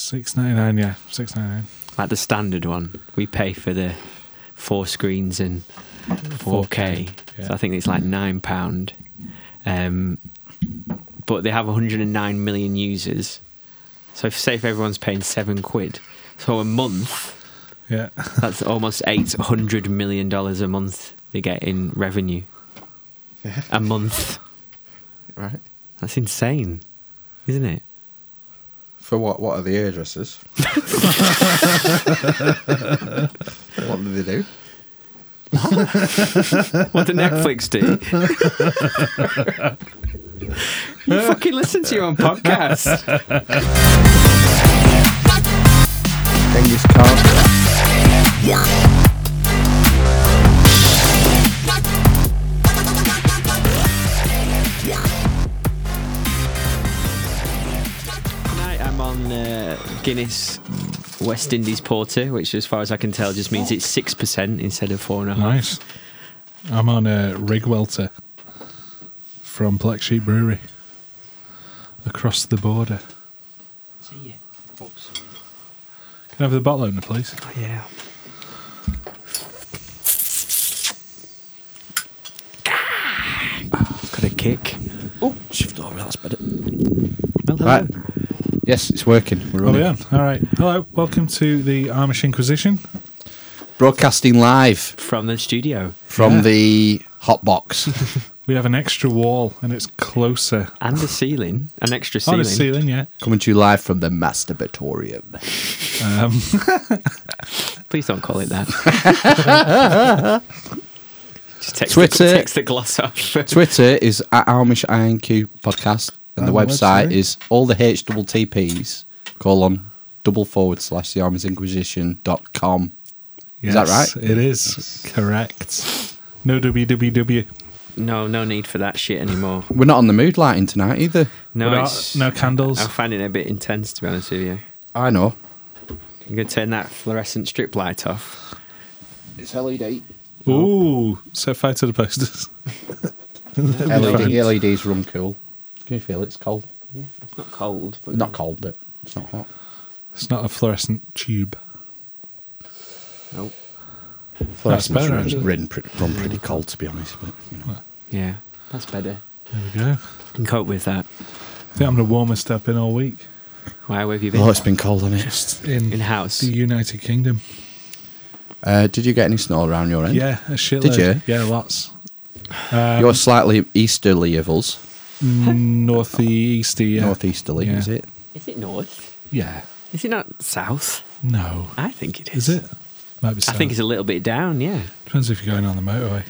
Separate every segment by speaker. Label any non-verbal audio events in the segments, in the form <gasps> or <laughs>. Speaker 1: Six ninety nine, yeah, six ninety nine.
Speaker 2: Like the standard one, we pay for the four screens and 4K.
Speaker 1: Yeah.
Speaker 2: So I think it's like nine pound. Um, but they have 109 million users. So if say if everyone's paying seven quid, so a month
Speaker 1: Yeah,
Speaker 2: that's almost 800 million dollars a month they get in revenue. A month.
Speaker 3: <laughs> Right.
Speaker 2: That's insane, isn't it?
Speaker 3: For what? What are the hairdressers? <laughs> what do they do?
Speaker 2: What did Netflix do? you fucking listen to your own podcast.
Speaker 3: Genghis Khan.
Speaker 2: Tonight I'm on uh, Guinness West Indies Porter, which, as far as I can tell, just means it's six percent instead of four and a half.
Speaker 1: <laughs> nice. I'm on a rig welter from Black Sheep Brewery across the border. Can I have the bottle opener, please?
Speaker 2: Yeah. Got a kick.
Speaker 4: Oh, shift over. That's better.
Speaker 2: Well, hello.
Speaker 3: Right. Yes, it's working. We're
Speaker 1: Are
Speaker 3: on.
Speaker 1: we on? All right. Hello. Welcome to the Amish Inquisition.
Speaker 3: Broadcasting live
Speaker 2: From the studio
Speaker 3: from
Speaker 1: Yeah.
Speaker 3: the hot <laughs> box.
Speaker 1: We have an extra wall and it's closer.
Speaker 2: and the ceiling, an extra
Speaker 1: On
Speaker 2: ceiling.
Speaker 1: the ceiling, yeah.
Speaker 3: Coming to you live from the masturbatorium.
Speaker 1: Um,
Speaker 2: Please don't call it that. just text The,
Speaker 3: Twitter.
Speaker 2: text the gloss off.
Speaker 3: Twitter is at Amish INQ podcast,
Speaker 1: And
Speaker 3: and the
Speaker 1: the
Speaker 3: website,
Speaker 1: website?
Speaker 3: is all the HTTPs colon double forward slash the Amish Inquisition dot com. Is that
Speaker 1: yes,
Speaker 3: right?
Speaker 1: It is correct. No www.
Speaker 2: <laughs> No, no need for that shit anymore.
Speaker 3: We're not on the mood lighting tonight either.
Speaker 2: No,
Speaker 1: We're not-
Speaker 2: it's,
Speaker 1: no candles.
Speaker 2: I'm finding it a bit intense to be honest with you.
Speaker 3: I know.
Speaker 2: I'm gonna turn that fluorescent strip light off.
Speaker 3: It's E LED.
Speaker 1: Ooh, set fire to the posters. <laughs>
Speaker 3: LED LEDs run cool. Can you feel it? It's cold.
Speaker 2: Not cold, but
Speaker 3: Not cold, but it's not hot.
Speaker 1: It's not a fluorescent tube.
Speaker 2: Nope.
Speaker 3: Fluorescents
Speaker 1: better,
Speaker 3: run,
Speaker 1: isn't it?
Speaker 3: run pretty, run pretty cold, to be honest. But you know.
Speaker 2: Yeah, that's better.
Speaker 1: There we go.
Speaker 2: Can cope with that.
Speaker 1: I think I'm the warmest I've been all week
Speaker 2: Why where have you been?
Speaker 3: oh, it's been cold on it.
Speaker 1: in,
Speaker 2: In house.
Speaker 1: the United Kingdom.
Speaker 3: Uh, did you get any snow around your end?
Speaker 1: Yeah, um, a shitload.
Speaker 3: you?
Speaker 1: Yeah, lots. Uh,
Speaker 3: You're slightly easterly of us,
Speaker 1: Northeasty. Yeah.
Speaker 3: northeasterly,
Speaker 1: Yeah. <laughs>
Speaker 3: is it?
Speaker 2: Is it north?
Speaker 1: Yeah.
Speaker 2: Is it not south?
Speaker 1: No.
Speaker 2: I think it is.
Speaker 1: Is it? Might be.
Speaker 2: I think it's
Speaker 1: south.
Speaker 2: a little bit down. Yeah.
Speaker 1: Depends if you're going on the motorway.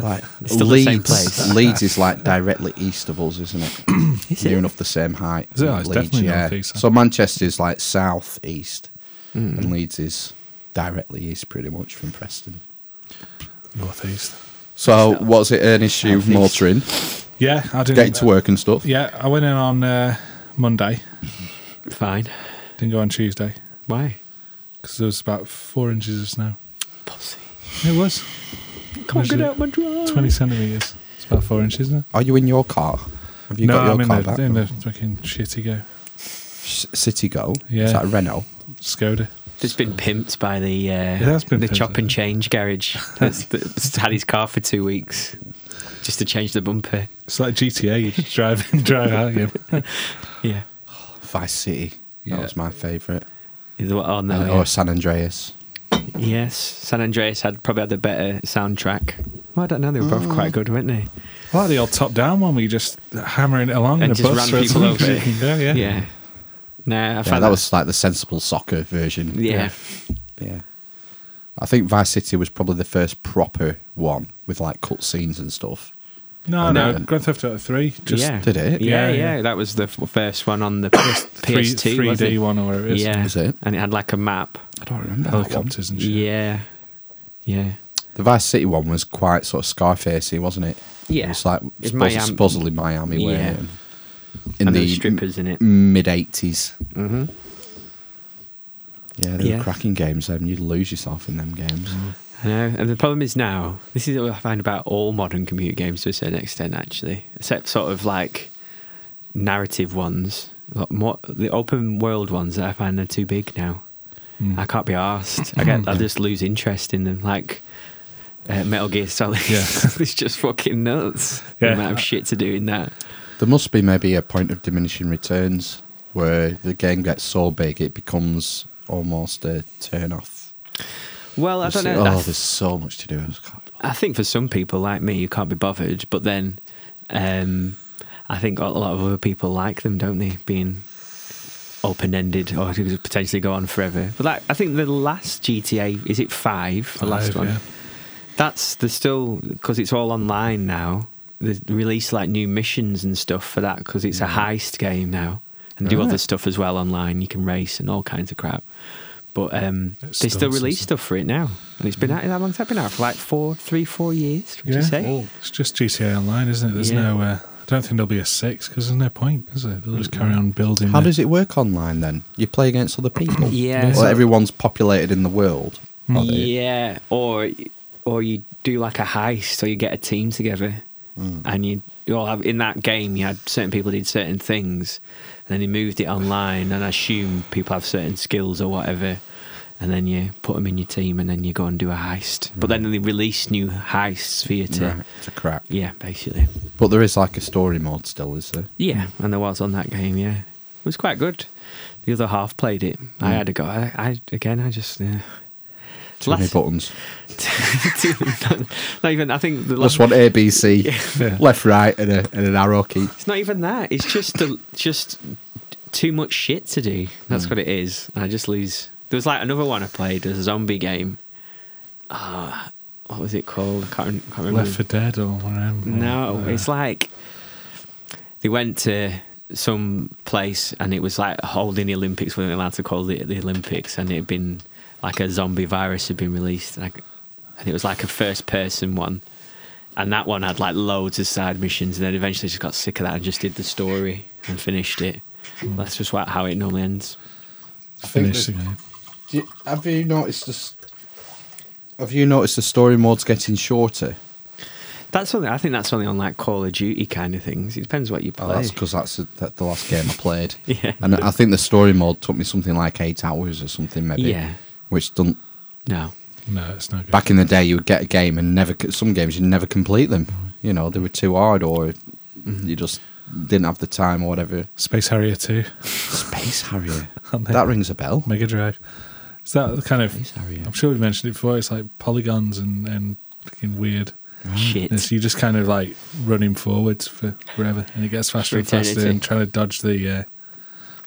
Speaker 3: Like
Speaker 2: It's still the
Speaker 3: Leeds,
Speaker 2: same place.
Speaker 3: Leeds is like directly east of us, isn't it?
Speaker 1: <clears throat>
Speaker 2: Is
Speaker 3: Near
Speaker 2: it?
Speaker 3: enough the same height.
Speaker 1: Is it?
Speaker 3: as
Speaker 1: Oh, it's definitely northeast, huh? Hmm.
Speaker 3: So Manchester is like south east, and Leeds is directly east, pretty much from Preston.
Speaker 1: Northeast.
Speaker 3: So was it an issue
Speaker 2: Southeast.
Speaker 3: motoring,
Speaker 1: Yeah, I didn't.
Speaker 3: getting to work and stuff?
Speaker 1: Yeah, I went in on uh, Monday.
Speaker 2: Fine.
Speaker 1: Didn't go on Tuesday
Speaker 2: Why?
Speaker 1: because there was about four inches of snow.
Speaker 2: Pussy.
Speaker 1: It was.
Speaker 2: Can't get
Speaker 1: Measured
Speaker 2: out my drive.
Speaker 1: 20 centimetres. It's about four inches, isn't it?
Speaker 3: Are you in your car? Have you
Speaker 1: no,
Speaker 3: got your
Speaker 1: I'm in
Speaker 3: car
Speaker 1: the,
Speaker 3: back?
Speaker 1: in the fucking shitty go.
Speaker 3: S- City Go.
Speaker 1: Yeah.
Speaker 3: Is that a Renault?
Speaker 1: Skoda.
Speaker 2: It's been pimped by the uh,
Speaker 1: has been
Speaker 2: the
Speaker 1: pimped,
Speaker 2: chop and
Speaker 1: yeah.
Speaker 2: change garage that's, that's had his car for two weeks just to change the bumper.
Speaker 1: It's like GTA. You just drive in, drive out again.
Speaker 3: <laughs>
Speaker 2: Yeah.
Speaker 3: Vice City.
Speaker 1: Yeah.
Speaker 3: That was my favourite.
Speaker 2: Is what- Oh,
Speaker 3: Uh,
Speaker 2: no,
Speaker 3: Or San Andreas.
Speaker 2: yeah. Yes, San Andreas had probably had the better soundtrack. Well, I don't know, they were both
Speaker 1: Mm.
Speaker 2: quite good, weren't they?
Speaker 1: I like the old top down one where you just hammering it along
Speaker 2: And
Speaker 1: in a
Speaker 2: just
Speaker 1: bus
Speaker 2: ran
Speaker 1: for as
Speaker 2: people
Speaker 1: long as
Speaker 2: over.
Speaker 1: you can go, yeah.
Speaker 2: Yeah. Nah, I
Speaker 3: Yeah,
Speaker 2: found
Speaker 3: that was like the sensible soccer version.
Speaker 2: Yeah.
Speaker 3: Yeah. I think Vice City was probably the first proper one with like cutscenes and stuff.
Speaker 1: No,
Speaker 3: And
Speaker 1: no,
Speaker 3: then-
Speaker 1: Grand Theft Auto 3. Just
Speaker 2: yeah.
Speaker 3: did it?
Speaker 1: Yeah,
Speaker 2: Yeah, yeah,
Speaker 1: yeah.
Speaker 2: That was the f- first one on the
Speaker 1: <coughs>
Speaker 2: PS-
Speaker 1: three,
Speaker 2: PS2.
Speaker 1: 3D
Speaker 2: wasn't it?
Speaker 1: one or whatever it is.
Speaker 2: Yeah.
Speaker 3: Was it?
Speaker 2: And it had like a map.
Speaker 3: I don't remember. that one.
Speaker 1: Helicopters and shit.
Speaker 2: Yeah. Yeah.
Speaker 3: The Vice City one was quite sort of Scarfacey, wasn't it?
Speaker 2: Yeah.
Speaker 3: It was like
Speaker 2: It's
Speaker 3: supposed-
Speaker 2: Miami-
Speaker 3: supposedly Miami, where
Speaker 2: Yeah.
Speaker 3: um, in
Speaker 2: and there
Speaker 3: the
Speaker 2: were strippers in it.
Speaker 3: mid '80s.
Speaker 2: hmm
Speaker 3: Yeah, they
Speaker 2: Yeah.
Speaker 3: were cracking games. Then you'd lose yourself in them games.
Speaker 2: I know, and the problem is now. This is what I find about all modern computer games to a certain extent, actually, except sort of like narrative ones. Like more, the open world ones that I find are too big now.
Speaker 1: Mm.
Speaker 2: I can't be asked. I get, I just lose interest in them. Like uh, Metal Gear Solid,
Speaker 1: Yeah.
Speaker 2: <laughs> it's just fucking nuts.
Speaker 1: Yeah.
Speaker 2: The amount of shit to do in that.
Speaker 3: There must be maybe a point of diminishing returns where the game gets so big it becomes almost a turn off.
Speaker 2: Well, I
Speaker 3: It's
Speaker 2: don't
Speaker 3: like,
Speaker 2: know.
Speaker 3: Oh,
Speaker 2: I,
Speaker 3: there's so much to do. I just can't-
Speaker 2: I think for some people like me, you can't be bothered. But then, um, I think a lot of other people like them, don't they? Being open ended or to potentially go on forever. But like, I think the last GTA is it five? The last
Speaker 1: Five,
Speaker 2: one.
Speaker 1: yeah.
Speaker 2: That's the still because it's all online now. They release like new missions and stuff for that because it's a heist game now, and do other
Speaker 1: Mm. Right.
Speaker 2: stuff as well online. You can race and all kinds of crap. But um,
Speaker 1: It's
Speaker 2: they still
Speaker 1: stunts and
Speaker 2: release
Speaker 1: stuff.
Speaker 2: stuff for it now, and it's been out. How long's that been out? For like four, three, four years? Would you say?
Speaker 1: Oh, It's just GTA Online, isn't it? There's
Speaker 2: Yeah.
Speaker 1: no. Uh, I don't think there'll be a six because there's no point, is there? They'll just carry on building.
Speaker 3: How
Speaker 1: the-
Speaker 3: does it work online then? You play against other people?
Speaker 2: <clears throat> Yeah,
Speaker 3: Or
Speaker 2: so-
Speaker 3: everyone's populated in the world? are they?
Speaker 2: Yeah, or or you do like a heist, or you get a team together,
Speaker 3: Mm.
Speaker 2: and you all have in that game. You had certain people did certain things, and then you moved it online, and I assume people have certain skills or whatever, and then you put them in your team, and then you go and do a heist. But then they release new heists for you to,
Speaker 3: Right, to crack.
Speaker 2: yeah, basically,
Speaker 3: But there is like a story mode still, is there?
Speaker 2: yeah. And there was on that game, yeah, it was quite good. The other half played it. I had a go. I, I again, I just. Yeah.
Speaker 3: Too many
Speaker 2: Last-
Speaker 3: buttons.
Speaker 2: not, <laughs> not even. I think the last
Speaker 3: That's one A, B, <laughs> C,
Speaker 1: Yeah.
Speaker 3: left, right, and, a, and an arrow key.
Speaker 2: It's not even that. It's just the, just too much shit to do. That's what it is. And I just lose. There was like another one I played. There's a zombie game. Ah, what was it called? I can't, rem- can't remember.
Speaker 1: Left for Dead or whatever?
Speaker 2: No,
Speaker 1: Uh,
Speaker 2: it's like they went to some place and it was like holding the Olympics. We weren't allowed to call it the Olympics, and it had been like a zombie virus had been released, and, I, and it was like a first-person one. And that one had like loads of side missions, and then eventually just got sick of that and just did the story and finished it.
Speaker 3: Hmm.
Speaker 2: That's just what, how it normally ends.
Speaker 1: finish the game.
Speaker 3: have you noticed this? Have you noticed the story mode's getting shorter?
Speaker 2: That's only I think that's only on like Call of Duty kind of things. It depends what you play.
Speaker 3: Oh, that's because that's the, that the last game I <laughs> played.
Speaker 2: Yeah.
Speaker 3: And I think the story mode took me something like eight hours or something, maybe.
Speaker 2: Yeah.
Speaker 3: Which doesn't.
Speaker 2: no,
Speaker 1: No, it's not good.
Speaker 3: Back in the day, you would get a game and never. c- Some games you never complete them. You know, they were too hard or you just didn't have the time or whatever.
Speaker 1: Space Harrier 2,
Speaker 3: Space Harrier.
Speaker 1: <laughs> And then-
Speaker 3: that rings a bell.
Speaker 1: Mega Drive. Is that the kind of.
Speaker 3: Space Harrier.
Speaker 1: I'm sure we've mentioned it before. It's like polygons and, and fucking weird.
Speaker 3: Ah,
Speaker 2: shit.
Speaker 1: And so you're just kind of like running forwards for forever, and it gets faster
Speaker 2: For
Speaker 1: and faster,
Speaker 2: eternity.
Speaker 1: and trying to dodge the uh,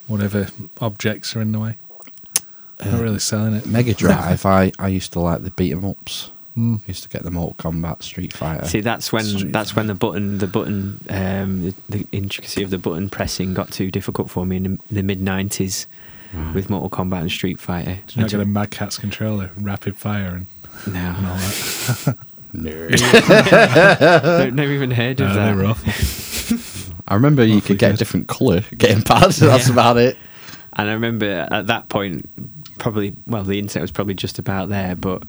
Speaker 1: whatever objects are in the way. Not
Speaker 2: Uh,
Speaker 1: really selling it.
Speaker 3: Mega Drive. I, I used to like the beat 'em ups.
Speaker 1: Mm.
Speaker 3: I used to get the Mortal Kombat, Street Fighter.
Speaker 2: See, that's when
Speaker 3: Street
Speaker 2: that's when the button, the button, um, the, the intricacy of the button pressing got too difficult for me in the, the mid '90s with Mortal Kombat and Street Fighter.
Speaker 1: You're not get a Mad Cat's controller, rapid fire, and, and all
Speaker 2: no,
Speaker 1: that.
Speaker 2: no, never even heard of
Speaker 1: <laughs> No,
Speaker 2: that.
Speaker 1: they were awful.
Speaker 3: <laughs> I remember you
Speaker 1: Awfully
Speaker 3: could get a
Speaker 1: good.
Speaker 3: different colour gamepads. That's
Speaker 2: Yeah.
Speaker 3: about it.
Speaker 2: And I remember at that point, probably well, the internet was probably just about there, but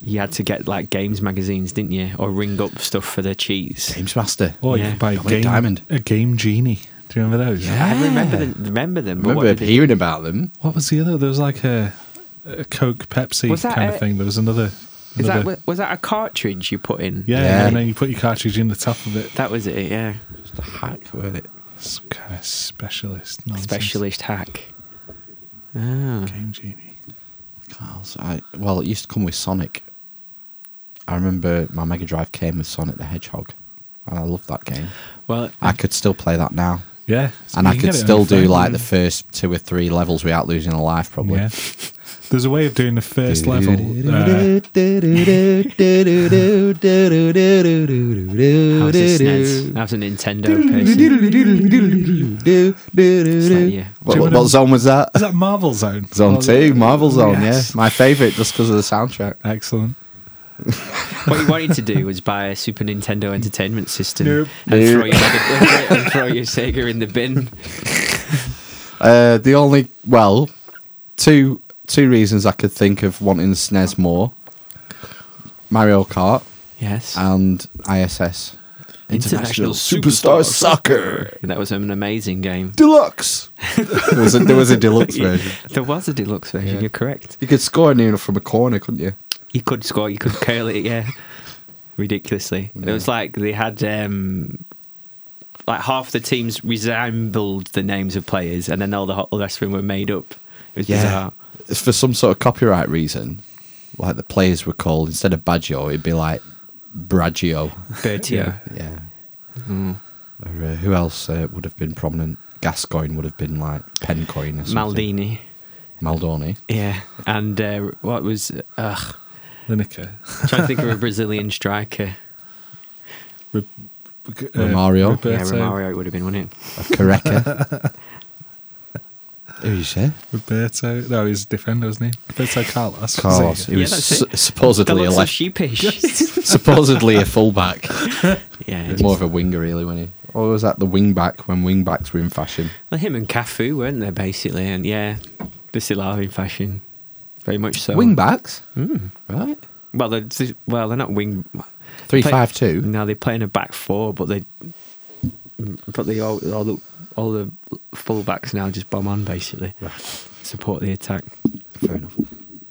Speaker 2: you had to get like games magazines, didn't you, or ring up stuff for the cheats.
Speaker 3: Games Master.
Speaker 1: Or you
Speaker 2: Yeah.
Speaker 1: could buy a
Speaker 3: Dominic
Speaker 1: game,
Speaker 3: Diamond.
Speaker 1: a game genie. Do you remember those?
Speaker 2: I remember them, remember them.
Speaker 3: I
Speaker 2: but what
Speaker 3: remember
Speaker 2: did they-
Speaker 3: hearing about them.
Speaker 1: What was the other? There was like a, a Coke, Pepsi
Speaker 2: Was that
Speaker 1: kind
Speaker 2: a-
Speaker 1: of thing. There was another.
Speaker 2: Is
Speaker 1: another
Speaker 2: that was that a cartridge you put in?
Speaker 1: yeah,
Speaker 3: Yeah.
Speaker 1: and then you put your cartridge in the top of it.
Speaker 2: that was it. Yeah,
Speaker 3: Just a hack, weren't it?
Speaker 1: Some kind of specialist. Nonsense.
Speaker 2: specialist hack. Ah.
Speaker 1: Game genie.
Speaker 3: Carl's, I, well, it used to come with Sonic. I remember my Mega Drive came with Sonic the Hedgehog, and I loved that game.
Speaker 2: Well,
Speaker 3: I could still play that now,
Speaker 1: Yeah,
Speaker 3: and
Speaker 1: you
Speaker 3: I
Speaker 1: can
Speaker 3: could
Speaker 1: get it on
Speaker 3: still
Speaker 1: your
Speaker 3: do
Speaker 1: phone.
Speaker 3: like the first two or three levels without losing a life, probably.
Speaker 1: Yeah. There's a way of doing the first level. Uh,
Speaker 2: how's this NES? How's a Nintendo person? It's like, yeah.
Speaker 3: What,
Speaker 1: Do you
Speaker 3: what,
Speaker 1: wanna-
Speaker 3: what zone was that?
Speaker 1: is that Marvel Zone?
Speaker 3: Zone
Speaker 1: Oh,
Speaker 3: 2, Marvel Zone,
Speaker 1: yes.
Speaker 3: yeah. My favourite just because of the soundtrack.
Speaker 1: Excellent.
Speaker 2: What you wanted to do was buy a Super Nintendo Entertainment System
Speaker 1: Nope.
Speaker 2: and,
Speaker 3: Nope.
Speaker 2: Throw your Mega, <laughs> and throw your Sega in the bin.
Speaker 3: Uh, the only, well, two two reasons I could think of wanting the SNES more Mario Kart
Speaker 2: Yes.
Speaker 3: and ISS.
Speaker 2: International
Speaker 3: Superstar Soccer
Speaker 2: That was an amazing game.
Speaker 3: <laughs> Deluxe. there, was a, there was a deluxe version.
Speaker 2: <laughs> There was a deluxe version.
Speaker 3: Yeah.
Speaker 2: You're correct.
Speaker 3: You could score near enough from a corner, couldn't you?
Speaker 2: You could score. You could curl it. Yeah, ridiculously. It was like they had um, like half the teams resembled the names of players, and then all the, ho- the rest of them were made up. It was bizarre.
Speaker 3: It's for some sort of copyright reason, like the players were called instead of Baggio, it'd be like <laughs> Braggio.
Speaker 2: Bertio.
Speaker 1: Yeah.
Speaker 3: Yeah. Or, uh, who else uh, would have been prominent? Gascoigne would have been like Pencoin or something.
Speaker 2: Maldini.
Speaker 3: Maldoni.
Speaker 2: Yeah, and uh, what was? Ugh,
Speaker 1: Lineker.
Speaker 2: trying to think <laughs> of a Brazilian striker.
Speaker 1: Re- uh,
Speaker 3: Romario.
Speaker 2: Yeah,
Speaker 1: Roberto,
Speaker 2: Romario. It would have been, wouldn't it?
Speaker 3: Careca. <laughs> who you say?
Speaker 1: Roberto. No, he's a defender, isn't he? Roberto Carlos. is
Speaker 3: Carlos.
Speaker 1: he?
Speaker 3: He
Speaker 2: Yeah,
Speaker 3: was
Speaker 2: that's it.
Speaker 3: su- supposedly
Speaker 2: that
Speaker 3: a
Speaker 2: looks
Speaker 3: left,
Speaker 2: sheepish.
Speaker 3: supposedly a <laughs> fullback.
Speaker 2: <laughs> yeah,
Speaker 3: He's more of a winger, really, when he. Or was that the wing back when wing backs were in fashion?
Speaker 2: Well, him and Cafu weren't there basically, and yeah, the Silavi fashion, very much so.
Speaker 3: wing backs,
Speaker 2: Mm.
Speaker 3: right?
Speaker 2: Well, they're th- well, they're not wing.
Speaker 3: Three
Speaker 2: play-
Speaker 3: five two.
Speaker 2: No, they play in a back four, but they, but they all all the all the fullbacks now just bomb on basically, support the attack.
Speaker 3: Fair enough.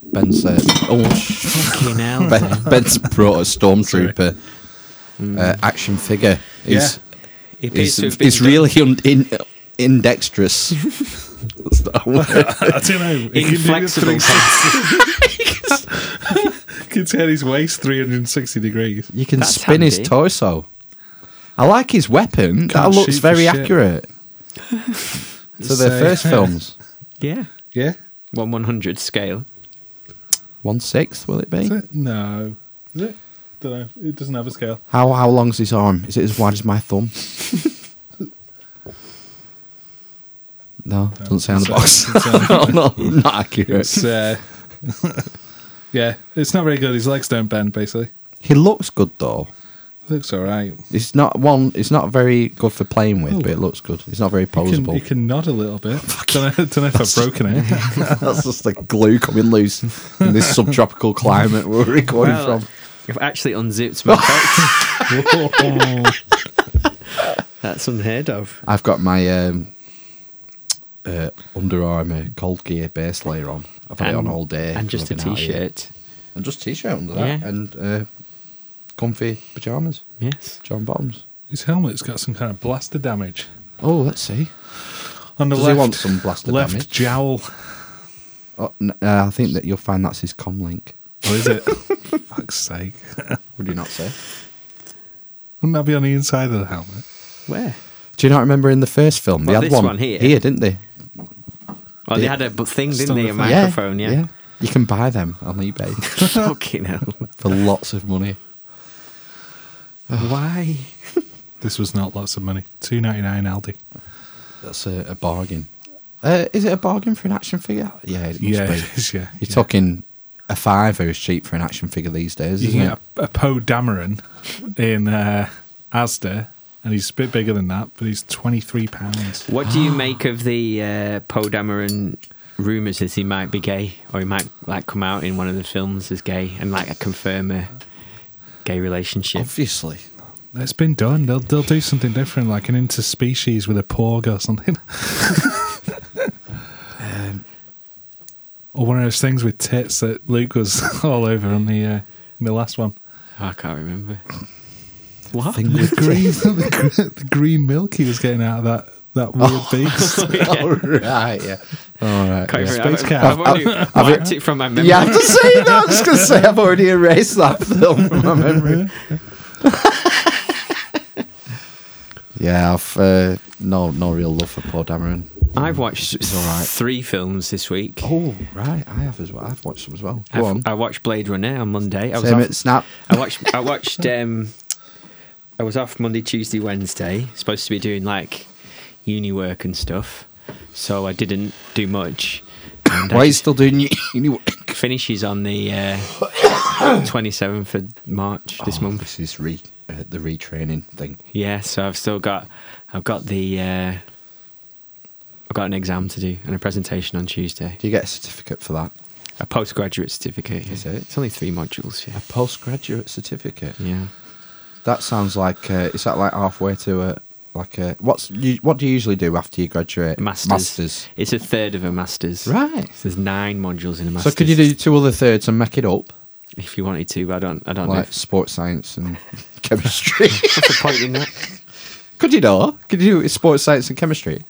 Speaker 3: Ben's uh, oh sh-
Speaker 2: Fucking hell,
Speaker 3: ben, Ben's brought a stormtrooper uh, action figure. He's
Speaker 2: He appears
Speaker 3: he's,
Speaker 2: to have been
Speaker 3: he's
Speaker 2: done-
Speaker 3: really un, in, indextrous. That's not a word.
Speaker 1: <laughs> I don't know. He can do the
Speaker 2: Inflexible.
Speaker 1: 360. He can turn his waist 360 degrees.
Speaker 3: you can
Speaker 2: That's
Speaker 3: spin
Speaker 2: handy.
Speaker 3: his torso. I like his weapon. that
Speaker 1: Can't
Speaker 3: looks
Speaker 1: shoot for
Speaker 3: very
Speaker 1: shit.
Speaker 3: accurate. to
Speaker 1: So-
Speaker 3: their first films.
Speaker 2: <laughs> yeah,
Speaker 1: Yeah?
Speaker 2: one one hundred scale.
Speaker 3: One sixth, will it be?
Speaker 1: Is it? No. Is it? Don't know. It doesn't have a scale.
Speaker 3: How how long's his arm? Is it as wide as my thumb? <laughs> no, doesn't say on the box. <laughs>
Speaker 1: It's, uh,
Speaker 3: no, no, not accurate.
Speaker 1: it's, uh, <laughs> yeah, it's not very good. His legs don't bend, basically.
Speaker 3: He looks good though.
Speaker 1: Looks all right.
Speaker 3: It's not one. It's not very good for playing with,
Speaker 1: Oh.
Speaker 3: but it looks good. It's not very
Speaker 1: He can,
Speaker 3: posable.
Speaker 1: he can nod a little bit. Don't know, don't know if I've broken it.
Speaker 3: <laughs> That's just like glue coming loose in this subtropical
Speaker 2: <laughs>
Speaker 3: climate we're recording
Speaker 2: Well,
Speaker 3: from.
Speaker 2: I've actually unzipped my belt.
Speaker 1: Whoa.
Speaker 3: <laughs>
Speaker 2: That's unheard of.
Speaker 3: I've got my um, uh, Under Armour cold gear base layer on. I've had it on
Speaker 2: And-
Speaker 3: all day.
Speaker 2: and just a
Speaker 3: rubbing out here.
Speaker 2: t-shirt.
Speaker 3: and just t-shirt under that
Speaker 2: Yeah.
Speaker 3: and uh, comfy pajamas,
Speaker 2: Yes.
Speaker 3: John bottoms.
Speaker 1: <laughs> His helmet's got some kind of blaster damage.
Speaker 3: Oh, let's see.
Speaker 1: On the
Speaker 3: Does he
Speaker 1: left,
Speaker 3: want some blaster
Speaker 1: left
Speaker 3: damage? <laughs>
Speaker 1: jowl.
Speaker 3: Oh, n- uh, I think that you'll find that's his comlink.
Speaker 1: Or is it? Fuck's sake.
Speaker 3: Would you not say?
Speaker 1: Wouldn't that be on the inside of the helmet?
Speaker 2: Where?
Speaker 3: Do you not remember in the first film
Speaker 2: Well,
Speaker 3: they had
Speaker 2: this
Speaker 3: one,
Speaker 2: one here.
Speaker 3: didn't they?
Speaker 2: Oh, they
Speaker 3: Yeah.
Speaker 2: had a bu- thing,
Speaker 1: Still
Speaker 2: didn't they?
Speaker 1: the
Speaker 2: A
Speaker 1: thing.
Speaker 2: microphone, yeah.
Speaker 3: <laughs> You can buy them
Speaker 2: <laughs>
Speaker 3: on eBay
Speaker 2: Fucking hell.
Speaker 3: for lots of money.
Speaker 2: Why?
Speaker 1: This was not lots of money. Two ninety nine Aldi.
Speaker 3: That's a, a bargain. Uh, is it a bargain for an action figure? Yeah, it must
Speaker 1: Yeah,
Speaker 3: be.
Speaker 1: it is, yeah.
Speaker 3: You're talking a fiver is cheap for an action figure these days,
Speaker 1: You
Speaker 3: isn't
Speaker 1: can
Speaker 3: it?
Speaker 1: get a, a Poe Dameron in uh, Asda, and he's a bit bigger than that, but he's twenty three pounds.
Speaker 2: What do you make of the uh, Poe Dameron rumours that he might be gay, or he might like come out in one of the films as gay and like confirm a gay relationship?
Speaker 3: Obviously.
Speaker 1: It's been done. They'll they'll do something different, like an interspecies with a porg or something.
Speaker 3: Um,
Speaker 1: or one of those things with tits that Luke was <laughs> all over on the uh, in the last one.
Speaker 2: Oh, I can't remember. What?
Speaker 3: Thing with
Speaker 1: Green, <laughs> the, gr- the green milk he was getting out of that that weird
Speaker 3: Oh.
Speaker 1: beast.
Speaker 3: All right, Ah, yeah. All right.
Speaker 2: Can't
Speaker 3: yeah.
Speaker 2: remember.
Speaker 1: Space
Speaker 2: I've,
Speaker 1: Cat.
Speaker 2: I've already
Speaker 3: I've-
Speaker 2: wiped it from my memory.
Speaker 3: Yeah, I have to say that. I was going to say I've already erased that film from my memory. <laughs> yeah, I've uh, no no real love for Paul Dameron.
Speaker 2: I've watched
Speaker 3: It's all right.
Speaker 2: three films this week.
Speaker 3: Oh right, I have as well. I've watched them as well. Go on.
Speaker 2: I've, I watched Blade Runner on Monday. I was
Speaker 3: Same
Speaker 2: off-
Speaker 3: at Snap.
Speaker 2: I watched. I watched. Um, I was off Monday, Tuesday, Wednesday. Supposed to be doing like uni work and stuff, so I didn't do much. And I
Speaker 3: Why are you
Speaker 2: just-
Speaker 3: still doing you? you
Speaker 2: finishes on the twenty seventh of March <laughs> this
Speaker 3: Oh,
Speaker 2: month?
Speaker 3: This is re uh, the retraining thing.
Speaker 2: Yeah, so I've still got. I've got the. Uh, I've got an exam to do and a presentation on Tuesday.
Speaker 3: Do you get a certificate for that?
Speaker 2: A postgraduate certificate. yeah.
Speaker 3: Is it?
Speaker 2: It's only three modules.
Speaker 3: A
Speaker 2: Yeah.
Speaker 3: postgraduate certificate.
Speaker 2: Yeah.
Speaker 3: That sounds like uh, is that like halfway to a like a what's you, what do you usually do after you graduate?
Speaker 2: Masters.
Speaker 3: Masters.
Speaker 2: It's a third of a master's.
Speaker 3: Right.
Speaker 2: So there's nine modules in a master's.
Speaker 3: So could you do two other thirds and make it up
Speaker 2: if you wanted to? But I don't. I don't know.
Speaker 3: like
Speaker 2: if-
Speaker 3: sports science and <laughs> chemistry?
Speaker 2: What's the point in that?
Speaker 3: <laughs> could you know? Could you do sports science and chemistry?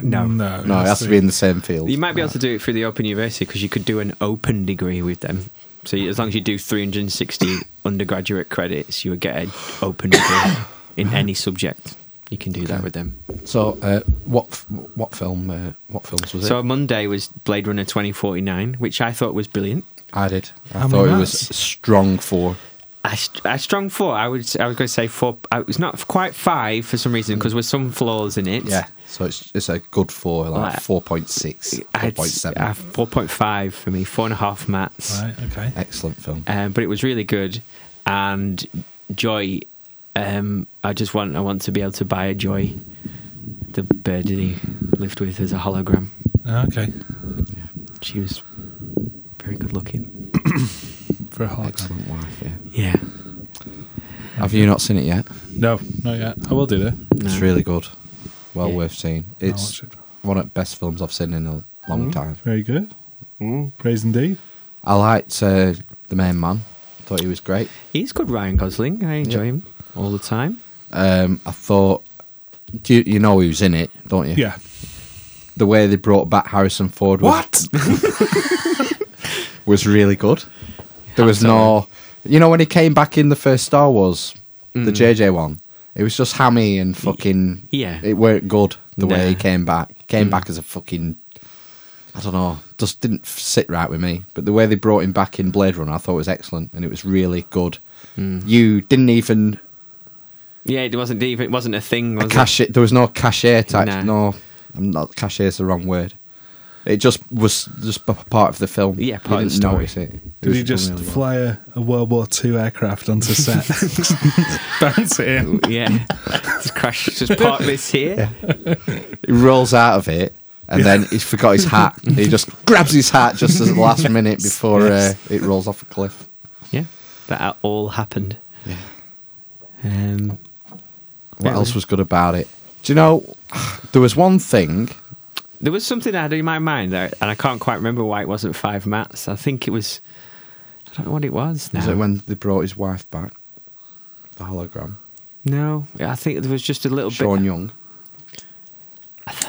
Speaker 2: No.
Speaker 1: no,
Speaker 3: <laughs> <laughs> No, it has to be in the same field.
Speaker 2: You might be able to do it through the Open University because you could do an open degree with them. So you- as long as you do 360 <coughs> undergraduate credits, you would get an open
Speaker 3: <coughs>
Speaker 2: degree in any subject. You can do that
Speaker 3: Okay.
Speaker 2: with them.
Speaker 3: So, uh, what f- what film? Uh, what films was it?
Speaker 2: So Monday was Blade Runner 2049, which I thought was brilliant.
Speaker 3: I did. I
Speaker 1: How many
Speaker 3: thought it was
Speaker 1: marks?
Speaker 3: strong for.
Speaker 2: I, st- I strong four. I would. I was going to say four. I was not quite five for some reason because there's some flaws in it.
Speaker 3: Yeah. So it's it's a good four, like
Speaker 2: Like-
Speaker 3: four point six, four
Speaker 2: I'd
Speaker 3: point
Speaker 2: s-
Speaker 3: seven.
Speaker 2: uh, 4.5 for me, four and a half mats.
Speaker 1: Right, okay.
Speaker 3: Excellent film.
Speaker 2: Um, but it was really good. And Joy, um, I just want I want to be able to buy a Joy, the bird that he lived with as a hologram.
Speaker 1: Okay.
Speaker 2: She was very good looking.
Speaker 1: For a hologram.
Speaker 3: Excellent wife. Yeah.
Speaker 2: Yeah,
Speaker 3: Have you not seen it yet?
Speaker 1: No, not yet. I will do that.
Speaker 3: It's
Speaker 2: No.
Speaker 3: really good. Well
Speaker 2: Yeah.
Speaker 3: worth seeing.
Speaker 1: I'll
Speaker 3: It's
Speaker 1: watch it. Mm-hmm.
Speaker 3: one of the best films I've seen in a long time.
Speaker 1: Very good. Praise indeed.
Speaker 3: I liked uh, the main man. Thought he was great.
Speaker 2: he's good. Ryan Gosling. I enjoy
Speaker 3: Yeah.
Speaker 2: him all the time.
Speaker 3: Um, I thought. You, you know he was in it, don't you?
Speaker 1: Yeah.
Speaker 3: The way they brought back Harrison Ford. was- <laughs> was really good. There was no, you know, when he came back in the first Star Wars,
Speaker 2: Mm.
Speaker 3: the JJ one, it was just hammy and fucking.
Speaker 2: yeah.
Speaker 3: it weren't good the way he
Speaker 2: Nah. Mm.
Speaker 3: came back. He came back as a fucking, I don't know, just didn't f- sit right with me. But the way they brought him back in Blade Runner, I thought was excellent, and it was really good.
Speaker 2: Mm.
Speaker 3: You didn't even
Speaker 2: Yeah, it wasn't even. It wasn't a thing. Was
Speaker 3: a
Speaker 2: it?
Speaker 3: cachet. There was no cachet type.
Speaker 2: Nah.
Speaker 3: No, I'm not. Cachet is the wrong word. It just was just p- part of the film.
Speaker 2: Yeah,
Speaker 3: You
Speaker 2: part of the
Speaker 3: didn't
Speaker 2: story.
Speaker 3: notice it. It
Speaker 1: Did
Speaker 3: was
Speaker 1: he just
Speaker 3: done really well.
Speaker 1: fly a, a World War II aircraft onto <laughs> set? Bounce it in.
Speaker 2: Yeah, <laughs> just crash. Just park this here.
Speaker 3: He rolls out of it, and then he's forgot his
Speaker 1: <laughs>
Speaker 3: hat. he just grabs his hat just at the last minute before uh, it rolls off a cliff.
Speaker 2: Yeah, that all happened. Um,
Speaker 3: What
Speaker 2: Yeah.
Speaker 3: else was good about it? Do you know? There was one thing.
Speaker 2: there was something I had in my mind there, and I can't quite remember why it wasn't five mats. I think it was. I don't know what it was. Now.
Speaker 3: Was it when they brought his wife back? The hologram.
Speaker 2: No, I think there was just a little
Speaker 3: Sean
Speaker 2: bit.
Speaker 3: Young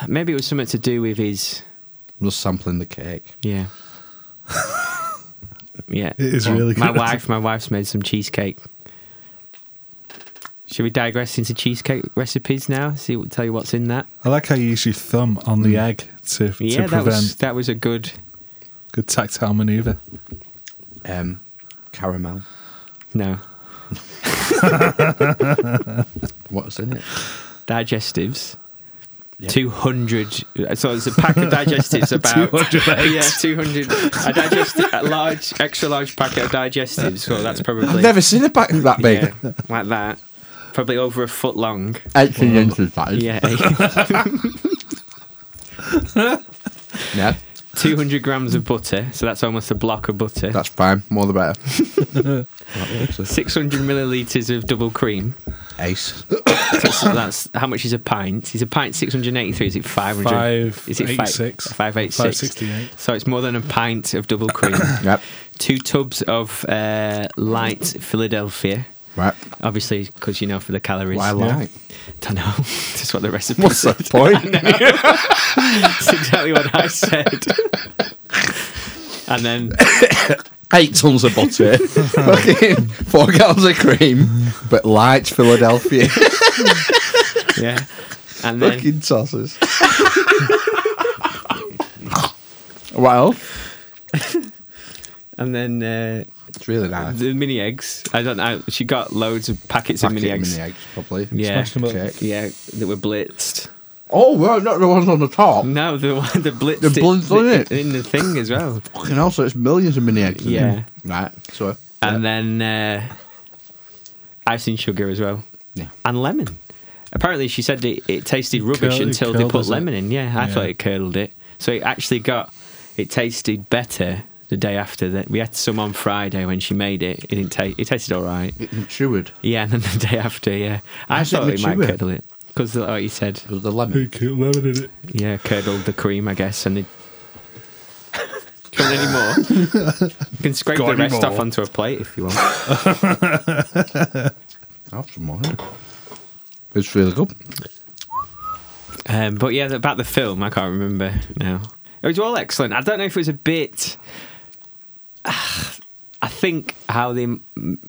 Speaker 2: Maybe it was something to do with his.
Speaker 3: was sampling the cake. <laughs>
Speaker 2: Yeah. yeah.
Speaker 1: It is really
Speaker 2: My
Speaker 1: good.
Speaker 2: wife, my wife's made some cheesecake. Should we digress into cheesecake recipes now? See, tell you what's in that.
Speaker 1: I like how you use your thumb on the egg to, to
Speaker 2: Yeah, that
Speaker 1: prevent
Speaker 2: was that was a good.
Speaker 1: good tactile maneuver.
Speaker 3: Um, caramel.
Speaker 2: No,
Speaker 3: What's in it?
Speaker 2: digestives.
Speaker 3: Yeah.
Speaker 2: Two hundred. So it's a pack of digestives about
Speaker 1: 200 eggs.
Speaker 2: <laughs> Yeah, two hundred. A digest a large, extra large packet of digestives. So that's probably
Speaker 3: I've never seen a <laughs> pack that big.
Speaker 2: yeah, like that. Probably over a foot long.
Speaker 3: Eighteen inches wide.
Speaker 2: Yeah,
Speaker 3: yeah,
Speaker 2: two hundred grams of butter. So that's almost a block of butter.
Speaker 3: that's fine. More the <laughs> better. That works.
Speaker 2: Six hundred milliliters of double cream.
Speaker 3: Ace.
Speaker 2: So that's how much is a pint? Is a pint six hundred eighty-three? Is it five hundred?
Speaker 1: Five
Speaker 2: Is it
Speaker 1: eight six.
Speaker 2: Five eight
Speaker 1: Five
Speaker 2: six.
Speaker 1: sixty eight.
Speaker 2: So it's more than a pint of double cream.
Speaker 3: Yep.
Speaker 2: two tubs of uh, light Philadelphia.
Speaker 3: Right.
Speaker 2: Obviously, because you know for the calories.
Speaker 3: Why
Speaker 1: yeah.
Speaker 2: <laughs>
Speaker 3: lie?
Speaker 2: don't know. That's what the recipe.
Speaker 3: <laughs> What's <laughs> the
Speaker 2: said.
Speaker 3: point?
Speaker 2: <laughs> That's exactly what I said. and then
Speaker 3: Eight tons of butter, <laughs> fucking four gallons of cream, but light Philadelphia <laughs>
Speaker 2: yeah, and then
Speaker 3: fucking sauces. <laughs> well,
Speaker 2: and then uh,
Speaker 3: it's really nice.
Speaker 2: the mini eggs. I don't know. She got loads of packets of
Speaker 3: Packet
Speaker 2: mini eggs.
Speaker 3: mini eggs, probably.
Speaker 2: Yeah,
Speaker 1: Smash them up.
Speaker 3: Cake.
Speaker 2: yeah, that were blitzed.
Speaker 3: Oh, well, not the ones on the top.
Speaker 2: No, <laughs> the one the blitzed.
Speaker 3: The blitzed on it.
Speaker 2: in the thing as well.
Speaker 3: Fucking hell, so it's millions of mini eggs. isn't
Speaker 2: Yeah.
Speaker 3: it? Right. So.
Speaker 2: and then uh, icing sugar as well,
Speaker 3: Yeah.
Speaker 2: and lemon. Apparently, she said it, it tasted rubbish
Speaker 1: curled- it
Speaker 2: until they
Speaker 1: curled,
Speaker 2: put
Speaker 1: doesn't
Speaker 2: lemon
Speaker 1: it?
Speaker 2: in. Yeah, I
Speaker 1: Yeah.
Speaker 2: thought it curdled it, so it actually got. It tasted better the day after that. We had some on Friday when she made it. It didn't taste. It tasted all right.
Speaker 3: It matured.
Speaker 2: Yeah, and then the day after, yeah, I
Speaker 3: How's it
Speaker 2: thought we might
Speaker 3: mature?
Speaker 2: curdle it because, like you said,
Speaker 3: It was the lemon.
Speaker 1: Pink lemon in it.
Speaker 2: yeah, curdled the cream, I
Speaker 1: <laughs>
Speaker 2: guess, and it. Do you want any more? you can scrape
Speaker 1: Got any
Speaker 2: the rest off
Speaker 1: more?
Speaker 2: onto a plate if you want.
Speaker 3: Have some more. It's really good.
Speaker 2: Um, but yeah, about the film, I can't remember now. It was all excellent. I don't know if it was a bit. <sighs> I think how the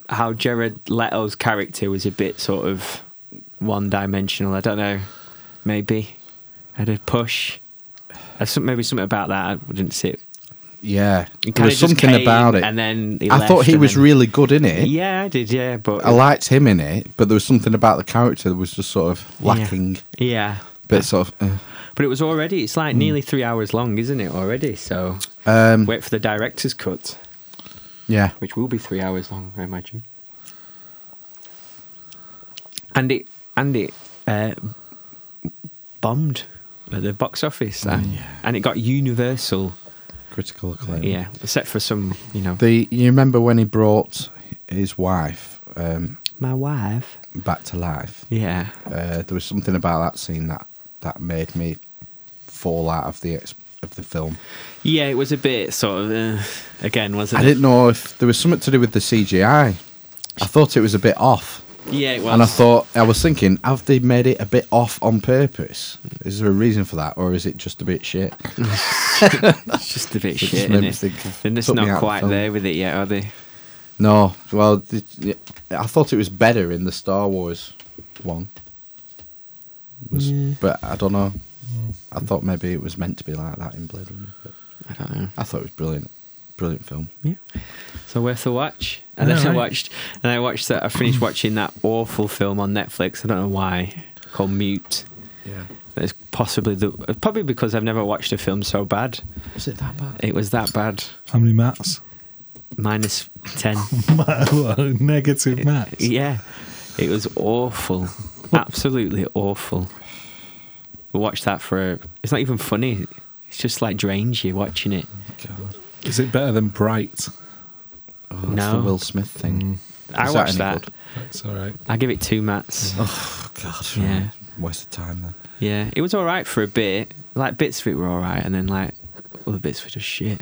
Speaker 2: how Jared Leto's character was a bit sort of one dimensional. I don't know. Maybe had a push. There's some- Maybe something about that. I didn't see it.
Speaker 3: Yeah,
Speaker 2: It
Speaker 3: there
Speaker 2: kinda
Speaker 3: was
Speaker 2: just
Speaker 3: something
Speaker 2: came
Speaker 3: about it.
Speaker 2: and then he
Speaker 3: I
Speaker 2: left
Speaker 3: thought he
Speaker 2: and
Speaker 3: was
Speaker 2: then-
Speaker 3: really good in it.
Speaker 2: Yeah, I did. Yeah, but
Speaker 3: I liked him in it, but there was something about the character that was just sort of lacking.
Speaker 2: Yeah,
Speaker 3: Bit sort of. Uh,
Speaker 2: but it was already. It's
Speaker 3: Hmm.
Speaker 2: like nearly three hours long, isn't it? Already. So
Speaker 3: Um,
Speaker 2: wait for the director's cut.
Speaker 3: yeah,
Speaker 2: which will be three hours long, I imagine. And it and it uh, bombed at the box
Speaker 3: Hmm.
Speaker 2: office, that. and it got universal.
Speaker 3: critical acclaim.
Speaker 2: Yeah, except for some, you know,
Speaker 3: The you remember when he brought his wife um,
Speaker 2: my wife.
Speaker 3: back to life?
Speaker 2: Yeah,
Speaker 3: Uh, there was something about that scene that that made me fall out of the ex- of the film.
Speaker 2: yeah, it was a bit sort of uh, again, wasn't
Speaker 3: I
Speaker 2: it?
Speaker 3: didn't know if there was something to do with the CGI. I thought it was a bit off.
Speaker 2: Yeah, it was.
Speaker 3: And I thought, I was thinking, have they made it a bit off on purpose? Is there a reason for that, or is it just a
Speaker 2: <laughs>
Speaker 3: bit shit?
Speaker 2: it's just a bit
Speaker 3: just
Speaker 2: shit.
Speaker 3: made
Speaker 2: Isn't
Speaker 3: me
Speaker 2: it?
Speaker 3: think of-
Speaker 2: They're just
Speaker 3: took me out
Speaker 2: not
Speaker 3: of
Speaker 2: quite
Speaker 3: film.
Speaker 2: there with it yet, are they?
Speaker 3: No, well, th- I thought it was better in the Star Wars one, Was- but I don't know. I thought maybe it was meant to be like that in Blade Runner. But
Speaker 2: I don't know.
Speaker 3: I thought it was brilliant, brilliant film.
Speaker 2: Yeah. So worth a watch. And
Speaker 1: Yeah,
Speaker 2: then I
Speaker 1: right.
Speaker 2: watched and I watched that I finished watching that awful film on Netflix. I don't know why. Called Mute.
Speaker 3: Yeah,
Speaker 2: It's possibly the probably because I've never watched a film so bad.
Speaker 3: was it that bad?
Speaker 2: It was that bad.
Speaker 1: How many mats? <laughs>
Speaker 2: Minus ten.
Speaker 1: Negative mats.
Speaker 2: Uh, yeah. It was awful. Absolutely awful. We watched that for it's not even funny. It's just like drains you watching it.
Speaker 3: God,
Speaker 1: Is it better than Bright?
Speaker 3: oh, that's
Speaker 2: No. Mm.
Speaker 3: the Will Smith thing.
Speaker 2: I
Speaker 3: Is that
Speaker 2: watched
Speaker 3: any
Speaker 2: that.
Speaker 3: good?
Speaker 1: That's all right.
Speaker 2: I give it two mats.
Speaker 3: Oh God,
Speaker 2: Yeah.
Speaker 3: waste of time then.
Speaker 2: Yeah, it was all right for a bit. Like bits of it were all right, and then like other bits were just shit.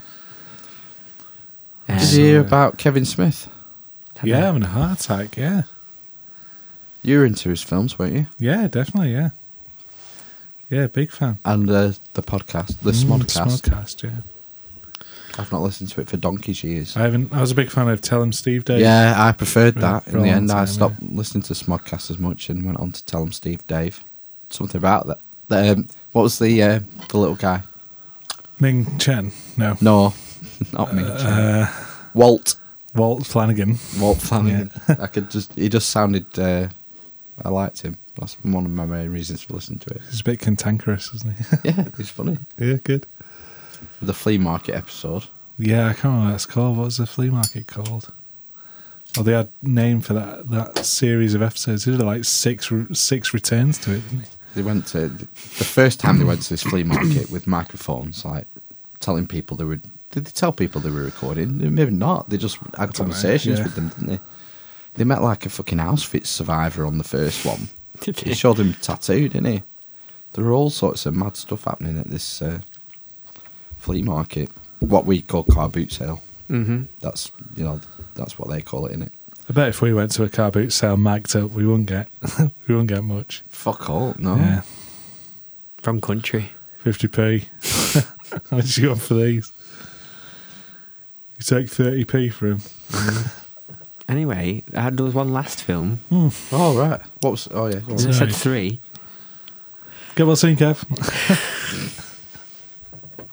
Speaker 2: Um, <laughs>
Speaker 3: Did you hear about Kevin Smith?
Speaker 2: I don't
Speaker 1: Yeah,
Speaker 2: know.
Speaker 1: having a heart attack. Yeah.
Speaker 3: You were into his films, weren't you?
Speaker 1: Yeah, definitely. Yeah. Yeah, big fan.
Speaker 3: And uh, the podcast, the
Speaker 1: Mm,
Speaker 3: Smodcast.
Speaker 1: Smodcast, yeah.
Speaker 3: I've not listened to it for donkey's years.
Speaker 1: I haven't. I was a big fan of Tell Him Steve Dave.
Speaker 3: Yeah, I preferred that.
Speaker 1: For
Speaker 3: In
Speaker 1: a
Speaker 3: the
Speaker 1: long
Speaker 3: end, I
Speaker 1: time,
Speaker 3: stopped listening to Smodcast as much and went on to tell him Steve Dave something about that. The, um, what was the uh, the little guy?
Speaker 1: Ming Chen. No.
Speaker 3: No, <laughs> not me.
Speaker 1: Uh,
Speaker 3: Walt.
Speaker 1: Walt Flanagan.
Speaker 3: Walt Flanagan. I could just. He just sounded. Uh, I liked him. That's one of my main reasons for listening to it.
Speaker 1: He's a bit cantankerous, isn't
Speaker 3: <laughs> Yeah, he's funny.
Speaker 1: he? <laughs> yeah, good.
Speaker 3: The flea market episode.
Speaker 1: Yeah, I can't remember what it's called. What was the flea market called? Oh, they had name for that that series of episodes. They did like six re- six returns to it, didn't they?
Speaker 3: They went to the first time they went to this flea market with microphones, like telling people they were. Did they tell people they were recording? Maybe not. They just had
Speaker 1: don't know,
Speaker 3: conversations
Speaker 1: yeah.
Speaker 3: with them, didn't they? They met like a fucking Auschwitz survivor on the first one.
Speaker 2: Did
Speaker 3: He
Speaker 2: they?
Speaker 3: showed him tattooed, didn't he? There were all sorts of mad stuff happening at this uh, flea market, what we call car boot sale.
Speaker 2: Mhm.
Speaker 3: That's you know that's what they call it, innit?
Speaker 1: I bet if we went to a car boot sale magged up, we wouldn't get <laughs> we wouldn't get much.
Speaker 3: Fuck all, no.
Speaker 1: Yeah,
Speaker 2: From country.
Speaker 1: fifty p. <laughs> How much you want for these? You take thirty p for him.
Speaker 2: Anyway, I had there was one last film.
Speaker 1: Hmm.
Speaker 3: Oh right. What was? Oh yeah. go on.
Speaker 2: I said
Speaker 1: Sorry.
Speaker 2: three.
Speaker 1: Get well soon, Kev.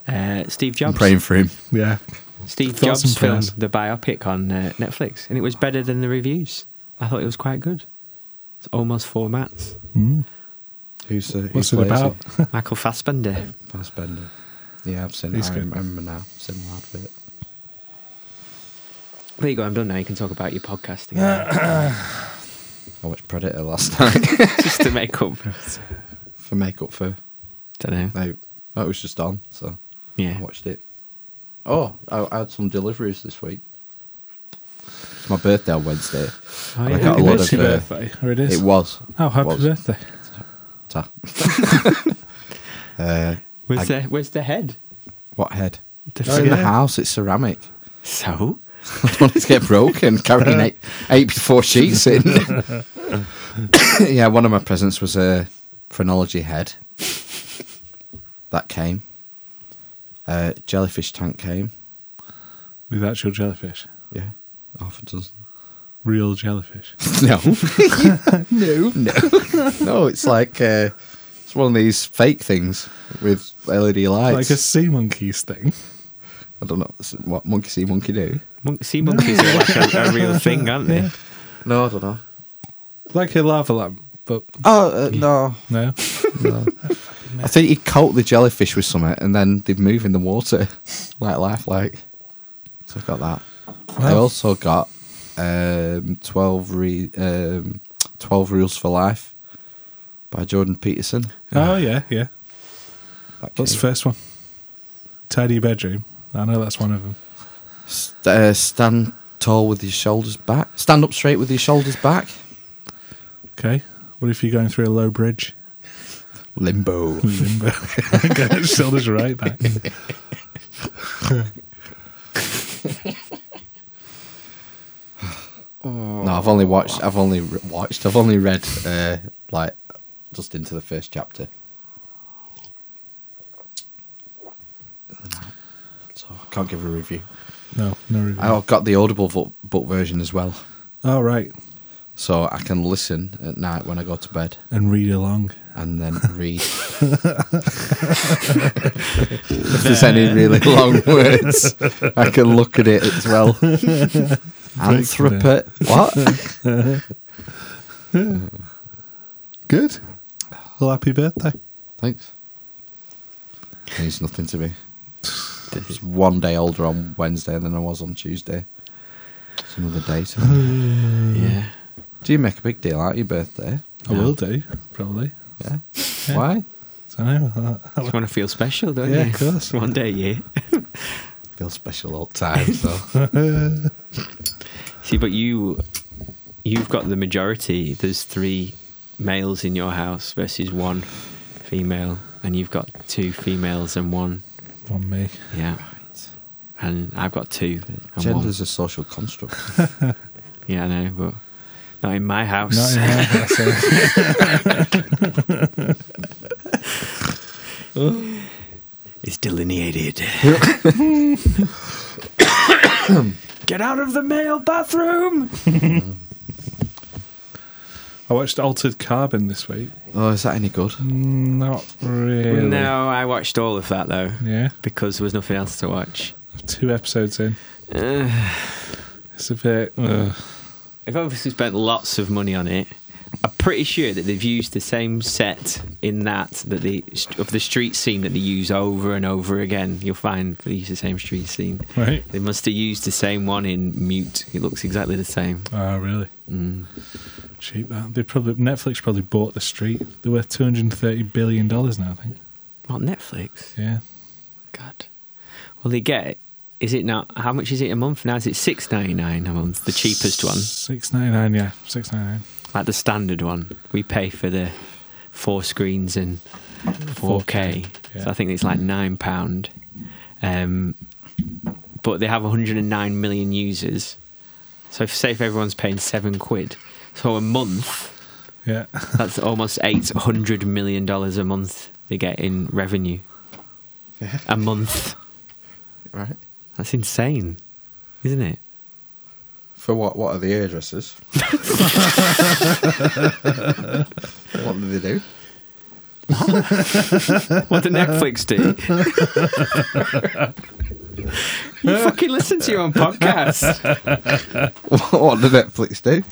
Speaker 2: Uh, Steve
Speaker 3: I'm
Speaker 2: Jobs.
Speaker 3: praying for him.
Speaker 1: <laughs> yeah,
Speaker 2: Steve
Speaker 1: Thoughts
Speaker 2: Jobs
Speaker 1: and prayers.
Speaker 2: film, the biopic on uh, Netflix, and it was better than the reviews. I thought it was quite good. It's almost four
Speaker 3: <laughs>
Speaker 2: mats.
Speaker 1: mm.
Speaker 3: Who's uh,
Speaker 1: What's
Speaker 3: who
Speaker 1: it
Speaker 3: plays
Speaker 1: about?
Speaker 3: him?
Speaker 1: <laughs>
Speaker 2: Michael Fassbender.
Speaker 3: Fassbender. Yeah, I've seen.
Speaker 1: He's
Speaker 3: I
Speaker 1: good.
Speaker 3: remember now. Seen that advert.
Speaker 2: There you go. I'm done now. You can talk about your podcast
Speaker 3: <laughs>
Speaker 2: again,
Speaker 3: I watched Predator last <laughs> night
Speaker 2: just to make
Speaker 3: <laughs>
Speaker 2: up.
Speaker 3: for makeup for.
Speaker 2: Don't know.
Speaker 3: No, oh, it was just on, so
Speaker 2: Yeah.
Speaker 3: I watched it. Oh, I, I had some deliveries this week. It's my birthday on Wednesday.
Speaker 2: Oh,
Speaker 3: I
Speaker 2: yeah.
Speaker 3: got a
Speaker 1: It
Speaker 3: lot
Speaker 1: is
Speaker 3: of.
Speaker 1: your
Speaker 3: uh,
Speaker 1: birthday, or it is.
Speaker 3: it was.
Speaker 1: oh, happy
Speaker 3: was.
Speaker 1: birthday.
Speaker 3: Ta. <laughs> uh,
Speaker 2: Where's,
Speaker 3: I-
Speaker 2: the, where's the head?
Speaker 3: what head?
Speaker 2: The
Speaker 3: It's
Speaker 1: Oh,
Speaker 3: in the
Speaker 2: figure.
Speaker 3: house. It's ceramic.
Speaker 2: So?
Speaker 3: I <laughs> don't want it to get broken. Carrying eight, eight before sheets in. <coughs> yeah, one of my presents was a phrenology head. That came. Uh, jellyfish tank came.
Speaker 1: With actual jellyfish.
Speaker 3: Yeah, half a dozen. <laughs>
Speaker 1: Real jellyfish. <laughs>
Speaker 3: No, no, no, no. It's like uh, it's one of these fake things with LED
Speaker 1: like
Speaker 3: lights.
Speaker 1: a sea monkey's thing.
Speaker 3: I don't know it's what monkey see, monkey do.
Speaker 2: Mon- sea monkeys are
Speaker 1: <laughs>
Speaker 2: like a, a real thing, aren't they?
Speaker 3: No, I don't know.
Speaker 1: Like a lava lamp, but
Speaker 3: Oh uh, no,
Speaker 1: <laughs> no.
Speaker 3: I think he'd coat the jellyfish with something and then they'd move in the water <laughs> like lifelike. So I got that. I
Speaker 1: Wow.
Speaker 3: also got um, 12, re- um, 12 Rules for Life by Jordan Peterson.
Speaker 1: Oh, yeah, yeah.
Speaker 3: That
Speaker 1: What's the
Speaker 3: came-
Speaker 1: first one? Tidy your bedroom. I know that's one of them.
Speaker 3: St- uh, stand tall with your shoulders back. Stand up straight with your shoulders back.
Speaker 1: Okay. What if you're going through a low bridge? <laughs>
Speaker 3: Limbo.
Speaker 1: Limbo. okay, shoulders right back.
Speaker 2: Oh,
Speaker 3: No, I've only watched. I've only re- watched. I've only read uh, like just into the first chapter. So I can't give a review.
Speaker 1: No, no review.
Speaker 3: I got the Audible vo- book version as well,
Speaker 1: Oh, right.
Speaker 3: so I can listen at night when I go to bed
Speaker 1: And read along.
Speaker 3: and then read. if there's any really long words, I can look at it as well. Anthropo. What?
Speaker 1: Good. Well, happy birthday.
Speaker 3: Thanks. Means nothing <laughs> to me. Just one day older on Wednesday than I was on Tuesday. It's another day. to <laughs> me.
Speaker 1: Mm.
Speaker 2: Yeah.
Speaker 3: Do you make a big deal out of your birthday?
Speaker 1: I will do, probably.
Speaker 3: Yeah. Why?
Speaker 1: So, no, <laughs> I-
Speaker 2: You want to feel special, don't
Speaker 1: Yeah,
Speaker 2: you?
Speaker 1: of course.
Speaker 2: One day, yeah.
Speaker 3: Feel special all the time. <laughs> So.
Speaker 2: See, but you, you've got the majority. There's three males in your house versus one female, and you've got two females and one.
Speaker 1: on me.
Speaker 2: Yeah. And I've got two. And
Speaker 3: Gender's a social construct.
Speaker 2: One. Yeah, I know, but not in my house.
Speaker 1: Not in my house. eh?
Speaker 2: it's delineated. <coughs> Get out of the male bathroom.
Speaker 1: <laughs> I watched Altered Carbon this week.
Speaker 3: Oh, is that any good?
Speaker 1: Not really.
Speaker 2: No, I watched all of that though
Speaker 1: Yeah.
Speaker 2: because there was nothing else to watch.
Speaker 1: Two episodes
Speaker 2: <sighs>
Speaker 1: in. it's a bit. ugh.
Speaker 2: They've obviously spent lots of money on it. I'm pretty sure that they've used the same set in that that the of the street scene that they use over and over again. You'll find they use the same street scene.
Speaker 1: Right.
Speaker 2: They must have used the same one in Mute. It looks exactly the same.
Speaker 1: Oh, really?
Speaker 2: Mm.
Speaker 1: Cheap that. They probably Netflix probably bought the street. They're worth two hundred and thirty billion dollars now. I think.
Speaker 2: What Netflix?
Speaker 1: Yeah.
Speaker 2: God. Well, they get. Is it now? How much is it a month now? Is it six ninety nine a month? The cheapest one,
Speaker 1: Six ninety nine. Yeah. Six ninety nine.
Speaker 2: like the standard one. We pay for the four screens and four K.
Speaker 1: Yeah.
Speaker 2: So I think it's like nine pound. Um, but they have one hundred and nine million users. So if, say if everyone's paying seven quid, so a month.
Speaker 1: Yeah.
Speaker 2: That's almost eight hundred million dollars a month they get in revenue. A month.
Speaker 3: Right.
Speaker 2: That's insane, isn't it? <laughs>
Speaker 3: For what? What are the hairdressers? <laughs> what do they do? <laughs>
Speaker 2: What did Netflix do? <laughs> you fucking listen to your own podcast.
Speaker 3: what do Netflix do?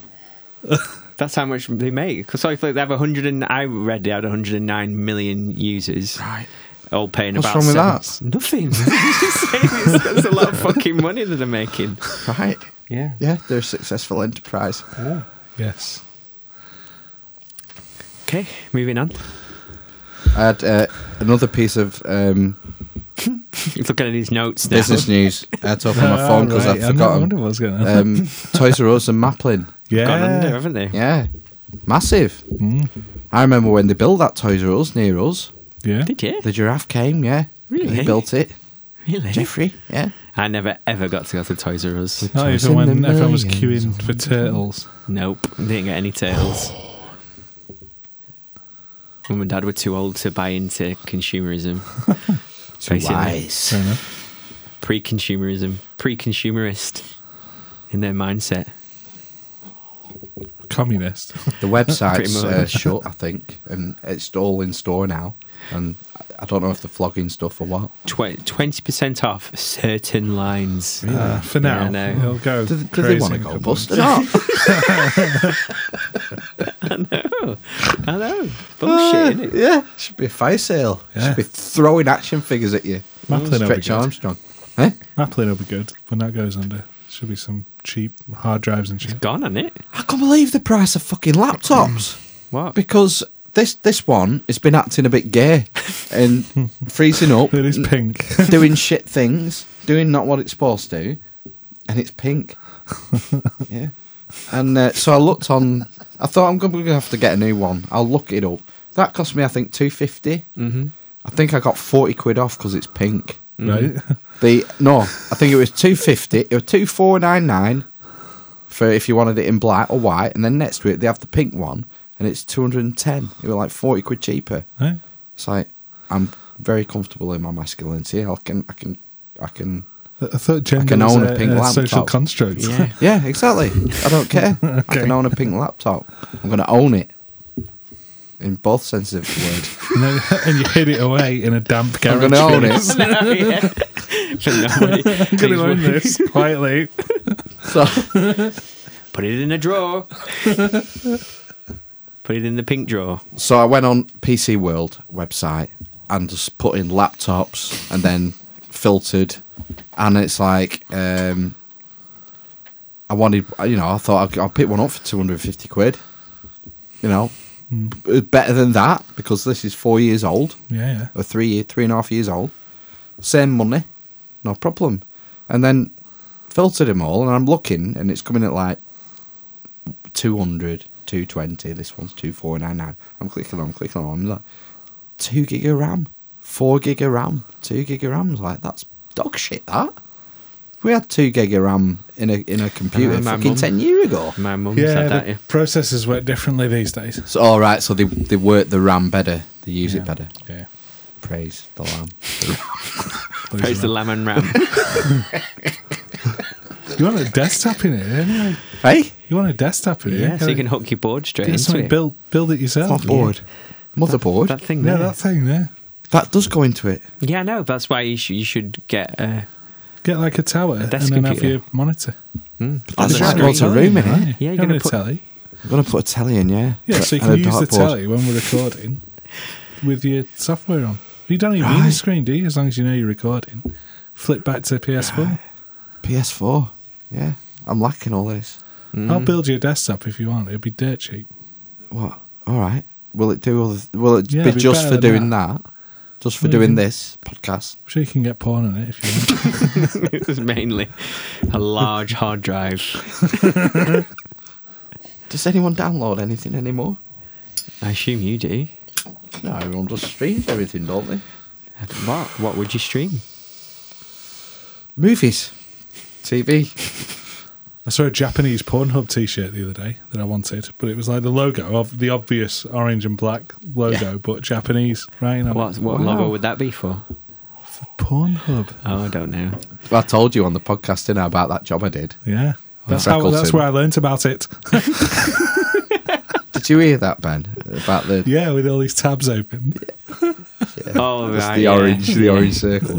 Speaker 2: That's how much they make. Because I feel like they have hundred and I read they had hundred and nine million users.
Speaker 3: Right.
Speaker 2: All paying
Speaker 3: What's
Speaker 2: about
Speaker 3: wrong with
Speaker 2: seven- <laughs>
Speaker 3: that?
Speaker 2: Nothing. Just saying it's- That's a lot of fucking money that they're making.
Speaker 3: Right.
Speaker 2: Yeah.
Speaker 3: Yeah, they're a successful enterprise.
Speaker 1: Yes.
Speaker 2: Okay, moving on.
Speaker 3: I had uh, another piece of um,
Speaker 2: He's looking at his notes now.
Speaker 3: Business news. Airtop on my phone because
Speaker 1: Alright,
Speaker 3: I've
Speaker 1: I
Speaker 3: forgotten.
Speaker 1: wonder what's going on.
Speaker 3: Um, Toys R Us and Maplin.
Speaker 1: yeah.
Speaker 2: Gone under, haven't they?
Speaker 3: Yeah, massive.
Speaker 1: Mm.
Speaker 3: I remember when they built that Toys R Us near us.
Speaker 1: yeah.
Speaker 2: Did you?
Speaker 3: The giraffe came. Yeah,
Speaker 2: Really? Eh?
Speaker 3: They built it.
Speaker 2: Really?
Speaker 3: Jeffrey. Yeah.
Speaker 2: I never ever got to go to Toys R Us.
Speaker 1: Not
Speaker 3: Toys
Speaker 1: even
Speaker 3: in the
Speaker 1: when everyone was
Speaker 3: millions.
Speaker 1: queuing for turtles.
Speaker 2: Nope, didn't get any
Speaker 1: <sighs>
Speaker 2: tails. Mum and dad were too old to buy
Speaker 1: <laughs>
Speaker 2: into consumerism.
Speaker 3: Too
Speaker 2: Basically.
Speaker 1: Fair
Speaker 3: wise.
Speaker 1: enough.
Speaker 2: Pre consumerism, pre consumerist in their mindset.
Speaker 1: Communist.
Speaker 3: <laughs> The
Speaker 2: Pretty
Speaker 3: website's
Speaker 2: much. <laughs>
Speaker 3: uh, shut, I think, and it's all in store now. And I- I don't know if they're flogging stuff or what.
Speaker 2: Twe- 20% off certain lines.
Speaker 1: Uh, for now,
Speaker 2: Yeah, no. <laughs>
Speaker 1: it'll go.
Speaker 3: Do, do
Speaker 1: crazy
Speaker 3: they want to
Speaker 1: in a
Speaker 3: go
Speaker 1: couple of
Speaker 3: bust or not?
Speaker 1: <laughs>
Speaker 2: Oh, I
Speaker 1: <laughs>
Speaker 2: know. Bullshit, innit?
Speaker 3: yeah, should be a fire sale.
Speaker 1: Uh, Yeah.
Speaker 3: Should be throwing action figures at you.
Speaker 1: Maplin will be
Speaker 3: Stretch
Speaker 1: good.
Speaker 3: Armstrong. Huh?
Speaker 1: Maplin will be good when that goes under. Should be some cheap hard drives and shit.
Speaker 2: Gone on it.
Speaker 3: I can't believe the price of
Speaker 1: <clears throat>
Speaker 3: fucking laptops.
Speaker 2: What?
Speaker 3: because this this one has been acting a bit gay
Speaker 1: <laughs>
Speaker 3: and freezing up,
Speaker 1: It is pink. <laughs>
Speaker 3: doing shit things, doing not what it's supposed to, and
Speaker 1: <laughs>
Speaker 3: it's pink. yeah. And uh, so I looked on. I thought I'm going to have to get a new one. I'll look it up. That cost me, I think, two fifty.
Speaker 1: Mm. <laughs>
Speaker 2: Mm-hmm.
Speaker 3: I think I got forty quid off because it's pink.
Speaker 2: Mm.
Speaker 1: Right? <laughs>
Speaker 3: The no, I think it was two fifty. It was two four nine nine for if you wanted it in black or white, and then next to it they have the pink one, and it's two hundred and ten. It was like forty quid cheaper.
Speaker 1: right?
Speaker 3: It's like I'm very comfortable in my masculinity. I can, I can, I can.
Speaker 1: I I thought gender
Speaker 3: can
Speaker 1: was
Speaker 3: own
Speaker 1: a,
Speaker 3: a pink
Speaker 1: a
Speaker 3: laptop.
Speaker 1: social construct.
Speaker 2: Yeah. <laughs>
Speaker 3: Yeah, exactly. I don't care. I
Speaker 1: Okay.
Speaker 3: can own a pink laptop. I'm going to own it in both senses of the word.
Speaker 1: <laughs> and, then- and you hid it away in a damp
Speaker 3: I'm
Speaker 1: garage.
Speaker 3: going to
Speaker 1: <laughs>
Speaker 3: own it.
Speaker 2: Oh, yeah.
Speaker 1: I'm
Speaker 2: <laughs> Nobody-
Speaker 1: going
Speaker 2: These
Speaker 1: to own
Speaker 2: were-
Speaker 1: this
Speaker 3: <laughs>
Speaker 1: quietly.
Speaker 3: So
Speaker 2: Put it in a
Speaker 1: <laughs>
Speaker 2: drawer. Put it in the pink drawer.
Speaker 3: So I went on PC World website and just put in laptops and then filtered, and it's like um, I wanted, you know, I thought I'd, I'll pick one up for two hundred and fifty quid. You know, B- better than that because this is four years old
Speaker 1: Yeah, yeah.
Speaker 3: or three year, three and a half years old. Same money, no problem. And then filtered them all, and I'm looking, and it's coming at like 200, 220. This one's 2499. I'm clicking on, clicking on. I'm like, 2 gig of RAM, 4 gig of RAM, 2 gig of RAM. Like, that's dog shit, that. We had 2 gig of RAM in a, in a computer
Speaker 2: Uh, my
Speaker 3: fucking
Speaker 2: mum-
Speaker 3: 10 years ago.
Speaker 2: My mum
Speaker 1: Yeah,
Speaker 2: said that.
Speaker 1: the
Speaker 2: Yeah.
Speaker 1: processors work differently these days.
Speaker 3: So, all right, so they, they work the RAM better, they use
Speaker 1: yeah.
Speaker 3: it better.
Speaker 1: Yeah.
Speaker 3: Praise the lamb.
Speaker 2: Praise the lamb and ram.
Speaker 1: You want a desktop in it, anyway.
Speaker 3: Hey?
Speaker 1: You want a desktop in it.
Speaker 2: <laughs> yeah, so you can hook your board straight
Speaker 1: get
Speaker 2: into
Speaker 1: something
Speaker 2: it.
Speaker 1: build build it yourself.
Speaker 3: Motherboard. Motherboard.
Speaker 2: That thing
Speaker 1: Yeah,
Speaker 2: there.
Speaker 1: that thing there.
Speaker 3: That does go into it.
Speaker 2: yeah, I know. That's why you, sh- you should get uh,
Speaker 1: Get like a tower and
Speaker 2: desk
Speaker 1: then have
Speaker 2: computer.
Speaker 1: your monitor. Hmm.
Speaker 2: mm,
Speaker 3: That's
Speaker 2: on
Speaker 3: right,
Speaker 2: the
Speaker 3: lots
Speaker 2: screen. <laughs>
Speaker 3: of room in it.
Speaker 1: aren't you?
Speaker 2: Yeah, you're
Speaker 1: You have
Speaker 2: gonna
Speaker 1: a
Speaker 2: put-
Speaker 1: telly.
Speaker 3: I'm gonna put a telly in, yeah.
Speaker 1: Yeah, so you
Speaker 3: And
Speaker 1: can
Speaker 3: a
Speaker 1: use the
Speaker 3: dartboard.
Speaker 1: telly when we're recording with your software on. You don't even need
Speaker 3: Right.
Speaker 1: a screen, do you? As long as you know you're recording. Flip back to PS4.
Speaker 2: <sighs>
Speaker 3: PS4. Yeah, I'm lacking all this.
Speaker 2: Mm.
Speaker 1: I'll build you a desktop if you want. It'd be dirt cheap.
Speaker 3: What? All right. Will it do all? The, will it
Speaker 1: Yeah,
Speaker 3: be
Speaker 1: it'd be
Speaker 3: just
Speaker 1: better
Speaker 3: for
Speaker 1: than
Speaker 3: doing that? Just for
Speaker 1: Well, you
Speaker 3: doing
Speaker 1: can-
Speaker 3: this podcast?
Speaker 1: I'm sure you can get porn on it if you want.
Speaker 2: it was mainly a large hard drive.
Speaker 3: Does anyone download anything anymore?
Speaker 2: I assume you do.
Speaker 3: No, everyone just streams everything, don't they?
Speaker 2: What? What would you stream?
Speaker 3: Movies, TV.
Speaker 1: I saw a Japanese Pornhub T-shirt the other day that I wanted, but it was like the logo of the obvious orange and black logo, but Japanese writing on
Speaker 2: What what
Speaker 3: Wow.
Speaker 2: logo would that be for?
Speaker 1: it. Pornhub.
Speaker 3: Uh,
Speaker 2: Oh, I don't know.
Speaker 3: Well, <laughs> I told you on the podcast, didn't I, about that job I did?
Speaker 1: Yeah, that's how.
Speaker 3: Freckleton.
Speaker 1: That's where I learnt about it. <laughs>
Speaker 3: Did you hear that, Ben? About the
Speaker 1: <laughs> yeah, with all these tabs open. <laughs>
Speaker 2: Oh,
Speaker 3: It's
Speaker 2: right,
Speaker 3: the
Speaker 2: yeah.
Speaker 3: orange,
Speaker 2: <laughs>
Speaker 3: the orange circle. <laughs>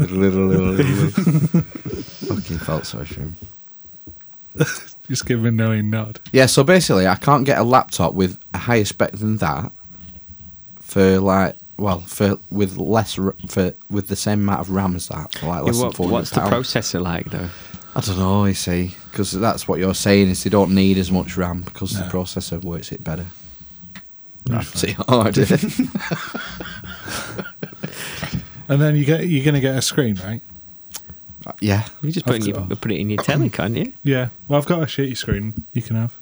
Speaker 3: Fucking felt sorry for him.
Speaker 1: Just give him a knowing nod.
Speaker 3: Yeah, so basically, I can't get a laptop with a higher spec than that for like, well, for with less r- for with the same amount of RAM as that, for like
Speaker 2: Yeah,
Speaker 3: less
Speaker 2: what-
Speaker 3: than
Speaker 2: what's the
Speaker 3: £400.
Speaker 2: processor like though?
Speaker 3: I don't know. You see, because that's what you're saying is they don't need as much RAM because the
Speaker 1: No.
Speaker 3: processor works it better. <laughs>
Speaker 1: You're
Speaker 3: See, hard.
Speaker 1: And then you get you're going to get a screen, right?
Speaker 3: Uh, Yeah.
Speaker 2: You just put,
Speaker 1: I've
Speaker 2: in your,
Speaker 1: got-
Speaker 2: put it in your telly, can't you?
Speaker 1: Yeah. Well, I've got a shitty screen. You can have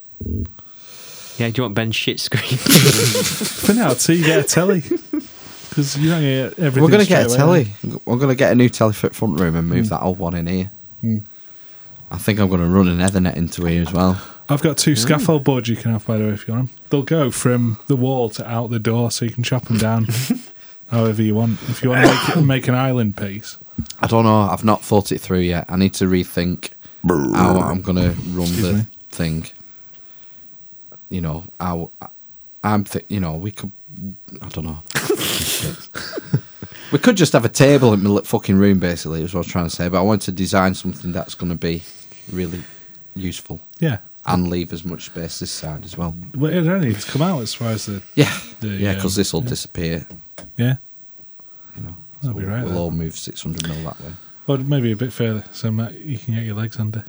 Speaker 2: Yeah, do you want Ben's shit
Speaker 1: <laughs>
Speaker 2: screen?
Speaker 1: for now till you
Speaker 3: <laughs>
Speaker 1: get a telly, because you're not going to get everything.
Speaker 3: We're gonna
Speaker 1: straight
Speaker 3: get a
Speaker 1: away.
Speaker 3: telly. Hmm. We're gonna get a new telly for front room and move that old one in here.
Speaker 1: Mm.
Speaker 3: I think I'm gonna run an Ethernet into here as well.
Speaker 1: I've got
Speaker 2: Hmm.
Speaker 1: two scaffold boards you can have, by the way, if you want them. They'll go from the wall to out the door, so you can chop them
Speaker 2: <laughs>
Speaker 1: down however you want. If you want to <coughs> make, make an island piece,
Speaker 3: I don't know. I've not thought it through yet. I need to rethink how I'm gonna run
Speaker 1: Excuse
Speaker 3: the
Speaker 1: me.
Speaker 3: thing. You know, how I'm. Th- you know, we could. I don't <laughs> know. we could just have a table in my li- fucking room, basically. Is what I was trying to say. But I want to design something that's gonna be really useful
Speaker 1: yeah.
Speaker 3: and leave as much space this side as well.
Speaker 1: Well, it don't need to come out as far as the
Speaker 3: Yeah,
Speaker 1: The,
Speaker 3: yeah, because
Speaker 1: um,
Speaker 3: this will
Speaker 1: yeah.
Speaker 3: disappear.
Speaker 1: yeah,
Speaker 3: You know,
Speaker 1: That'll be
Speaker 3: we'll-
Speaker 1: right
Speaker 3: We'll
Speaker 1: then.
Speaker 3: all move six hundred mil that way.
Speaker 1: or maybe a bit further, so Matt, you can get your legs under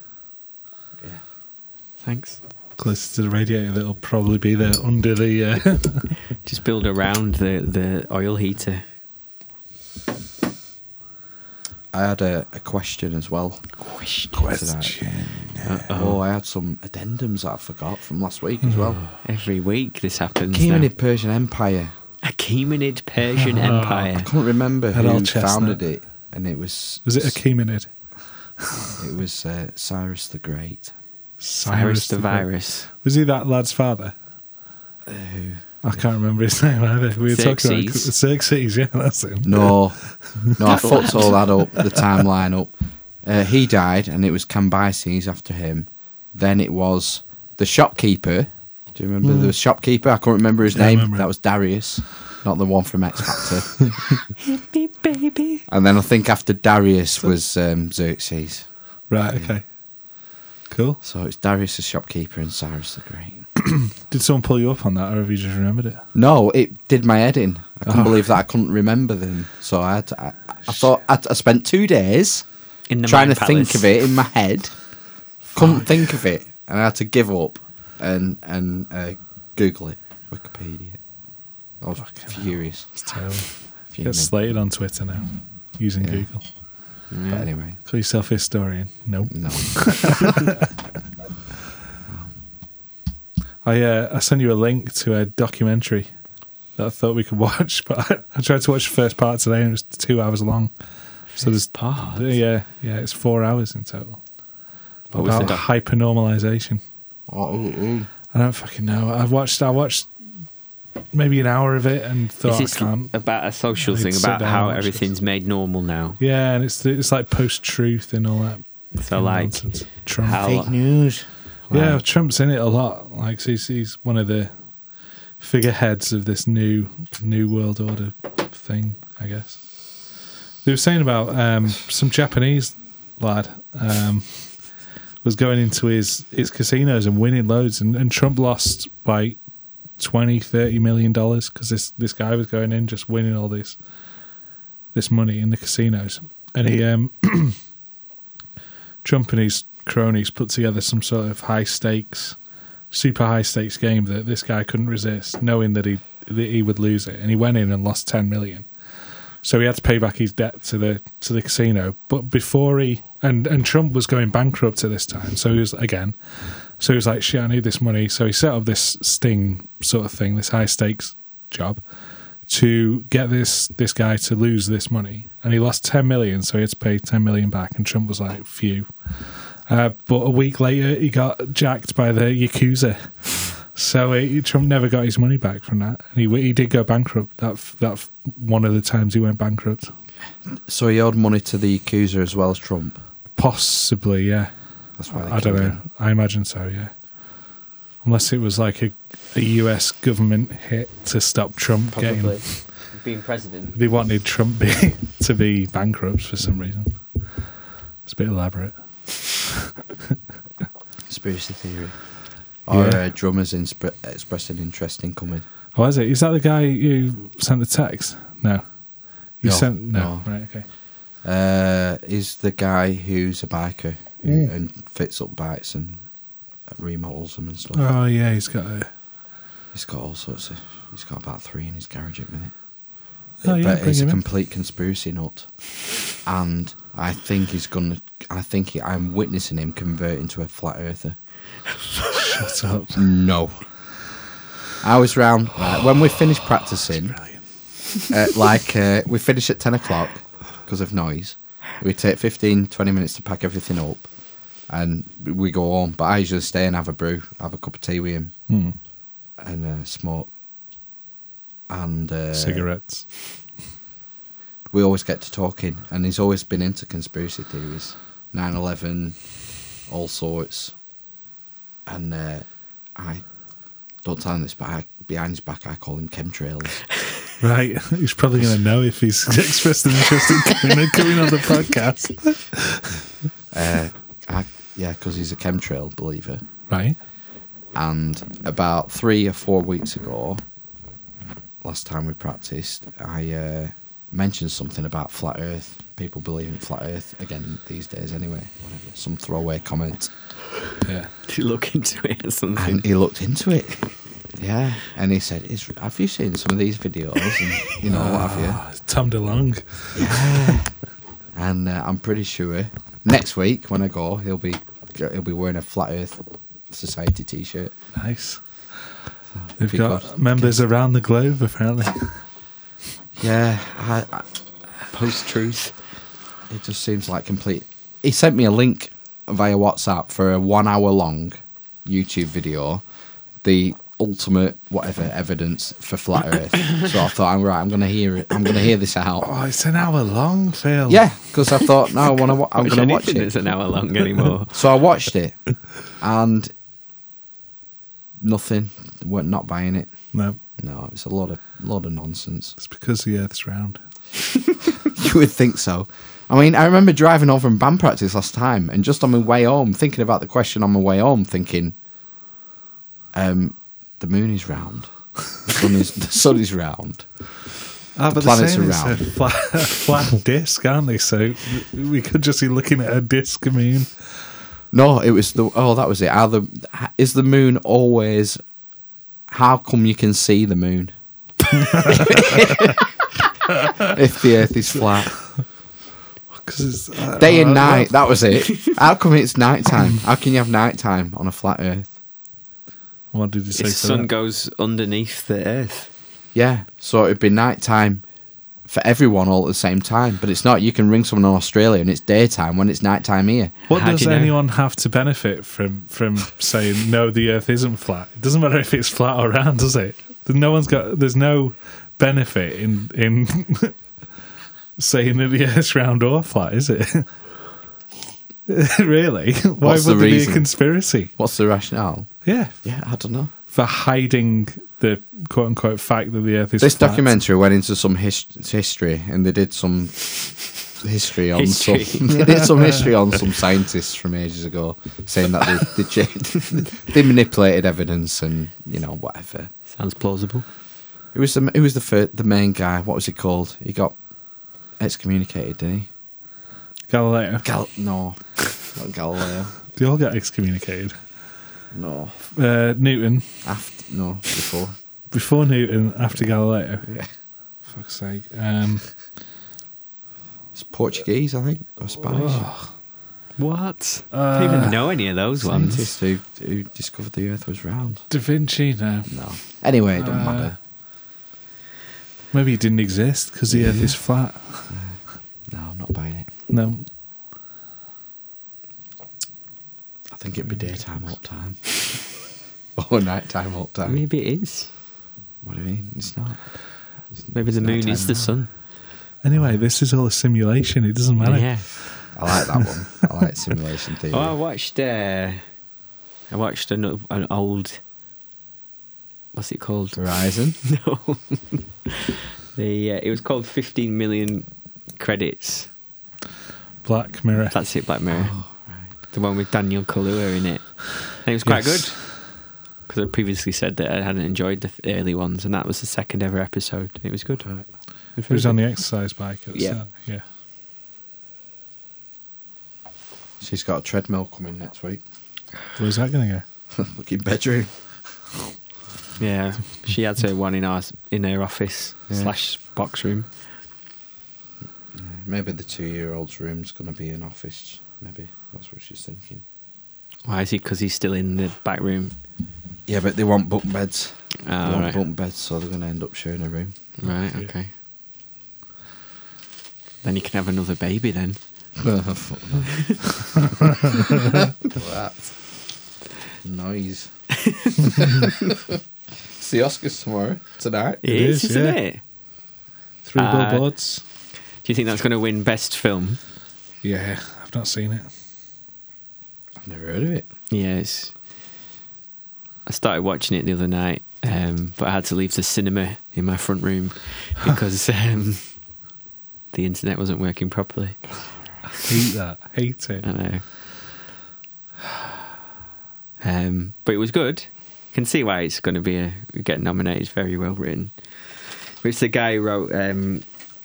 Speaker 2: Thanks.
Speaker 1: closer to the radiator. That'll probably be there under the.
Speaker 2: <laughs>
Speaker 1: Uh,
Speaker 2: Just build around the, the oil heater.
Speaker 3: I had a, a question as well.
Speaker 1: <laughs>
Speaker 3: Question. Oh, I had some addendums that I forgot from last week as well.
Speaker 2: Every week this happens. now.
Speaker 3: Achaemenid Persian Empire.
Speaker 2: A Achaemenid
Speaker 1: <laughs>
Speaker 2: Persian
Speaker 3: I
Speaker 1: Oh,
Speaker 2: Empire.
Speaker 3: can't remember
Speaker 1: That
Speaker 3: who
Speaker 1: old chestnut.
Speaker 3: founded it, and it was
Speaker 1: was it a chemenid?
Speaker 3: It was uh, Cyrus the Great.
Speaker 2: Cyrus the
Speaker 1: Great.
Speaker 2: virus.
Speaker 1: Was he that lad's father? I can't remember his name either. We were talking about
Speaker 2: Uh, Xerxes.
Speaker 1: Xerxes. Yeah, that's him.
Speaker 3: No, no, I fucked all that up, the timeline up. Uh, he died, and it was Cambyses after him. Then it was the shopkeeper. Do you remember the shopkeeper? I can't remember his
Speaker 1: Yeah, I
Speaker 3: name.
Speaker 1: Hmm. remember it.
Speaker 3: that was Darius, not the one from X
Speaker 1: <laughs>
Speaker 3: Factor. baby. And then I think after Darius was um, Xerxes.
Speaker 1: Right. Okay. Cool.
Speaker 3: So it's Darius the shopkeeper and Cyrus the Great.
Speaker 1: Did someone pull you up on that, or have you just remembered it?
Speaker 3: No, it did my head in. I couldn't
Speaker 1: Oh.
Speaker 3: believe that I couldn't remember them. So I had to, I, I thought I, I spent two days
Speaker 2: In the
Speaker 3: trying
Speaker 2: Mind
Speaker 3: to
Speaker 2: Palace.
Speaker 3: think of it in my head. Couldn't think of it, and I had to give up and and uh, Google it, Wikipedia. it. I was furious.
Speaker 1: It's terrible.
Speaker 3: fuming.
Speaker 1: Get slated on Twitter now using
Speaker 3: Yeah.
Speaker 1: Google.
Speaker 3: But anyway,
Speaker 1: Call yourself historian. Nope. <laughs>
Speaker 3: no. Oh,
Speaker 1: I uh, I sent you a link to a documentary that I thought we could <laughs> watch, but I, I tried to watch the first part today and it was two hours long. So there's
Speaker 2: Part.
Speaker 1: yeah yeah it's four hours in total
Speaker 2: What was
Speaker 1: about
Speaker 2: the doc-
Speaker 1: hypernormalization.
Speaker 3: Oh, ooh, ooh.
Speaker 1: I don't fucking know. I watched I watched maybe an hour of it and
Speaker 2: Is
Speaker 1: thought I
Speaker 2: this
Speaker 1: can't.
Speaker 2: about a social
Speaker 1: I'd
Speaker 2: thing
Speaker 1: sit
Speaker 2: about
Speaker 1: down
Speaker 2: how
Speaker 1: and watch this.
Speaker 2: everything's made normal now?
Speaker 1: Yeah, and it's it's like post truth and all that.
Speaker 2: So like,
Speaker 1: nonsense. Trump.
Speaker 2: how-
Speaker 3: Fake news.
Speaker 1: Yeah,
Speaker 3: Like,
Speaker 1: Trump's in it a lot. Like so he's he's one of the figureheads of this new new world order thing, I guess. They were saying about um, some Japanese lad um, was going into his his casinos and winning loads, and, and Trump lost by 20 30 million dollars because this this guy was going in just winning all this this money in the casinos and he um Trump and his cronies put together some sort of high stakes super high stakes game that this guy couldn't resist knowing that he that he would lose it and he went in and lost 10 million so he had to pay back his debt to the to the casino but before he and and Trump was going bankrupt at this time so he was again so he was like, shit, I need this money. So he set up this sting sort of thing, this high stakes job to get this this guy to lose this money. And he lost 10 million, so he had to pay 10 million back. And Trump was like, phew. Uh, but a week later, he got jacked by the Yakuza. So uh, he, Trump never got his money back from that. And he, w- he did go bankrupt. That, f- that f- one of the times he went bankrupt.
Speaker 3: So he owed money to the accuser as well as Trump.
Speaker 1: Possibly, yeah.
Speaker 3: That's why they
Speaker 1: I don't
Speaker 3: killed
Speaker 1: know.
Speaker 3: him.
Speaker 1: I imagine so, yeah. Unless it was like a, a US government hit to stop Trump getting.
Speaker 2: being president. <laughs>
Speaker 1: They wanted Trump <laughs> be, to be bankrupt for some reason. It's a bit elaborate.
Speaker 3: Conspiracy theory. Or
Speaker 1: Yeah.
Speaker 3: uh, drummers insp- expressing interest in coming.
Speaker 1: Oh, is it? Is that the guy who sent the text? No. You
Speaker 3: No,
Speaker 1: sent. No.
Speaker 3: no.
Speaker 1: Right, okay.
Speaker 3: Uh, is the guy who's a biker who,
Speaker 1: Hmm.
Speaker 3: and fits up bikes and remodels them and stuff.
Speaker 1: Oh, yeah, he's got a.
Speaker 3: He's got all sorts of. He's got about three in his garage at the minute.
Speaker 1: Oh, yeah,
Speaker 3: but
Speaker 1: bring
Speaker 3: he's a
Speaker 1: him in.
Speaker 3: complete conspiracy nut, and I think he's gonna. I think he, I'm witnessing him convert into a flat earther.
Speaker 1: Shut up.
Speaker 3: No, I was round right, when we finished practicing. uh, like uh, we finish at 10 o'clock because of noise we take 15 20 minutes to pack everything up and we go home but i usually stay and have a brew have a cup of tea with him
Speaker 1: Hmm.
Speaker 3: and uh, smoke and uh,
Speaker 1: Cigarettes.
Speaker 3: we always get to talking and he's always been into conspiracy theories 9-11 all sorts and uh, i don't tell him this but I, behind his back i call him chemtrails
Speaker 1: Right. <laughs> He's probably going to know if he's <laughs> expressed an interest in coming, in coming on the <laughs> podcast.
Speaker 3: uh, I, yeah because he's a chemtrail believer
Speaker 1: Right.
Speaker 3: and about three or four weeks ago, last time we practiced, I uh, mentioned something about flat Earth. People believe in flat Earth again these days, anyway. Whatever, some throwaway comment,
Speaker 1: Yeah.
Speaker 2: Did you look into it or something?
Speaker 3: and he looked into it. Yeah, and he said, "Is have you seen some of these videos? And, you know, what have you?"
Speaker 1: Ah, Tom DeLong.
Speaker 3: And uh, I'm pretty sure next week when I go, he'll be he'll be wearing a flat Earth Society T-shirt.
Speaker 1: Nice. They've
Speaker 3: People-
Speaker 1: got members around the globe, apparently.
Speaker 3: Yeah, I, I, post truth. It just seems like complete. He sent me a link via WhatsApp for a one hour long YouTube video, the ultimate whatever evidence for flat Earth. so I thought, I'm right. I'm gonna hear it. I'm gonna hear this out.
Speaker 1: Oh, it's an hour long, Phil.
Speaker 3: Yeah, because I thought, no, I want to. I'm
Speaker 2: Watch
Speaker 3: gonna watch
Speaker 2: anything
Speaker 3: it.
Speaker 2: that's an hour long
Speaker 1: <laughs>
Speaker 2: anymore.
Speaker 3: So I watched it, and nothing. weren't not buying it.
Speaker 1: No,
Speaker 3: No, it's a lot of lot of nonsense. <laughs>
Speaker 1: it's because the Earth's round.
Speaker 3: You would think so. I mean, I remember driving over from band practice last time, and just on my way home, thinking about the question on my way home, thinking, um, the moon is round, the sun is, the sun is round.
Speaker 1: Ah,
Speaker 3: The
Speaker 1: but they're
Speaker 3: planets
Speaker 1: saying
Speaker 3: are
Speaker 1: it's
Speaker 3: round.
Speaker 1: a flat, <laughs> a flat disc, aren't they? So th- we could just be looking at a disc. I mean,
Speaker 3: No, it was the oh, that was it. Are the ha- is the moon always? How come you can see the moon <laughs> if the Earth is flat?
Speaker 1: because it's uh,
Speaker 3: Day and
Speaker 1: uh,
Speaker 3: night. That was it. How come it's nighttime? How can you have nighttime on a flat Earth?
Speaker 1: What did you say?
Speaker 2: the
Speaker 1: for
Speaker 2: sun
Speaker 1: that?
Speaker 2: goes underneath the earth.
Speaker 3: Yeah, so it'd be night time for everyone all at the same time, but it's not. You can ring someone in Australia and it's daytime when it's nighttime here.
Speaker 1: What
Speaker 2: How do
Speaker 1: does
Speaker 2: you know?
Speaker 1: anyone have to benefit from from saying no? The Earth isn't flat. It doesn't matter if it's flat or round, does it? No one's got. There's no benefit in in <laughs> saying that the Earth's round or flat, is it? <laughs> really? <laughs> Why
Speaker 3: What's the
Speaker 1: would there be a
Speaker 3: reason?
Speaker 1: conspiracy?
Speaker 3: What's the rationale?
Speaker 1: Yeah,
Speaker 3: Yeah, I don't know.
Speaker 1: for hiding the quote unquote fact that the Earth is.
Speaker 3: This
Speaker 1: flat.
Speaker 3: documentary went into some his- history and they did some history on
Speaker 2: History.
Speaker 3: some. they did some history on some scientists from ages ago saying that they, they, cha- <laughs> they manipulated evidence and you know whatever.
Speaker 2: Sounds plausible.
Speaker 3: It was the it was the fir- the main guy. What was he called? He got excommunicated, didn't he?
Speaker 1: Galileo.
Speaker 3: Gal no, not Galileo.
Speaker 1: They all got excommunicated.
Speaker 3: No.
Speaker 1: Uh, Newton
Speaker 3: After no, before.
Speaker 1: before Newton, after Galileo.
Speaker 3: Yeah.
Speaker 1: Fuck's sake. Um,
Speaker 3: It's Portuguese, I think, or Spanish.
Speaker 2: What?
Speaker 1: Uh,
Speaker 2: I don't even know any of those ones.
Speaker 3: Scientist who, who discovered the Earth was round.
Speaker 1: da Vinci, no.
Speaker 3: No. Anyway, it doesn't
Speaker 1: Uh,
Speaker 3: matter.
Speaker 1: Maybe it didn't exist because the Earth is flat.
Speaker 3: No, I'm not buying it.
Speaker 1: No.
Speaker 3: I think it'd be daytime up time. <laughs> or nighttime up time.
Speaker 2: Maybe it is.
Speaker 3: What do you mean? It's not.
Speaker 2: Maybe the moon is the sun.
Speaker 1: Anyway, this is all a simulation. It doesn't matter.
Speaker 2: Yeah.
Speaker 3: I like that one. I like simulation theory.
Speaker 2: <laughs> Oh, I watched. Uh, I watched an, an old. What's it called?
Speaker 3: Horizon.
Speaker 2: No. <laughs> the uh, it was called 15 million credits.
Speaker 1: Black Mirror.
Speaker 2: That's it, Black Mirror.
Speaker 1: Oh,
Speaker 2: The one with Daniel Kaluuya in it. And it was quite
Speaker 1: Yes.
Speaker 2: good. Because I previously said that I hadn't enjoyed the f- early ones, and that was the second ever episode. It was good.
Speaker 1: It was on the exercise bike at the
Speaker 2: Yeah.
Speaker 1: start. Yeah.
Speaker 3: She's got a treadmill coming next week. <laughs>
Speaker 1: Where's that going to go?
Speaker 3: Looking bedroom.
Speaker 2: Yeah, she had her one in our in her office
Speaker 3: Yeah.
Speaker 2: slash box room.
Speaker 3: Maybe the two-year-old's room's gonna be an office. Maybe that's what she's thinking.
Speaker 2: Why is he? Because he's still in the back room.
Speaker 3: Yeah, but they want bunk beds.
Speaker 2: Ah,
Speaker 3: they want
Speaker 2: right.
Speaker 3: bunk beds, so they're gonna end up sharing a room.
Speaker 2: Right.
Speaker 1: Yeah.
Speaker 2: Okay. Then you can have another baby. Then <laughs>
Speaker 3: Fuck that. <laughs> Noise. it's the Oscars tomorrow tonight.
Speaker 1: It is,
Speaker 2: is, isn't
Speaker 1: yeah.
Speaker 2: it?
Speaker 1: Three
Speaker 2: Uh,
Speaker 1: billboards.
Speaker 2: Do you think that's going to win best film?
Speaker 1: Yeah, I've not seen it.
Speaker 3: I've never heard of it.
Speaker 2: Yes. I started watching it the other night, um, but I had to leave the cinema in my front room because <laughs> um, the internet wasn't working properly.
Speaker 1: Hate that. Hate it.
Speaker 2: I know. Um, but it was good. You can see why it's going to be a, get nominated. It's very well written. But It's the guy who wrote um,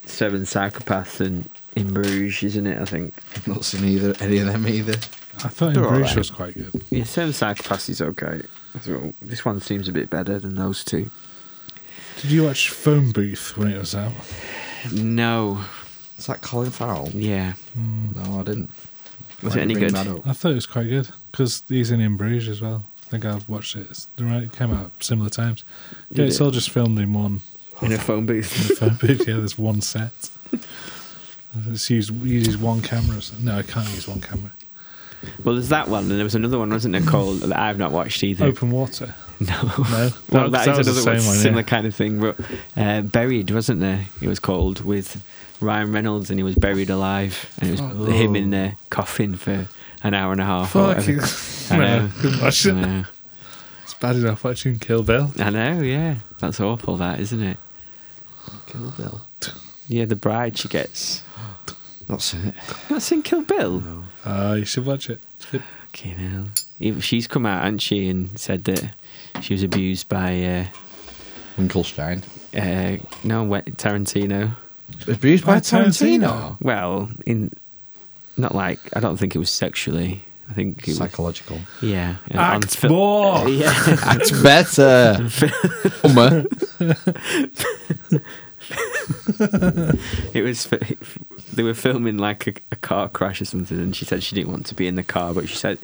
Speaker 2: Seven Psychopaths and In Bruges, isn't it? I think.
Speaker 3: Not seen either any of them either.
Speaker 1: I thought In
Speaker 2: They're all
Speaker 1: Bruges
Speaker 2: right.
Speaker 1: was quite good.
Speaker 2: Yeah, Seven Psychopaths is okay. So This one seems a bit better than those two.
Speaker 1: Did you watch Phone Booth when it was out?
Speaker 2: No.
Speaker 3: Is that Colin Farrell?
Speaker 2: Yeah.
Speaker 3: No, I didn't.
Speaker 2: Was
Speaker 3: Why'd
Speaker 2: it any
Speaker 3: you bring
Speaker 2: good?
Speaker 3: that up?
Speaker 1: I thought it was quite good because he's in In Bruges as well. I think I've watched it. It's- right, It came out similar times. Yeah,
Speaker 2: Did
Speaker 1: it's
Speaker 2: it?
Speaker 1: all just filmed in one
Speaker 2: In a phone booth.
Speaker 1: phone booth. Yeah, there's one
Speaker 2: <laughs>
Speaker 1: set. It's used uses one camera. So, no, I can't use one camera.
Speaker 2: well, there's that one, and there was another one, wasn't there, called that I've not watched either.
Speaker 1: Open water.
Speaker 2: No.
Speaker 1: No,
Speaker 2: Well, that is
Speaker 1: was the
Speaker 2: another one,
Speaker 1: same one, yeah.
Speaker 2: similar kind of thing. But uh, buried, wasn't there? It was called with Ryan Reynolds, and he was buried alive, and it was
Speaker 1: Oh.
Speaker 2: him in the coffin for an hour and a half. or
Speaker 1: Fuck
Speaker 2: whatever.
Speaker 1: <laughs> you.
Speaker 2: I
Speaker 1: No,
Speaker 2: know.
Speaker 1: couldn't watch
Speaker 2: I
Speaker 1: it.
Speaker 2: know.
Speaker 1: It's bad enough watching Kill Bill.
Speaker 2: I know. Yeah, that's awful. That isn't it? Oh,
Speaker 3: Kill Bill.
Speaker 2: Yeah, the bride she gets.
Speaker 3: Not seen it.
Speaker 2: That's in Kill Bill.
Speaker 3: No.
Speaker 1: Uh, you should watch it. It's good.
Speaker 2: Okay, now she's come out, hasn't she, and said that she was abused by
Speaker 3: Winkelstein.
Speaker 2: uh, uh, no we- Tarantino.
Speaker 3: Abused by,
Speaker 1: By
Speaker 3: Tarantino.
Speaker 2: Well, in not like I don't think it was sexually. I think it was,
Speaker 3: Psychological.
Speaker 2: yeah. and on
Speaker 1: Act
Speaker 2: fil-
Speaker 1: more.
Speaker 2: Yeah, <laughs>
Speaker 3: That's better. Hummer.
Speaker 2: it was. fi- They were filming like a, a car crash or something, and she said she didn't want to be in the car, but she said,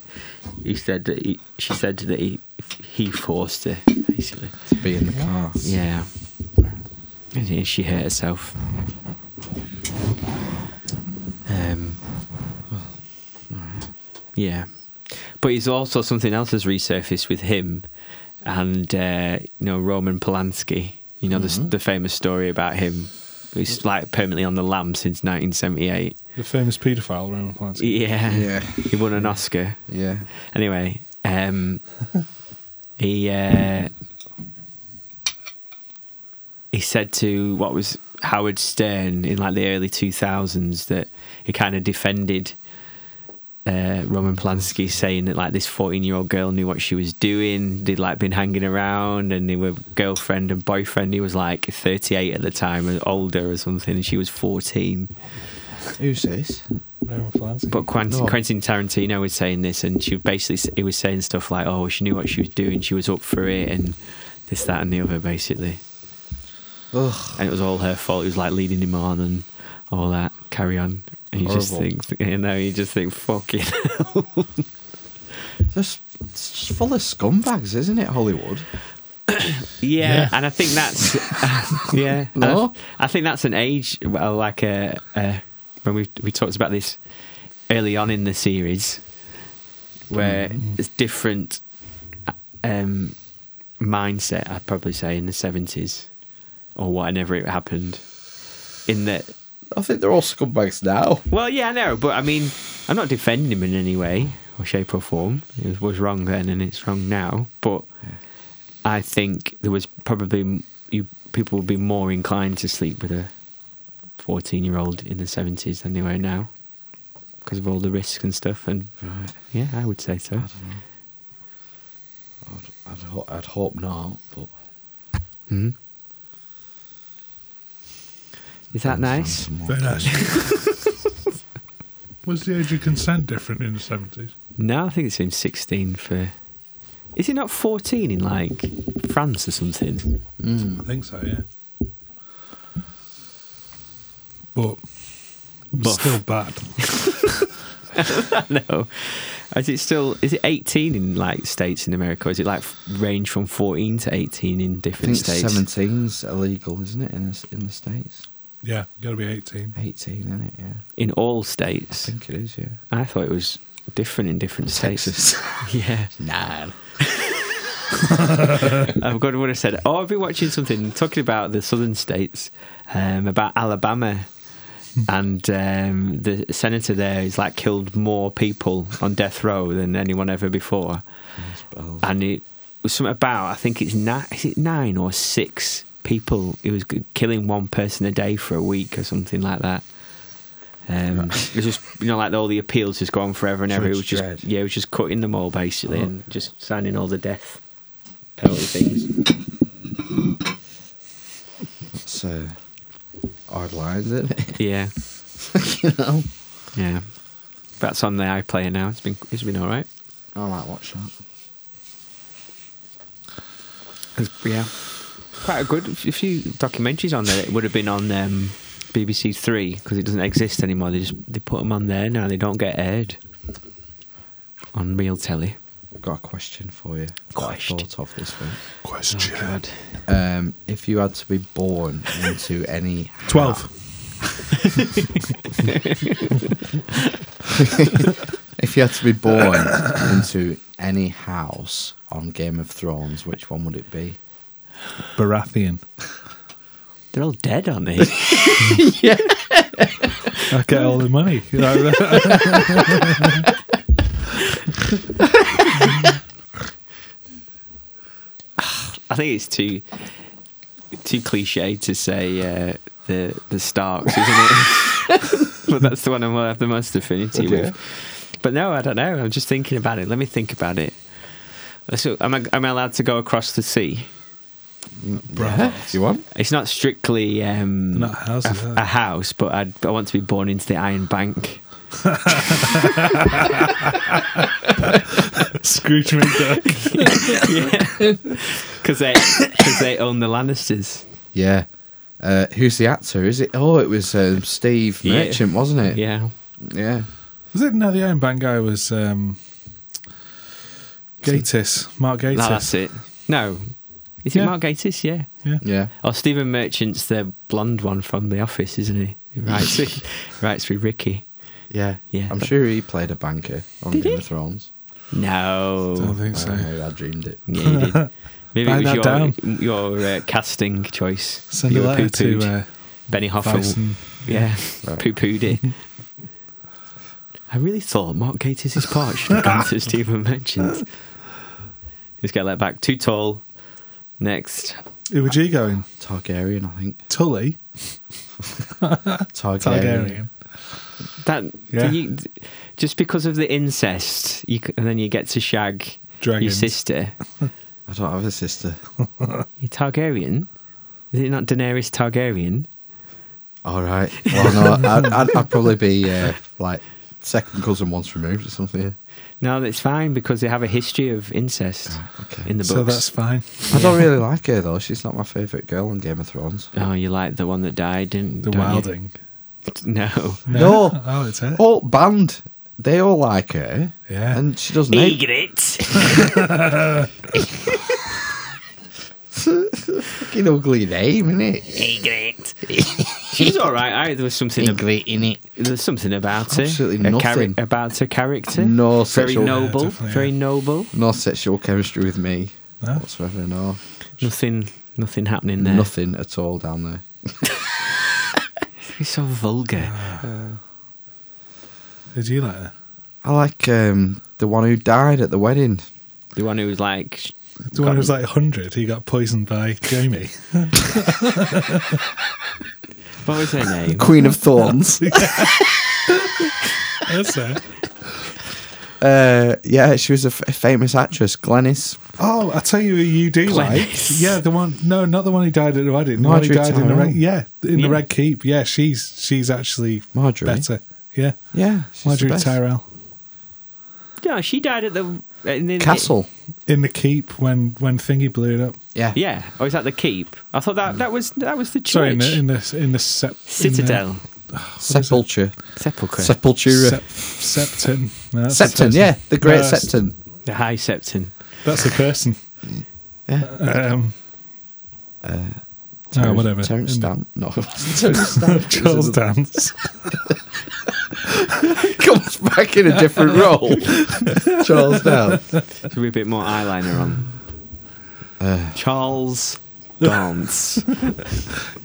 Speaker 2: he said that he, she said that he he forced her basically.
Speaker 3: to be in the car.
Speaker 2: Yeah, and she- she hurt herself. Um, yeah, but it's also something else has resurfaced with him and uh, you know Roman Polanski. You know the s the famous story about him. He's like permanently on the lamp since 1978.
Speaker 1: The famous paedophile Roman Polanski.
Speaker 2: Yeah,
Speaker 3: Yeah.
Speaker 2: he won an Oscar.
Speaker 3: Yeah.
Speaker 2: Anyway, um, he uh, he said to what was Howard Stern in like the early two thousands that he kind of defended uh, Roman Polanski, saying that like this fourteen year old girl knew what she was doing. They'd like been hanging around, and they were girlfriend and boyfriend. He was like thirty eight at the time, or older or something, and she was fourteen.
Speaker 3: Who's this?
Speaker 1: Roman Polanski.
Speaker 2: But Quentin,
Speaker 3: No.
Speaker 2: Quentin Tarantino was saying this, and she basically he was saying stuff like, "Oh, she knew what she was doing. She was up for it, and this, that, and the other." Basically,
Speaker 3: Ugh.
Speaker 2: and it was all her fault. He was like leading him on and all that. Carry on. And you just
Speaker 3: Horrible.
Speaker 2: think, <laughs> you know, you just think, "Fucking."
Speaker 3: Just, it's just full of scumbags, isn't it, Hollywood?
Speaker 2: Yeah,
Speaker 1: Yeah.
Speaker 2: and I think that's yeah. and
Speaker 3: No?
Speaker 2: I, I think that's an age well, like uh, uh, when we we talked about this early on in the series, where it's different uh, um, mindset. I'd probably say in the seventies or whatever it happened. In that,
Speaker 3: I think they're all scumbags now.
Speaker 2: well, yeah, I know, but I mean, I'm not defending him in any way or shape or form. It was, was wrong then, and it's wrong now, but. I think there was probably m- you people would be more inclined to sleep with a 14 year old in the 70s than they were now because of all the risks and stuff. And
Speaker 3: Right.
Speaker 2: yeah, I would say so.
Speaker 3: I don't know. I'd, I'd, ho- I'd hope not, but.
Speaker 2: Mhm. Is that nice?
Speaker 1: Very <laughs> nice. Was the age of consent different in the seventies?
Speaker 2: No, I think it's been 16 for Is it not 14 in like France or something?
Speaker 3: Hmm,
Speaker 1: I think so, yeah. But it's
Speaker 2: Buff.
Speaker 1: still bad.
Speaker 2: <laughs> no. Is it still? Is it 18 in like states in America? Or is it like range from 14 to 18 in
Speaker 3: I
Speaker 2: different
Speaker 3: think
Speaker 2: states?
Speaker 3: 17's illegal, isn't it, in the, in the States?
Speaker 1: Yeah, got to be 18.
Speaker 3: 18, isn't it? Yeah.
Speaker 2: In all
Speaker 3: I
Speaker 2: states.
Speaker 3: think it is, yeah.
Speaker 2: I thought it was different in different states. <laughs>
Speaker 3: <laughs>
Speaker 2: yeah.
Speaker 3: Nine.
Speaker 2: I've got what I said. Oh, I've been watching something talking about the southern states, um, about Alabama. And um, the senator there has like killed more people on death row than anyone ever before. And it was something about I think it's nine, is it nine or six people. It was g- killing one person a day for a week or something like that. Um, it was just you know like all the appeals just go on forever and ever. It was
Speaker 3: Judge
Speaker 2: just
Speaker 3: Dredd.
Speaker 2: yeah, it was just cutting them all basically and just signing all the death penalty things.
Speaker 3: That's uh, hard lines, isn't it? <laughs>
Speaker 2: Yeah,
Speaker 3: you know?
Speaker 2: yeah. That's on the iPlayer now. It's been it's been all right.
Speaker 3: I might watch that.
Speaker 2: Yeah, quite a good. A few documentaries on there. It would have been on um, BBC Three because it doesn't exist anymore. They just they put them on there now. They don't get aired on real telly.
Speaker 3: I've got a question for you. that I
Speaker 2: Question.
Speaker 3: thought of this week.
Speaker 2: Oh,
Speaker 1: Question.
Speaker 3: Um, if you had to be born into any ha-
Speaker 1: 12.
Speaker 3: if you had to be born into any house on Game of Thrones, which one would it be?
Speaker 1: Baratheon.
Speaker 2: They're all dead, aren't they?
Speaker 1: I get all the <laughs> money. You know,
Speaker 2: I think it's too too cliche to say uh, the the Starks, isn't it? <laughs> but that's the one I'm gonna have the most affinity with. But no, I don't know. I'm just thinking about it. Let me think about it. So, am I am I allowed to go across the sea?
Speaker 1: Baratheon.
Speaker 3: Do you want?
Speaker 2: It's not strictly um,
Speaker 1: They're <laughs> not houses,
Speaker 2: a,
Speaker 1: are they?
Speaker 2: a house, but I'd, I want to be born into the Iron Bank.
Speaker 1: Scrooge McDuck.
Speaker 2: Because they, <laughs> 'cause they own the Lannisters.
Speaker 3: Yeah. Uh, who's the actor? Is it? Oh, it was um, Steve
Speaker 2: Yeah.
Speaker 3: Merchant, wasn't it?
Speaker 2: Yeah.
Speaker 3: Yeah.
Speaker 1: <laughs> Was it no? The Iron Bank guy was um, Gatiss, Mark Gatiss.
Speaker 2: No, that's it. No. Is it
Speaker 1: Yeah.
Speaker 2: Mark Gatiss? Yeah.
Speaker 1: Yeah.
Speaker 3: Yeah.
Speaker 2: Oh, Stephen Merchant's the blonde one from The Office, isn't he? He writes with,
Speaker 1: <laughs>
Speaker 2: writes with Ricky.
Speaker 3: Yeah.
Speaker 2: Yeah.
Speaker 3: I'm sure he played a banker on
Speaker 2: Did
Speaker 3: Game
Speaker 2: he?
Speaker 3: of Thrones.
Speaker 1: Don't
Speaker 2: No.
Speaker 1: think so.
Speaker 3: I, don't know, I dreamed it.
Speaker 2: Yeah, you
Speaker 1: <laughs>
Speaker 2: did. Maybe
Speaker 1: Write
Speaker 2: it was your,
Speaker 1: that
Speaker 2: your uh, casting choice.
Speaker 1: Send
Speaker 2: you
Speaker 1: a
Speaker 2: were
Speaker 1: letter to
Speaker 2: poo-pooed.
Speaker 1: uh,
Speaker 2: Benny
Speaker 1: Vice
Speaker 2: Hoffa.
Speaker 1: and
Speaker 2: Yeah,
Speaker 3: Right.
Speaker 2: poo pooed it. I really thought Mark Gatiss' part should have gone
Speaker 1: <laughs>
Speaker 2: to Stephen Merchant. Let's get that back. Too tall. Next.
Speaker 1: Iwaji going
Speaker 3: Targaryen, I think.
Speaker 1: Tully Targaryen.
Speaker 3: Targaryen.
Speaker 2: That
Speaker 1: Yeah.
Speaker 2: you, just because of the incest, you, c- and then you get to shag your
Speaker 1: Dragons.
Speaker 2: sister.
Speaker 3: I don't have a sister.
Speaker 2: You're Targaryen. Is it not Daenerys Targaryen?
Speaker 3: All right. Well, no, I'd, I'd, I'd probably be uh, like second cousin once removed or something.
Speaker 2: No, that's fine because they have a history of incest
Speaker 3: okay.
Speaker 2: in the books.
Speaker 1: Ah, So that's fine.
Speaker 3: I don't really like her though. She's not my favourite girl on Game of Thrones.
Speaker 2: oh, you like the one that died, didn't
Speaker 1: The
Speaker 2: don't you?
Speaker 1: Wilding.
Speaker 2: No.
Speaker 3: No.
Speaker 1: Oh, it's it.
Speaker 3: All band, they all like her.
Speaker 1: Yeah.
Speaker 3: And she doesn't. hate-
Speaker 2: Egret.
Speaker 3: Fucking ugly name, innit? <laughs>
Speaker 2: Egret. she was all right. I, there was something. Ab-
Speaker 3: Egret, innit?
Speaker 2: there was something about her.
Speaker 3: Absolutely
Speaker 2: A
Speaker 3: nothing.
Speaker 2: about her character.
Speaker 3: No
Speaker 2: Very
Speaker 3: sexual- Yeah,
Speaker 2: noble.
Speaker 1: definitely,
Speaker 2: very
Speaker 1: yeah.
Speaker 2: noble.
Speaker 3: No sexual chemistry with me
Speaker 1: No?
Speaker 3: whatsoever. No.
Speaker 2: Nothing. Nothing happening there.
Speaker 3: Nothing at all down there.
Speaker 2: It's so vulgar.
Speaker 1: Ah. Did you like that?
Speaker 3: I like um, the one who died at the wedding.
Speaker 2: The one who was like. sh-
Speaker 1: The one
Speaker 2: got-
Speaker 1: who was like 100, he got poisoned by Jamie.
Speaker 2: What was her
Speaker 3: <laughs>
Speaker 2: name?
Speaker 3: Queen of Thorns.
Speaker 1: That's it.
Speaker 3: uh, yeah, she was a f- famous actress, Glenys.
Speaker 1: Oh, I tell you who you do
Speaker 2: Glennis.
Speaker 1: like. Yeah, the one. No, not the one who died at the wedding. The one who
Speaker 3: Marjorie
Speaker 1: died in the
Speaker 3: Tyrell.
Speaker 1: red. Yeah, in
Speaker 2: Yeah.
Speaker 1: the Red Keep. Yeah, she's she's actually
Speaker 3: Marjorie.
Speaker 1: better. Yeah,
Speaker 3: Yeah, she's the
Speaker 1: Marjorie
Speaker 3: best.
Speaker 1: Tyrell.
Speaker 2: No, she died at the. In the
Speaker 3: Castle.
Speaker 1: in the keep when when thingy blew it up.
Speaker 3: Yeah.
Speaker 2: Yeah. Oh, is that the keep? I thought that that was that was the church.
Speaker 1: Sorry, in the in the in the sep,
Speaker 2: Citadel.
Speaker 3: Sepulture.
Speaker 2: Sepulchre.
Speaker 1: In the,
Speaker 3: Sepultura.
Speaker 1: sep, septon. No, that's a
Speaker 3: Septon,
Speaker 1: person.
Speaker 3: yeah. The Great
Speaker 1: No, that's-
Speaker 3: Septon.
Speaker 2: the High Septon.
Speaker 1: That's a person.
Speaker 3: Yeah. Uh,
Speaker 1: Um, oh,
Speaker 3: Terrence-
Speaker 1: whatever.
Speaker 3: Terrence
Speaker 1: In the- <laughs>
Speaker 3: Stamp. No. <laughs> Terrence Stamp.
Speaker 1: Charles Dance.
Speaker 3: comes back in a different
Speaker 2: <laughs>
Speaker 3: role. Charles Down.
Speaker 2: Should be a bit more eyeliner on.
Speaker 3: Uh.
Speaker 1: <laughs>
Speaker 2: Charles Dance.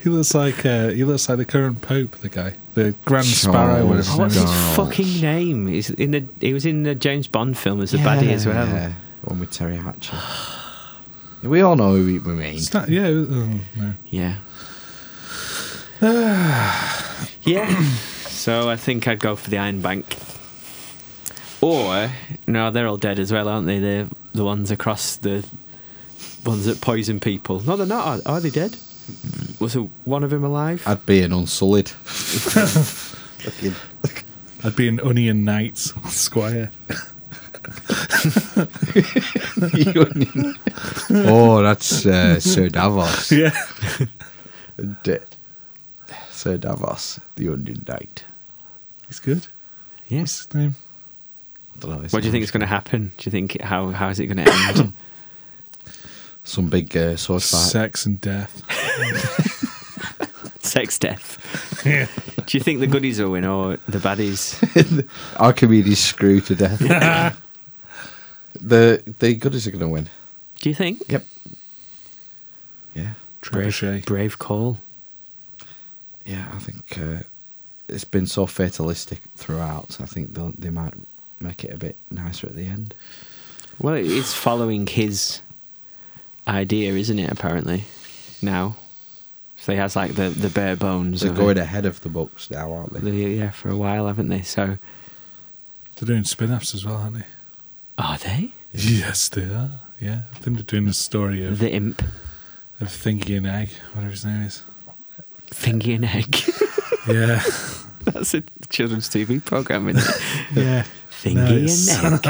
Speaker 1: He looks like uh, he looks like the current pope, the guy, the Grand Sparrow.
Speaker 3: Charles
Speaker 1: whatever
Speaker 2: What's
Speaker 1: his name is.
Speaker 2: his fucking name? He's in the he was in the James Bond film as a baddie as well.
Speaker 3: Yeah, one with Terry Hatcher. We all know who we we mean.
Speaker 1: It's not- yeah, oh, no.
Speaker 2: Yeah. yeah. <sighs> So I think I'd go for the Iron Bank. Or no, they're all dead as well, aren't they? They're the ones across the ones that poison people. No, they're not. Are, are they dead? Was it one of them alive?
Speaker 3: I'd be
Speaker 2: <laughs>
Speaker 3: an unsullied. Fucking-
Speaker 1: I'd be an onion knight squire.
Speaker 3: oh, that's uh, Sir
Speaker 1: <laughs>
Speaker 3: Davos.
Speaker 1: Yeah,
Speaker 3: D- Sir Davos, the Onion Knight.
Speaker 1: he's good.
Speaker 2: yes.
Speaker 1: His name.
Speaker 3: I don't know.
Speaker 2: What do you think is going to happen? Do you think how how is it going to end?
Speaker 3: Some big uh, sword fight.
Speaker 1: Sex and death.
Speaker 2: Sex death.
Speaker 1: Yeah.
Speaker 2: Do you think the goodies will win or the baddies?
Speaker 3: Archimedes screwed to death. the the goodies are going to win.
Speaker 2: Do you think?
Speaker 3: Yep. Yeah.
Speaker 2: Brave,
Speaker 1: Trebuchet.
Speaker 2: brave call.
Speaker 3: Yeah, I think uh, it's been so fatalistic throughout. I think they'll, they might make it a bit nicer at the end.
Speaker 2: Well, it- it's following his idea, isn't it? Apparently, now, so he has like the, the bare bones.
Speaker 3: They're
Speaker 2: of
Speaker 3: going
Speaker 2: it.
Speaker 3: ahead of the books now, aren't they?
Speaker 2: They- yeah, for a while, haven't they? So,
Speaker 1: They're doing spin-offs as well, aren't they?
Speaker 2: are they
Speaker 1: Yes, they are. Yeah, I think they're doing a story of
Speaker 2: the imp
Speaker 1: of Thingy and Egg, whatever his name is.
Speaker 2: thingy and egg? <laughs>
Speaker 1: Yeah, <laughs>
Speaker 2: That's a children's TV program, isn't it?
Speaker 1: <laughs> yeah.
Speaker 2: Thingy
Speaker 1: Nice. <laughs>
Speaker 2: and egg.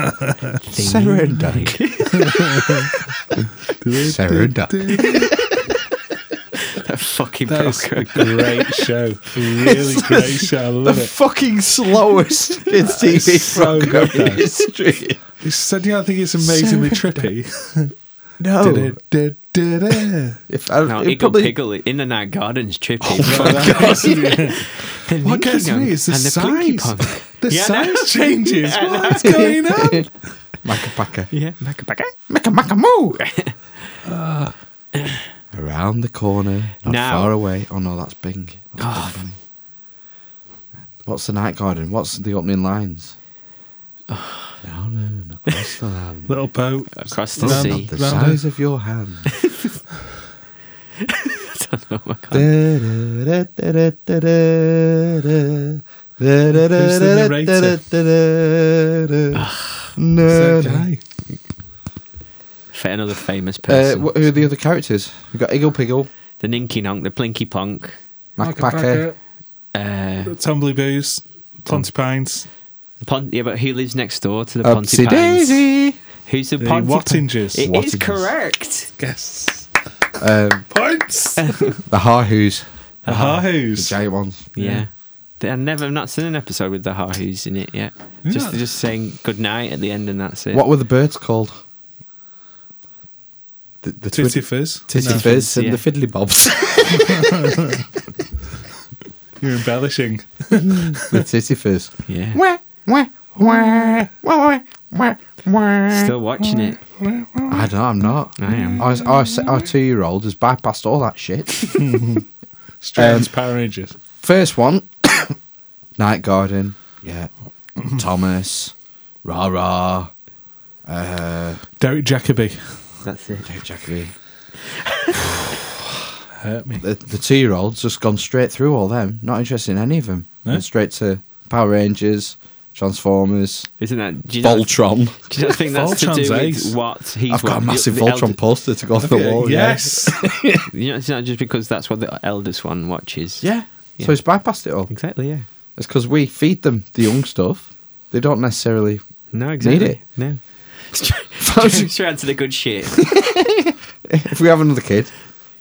Speaker 2: Thingy
Speaker 3: Sarah and
Speaker 2: egg.
Speaker 3: Sarah
Speaker 2: <laughs> that fucking
Speaker 1: That <laughs> is a
Speaker 2: program.
Speaker 1: great show. A really great show. I
Speaker 3: <laughs> The
Speaker 1: love it.
Speaker 3: fucking
Speaker 1: <laughs>
Speaker 3: slowest kids TV
Speaker 1: so
Speaker 3: program
Speaker 1: good, though.
Speaker 3: in history.
Speaker 1: He said, "Yeah, I think it's amazingly trippy." Oh. <laughs>
Speaker 3: No,
Speaker 1: Du-du-du-du-du.
Speaker 3: if I,
Speaker 2: No,
Speaker 3: it
Speaker 2: Iggle
Speaker 3: probably,
Speaker 2: Piggle in the night gardens trippy.
Speaker 1: Oh, <laughs>
Speaker 2: The
Speaker 1: What
Speaker 2: Ninky
Speaker 1: gets
Speaker 2: Nonk
Speaker 1: me is the
Speaker 2: and Plinky
Speaker 1: size.
Speaker 2: Pong.
Speaker 1: The
Speaker 2: Yeah, I know.
Speaker 1: size <laughs> changes. What's
Speaker 3: <laughs>
Speaker 1: going on?
Speaker 3: Maca Paca,
Speaker 2: Yeah, macabaca.
Speaker 3: Maca Maca Moo. Around the corner, not
Speaker 2: Now.
Speaker 3: far away. Oh no, that's Bing. That's
Speaker 1: Oh.
Speaker 3: Bing Bunny. What's the night garden? What's the
Speaker 1: <sighs>
Speaker 3: opening lines? Down and across the land.
Speaker 1: Little boat.
Speaker 3: Uh,
Speaker 2: Across
Speaker 1: <laughs>
Speaker 2: the
Speaker 1: Round-
Speaker 2: <laughs> sea.
Speaker 3: The
Speaker 1: round
Speaker 3: size of
Speaker 1: <laughs>
Speaker 3: your hand.
Speaker 2: Oh my God.
Speaker 1: <sighs> Is that
Speaker 3: Uh,
Speaker 1: guy?
Speaker 2: For another famous person.
Speaker 3: Uh, wh- who are the other characters? We've got Iggle Piggle,
Speaker 2: the Ninky Nonk, the Plinky Ponk,
Speaker 3: Mac Packer.
Speaker 2: uh,
Speaker 1: Packer, Tumbly Boos, Ponty Pines,
Speaker 2: the Pon- yeah, but who lives next door to the
Speaker 3: Upsy
Speaker 2: Ponty Pines?
Speaker 3: Daisy.
Speaker 2: Who's the
Speaker 1: the
Speaker 2: Ponty
Speaker 1: Wattingers.
Speaker 2: It is
Speaker 3: Wattingers.
Speaker 2: correct.
Speaker 1: Yes.
Speaker 3: Um, <laughs>
Speaker 1: <laughs> Points.
Speaker 3: the Harhoos,
Speaker 1: The
Speaker 3: the
Speaker 1: Harhoos.
Speaker 3: giant ones.
Speaker 2: Yeah. They- I've never I've not seen an episode with the Ha Who's in it yet. Just
Speaker 1: Yeah.
Speaker 2: just saying good night at the end and that's it.
Speaker 3: What were the birds called? The, the
Speaker 1: Titty
Speaker 3: twid-
Speaker 1: Fizz.
Speaker 3: Titty
Speaker 1: No,
Speaker 3: Fizz and
Speaker 2: yeah.
Speaker 3: the Fiddly
Speaker 2: <laughs>
Speaker 3: Bobs.
Speaker 1: You're embellishing.
Speaker 3: the Titty Fizz.
Speaker 2: Yeah.
Speaker 3: Wah, wah, wah, wah, wah, wah.
Speaker 2: Still watching it.
Speaker 3: I don't know, I'm not.
Speaker 2: I am.
Speaker 3: Our, our, our two year old has bypassed all that shit. <laughs>
Speaker 1: Strange
Speaker 3: Um,
Speaker 1: Power Rangers.
Speaker 3: First one <coughs> Night Garden.
Speaker 2: <coughs>
Speaker 3: Yeah. Thomas. Rah rah. Uh,
Speaker 1: Derek Jacobi.
Speaker 2: That's it.
Speaker 3: Dave Jacobi.
Speaker 1: Hurt me.
Speaker 3: The, the two year old's just gone straight through all them. Not interested in any of them.
Speaker 1: No?
Speaker 3: Went straight to Power Rangers, Transformers,
Speaker 2: Isn't that do you not,
Speaker 3: Voltron.
Speaker 2: do you not think that's to
Speaker 1: Voltron's
Speaker 2: do
Speaker 1: ace.
Speaker 2: with what he's
Speaker 3: I've got
Speaker 2: what-
Speaker 3: a massive
Speaker 2: the
Speaker 3: Voltron
Speaker 2: elder-
Speaker 3: poster to go off the wall. yeah.
Speaker 1: yes.
Speaker 2: You know, it's not just because that's what the eldest one watches.
Speaker 3: Yeah.
Speaker 2: Yeah.
Speaker 3: So he's bypassed it all.
Speaker 2: Exactly, yeah.
Speaker 3: It's because we feed them the young stuff. They don't necessarily
Speaker 2: <laughs> No, exactly.
Speaker 3: it.
Speaker 2: No.
Speaker 3: If
Speaker 2: Straight on to the good shit.
Speaker 3: we have another kid,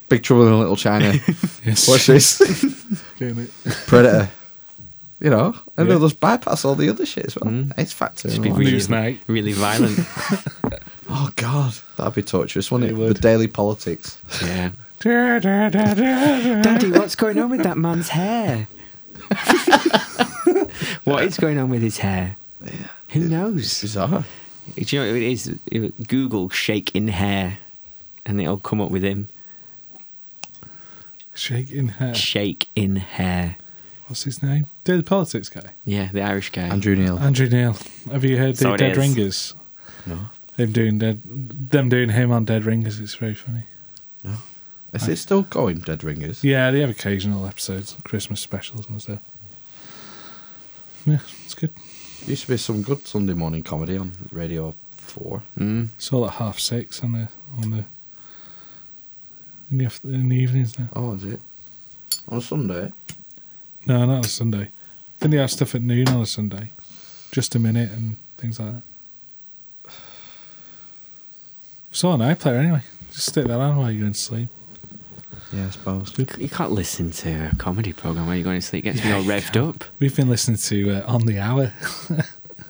Speaker 3: Big Trouble in Little China.
Speaker 1: <laughs> Yes.
Speaker 3: Watch this,
Speaker 1: Getting it.
Speaker 3: Predator. You know, and
Speaker 1: Yeah.
Speaker 3: they'll just bypass all the other shit as well.
Speaker 2: Mm.
Speaker 3: It's factor.
Speaker 2: Just
Speaker 3: and
Speaker 2: be
Speaker 3: all that.
Speaker 2: really,
Speaker 1: Newsnight.
Speaker 2: really violent.
Speaker 3: Oh God, that'd be torturous, wouldn't
Speaker 1: It
Speaker 3: it? The
Speaker 1: would.
Speaker 3: daily politics.
Speaker 2: yeah.
Speaker 1: Da, da, da, da, da.
Speaker 2: Daddy, what's going on with that man's hair? <laughs> what is going on with his hair? Who knows?
Speaker 3: Bizarre.
Speaker 2: Do you know what it is? It- Google shaking hair, and it'll come up with him
Speaker 1: Shaking hair.
Speaker 2: shake in hair.
Speaker 1: What's his name? Dead Politics guy.
Speaker 2: Yeah, the Irish guy.
Speaker 3: Andrew Neil.
Speaker 1: Andrew Neil. Have you heard the
Speaker 2: So it
Speaker 1: Dead
Speaker 2: is.
Speaker 1: Ringers?
Speaker 3: no,
Speaker 1: Them doing dead, them doing him on Dead Ringers. It's very funny.
Speaker 3: no. Is it still going? Dead Ringers.
Speaker 1: Yeah, they have occasional episodes, Christmas specials and stuff. Yeah, it's good.
Speaker 3: Used to be some good Sunday morning comedy on Radio Four.
Speaker 2: Mm.
Speaker 1: It's all at half six on the on the in the, after, in the evenings now.
Speaker 3: Oh, is it on a Sunday?
Speaker 1: No, not on a Sunday. I think they have stuff at noon on a Sunday, just a minute and things like that. It's on iPlayer anyway. Just stick that on while you're going to sleep.
Speaker 3: Yeah, I suppose.
Speaker 2: You c- You can't listen to a comedy program where you're going to sleep. It gets me all revved up.
Speaker 1: We've been listening to uh, On the Hour, <laughs>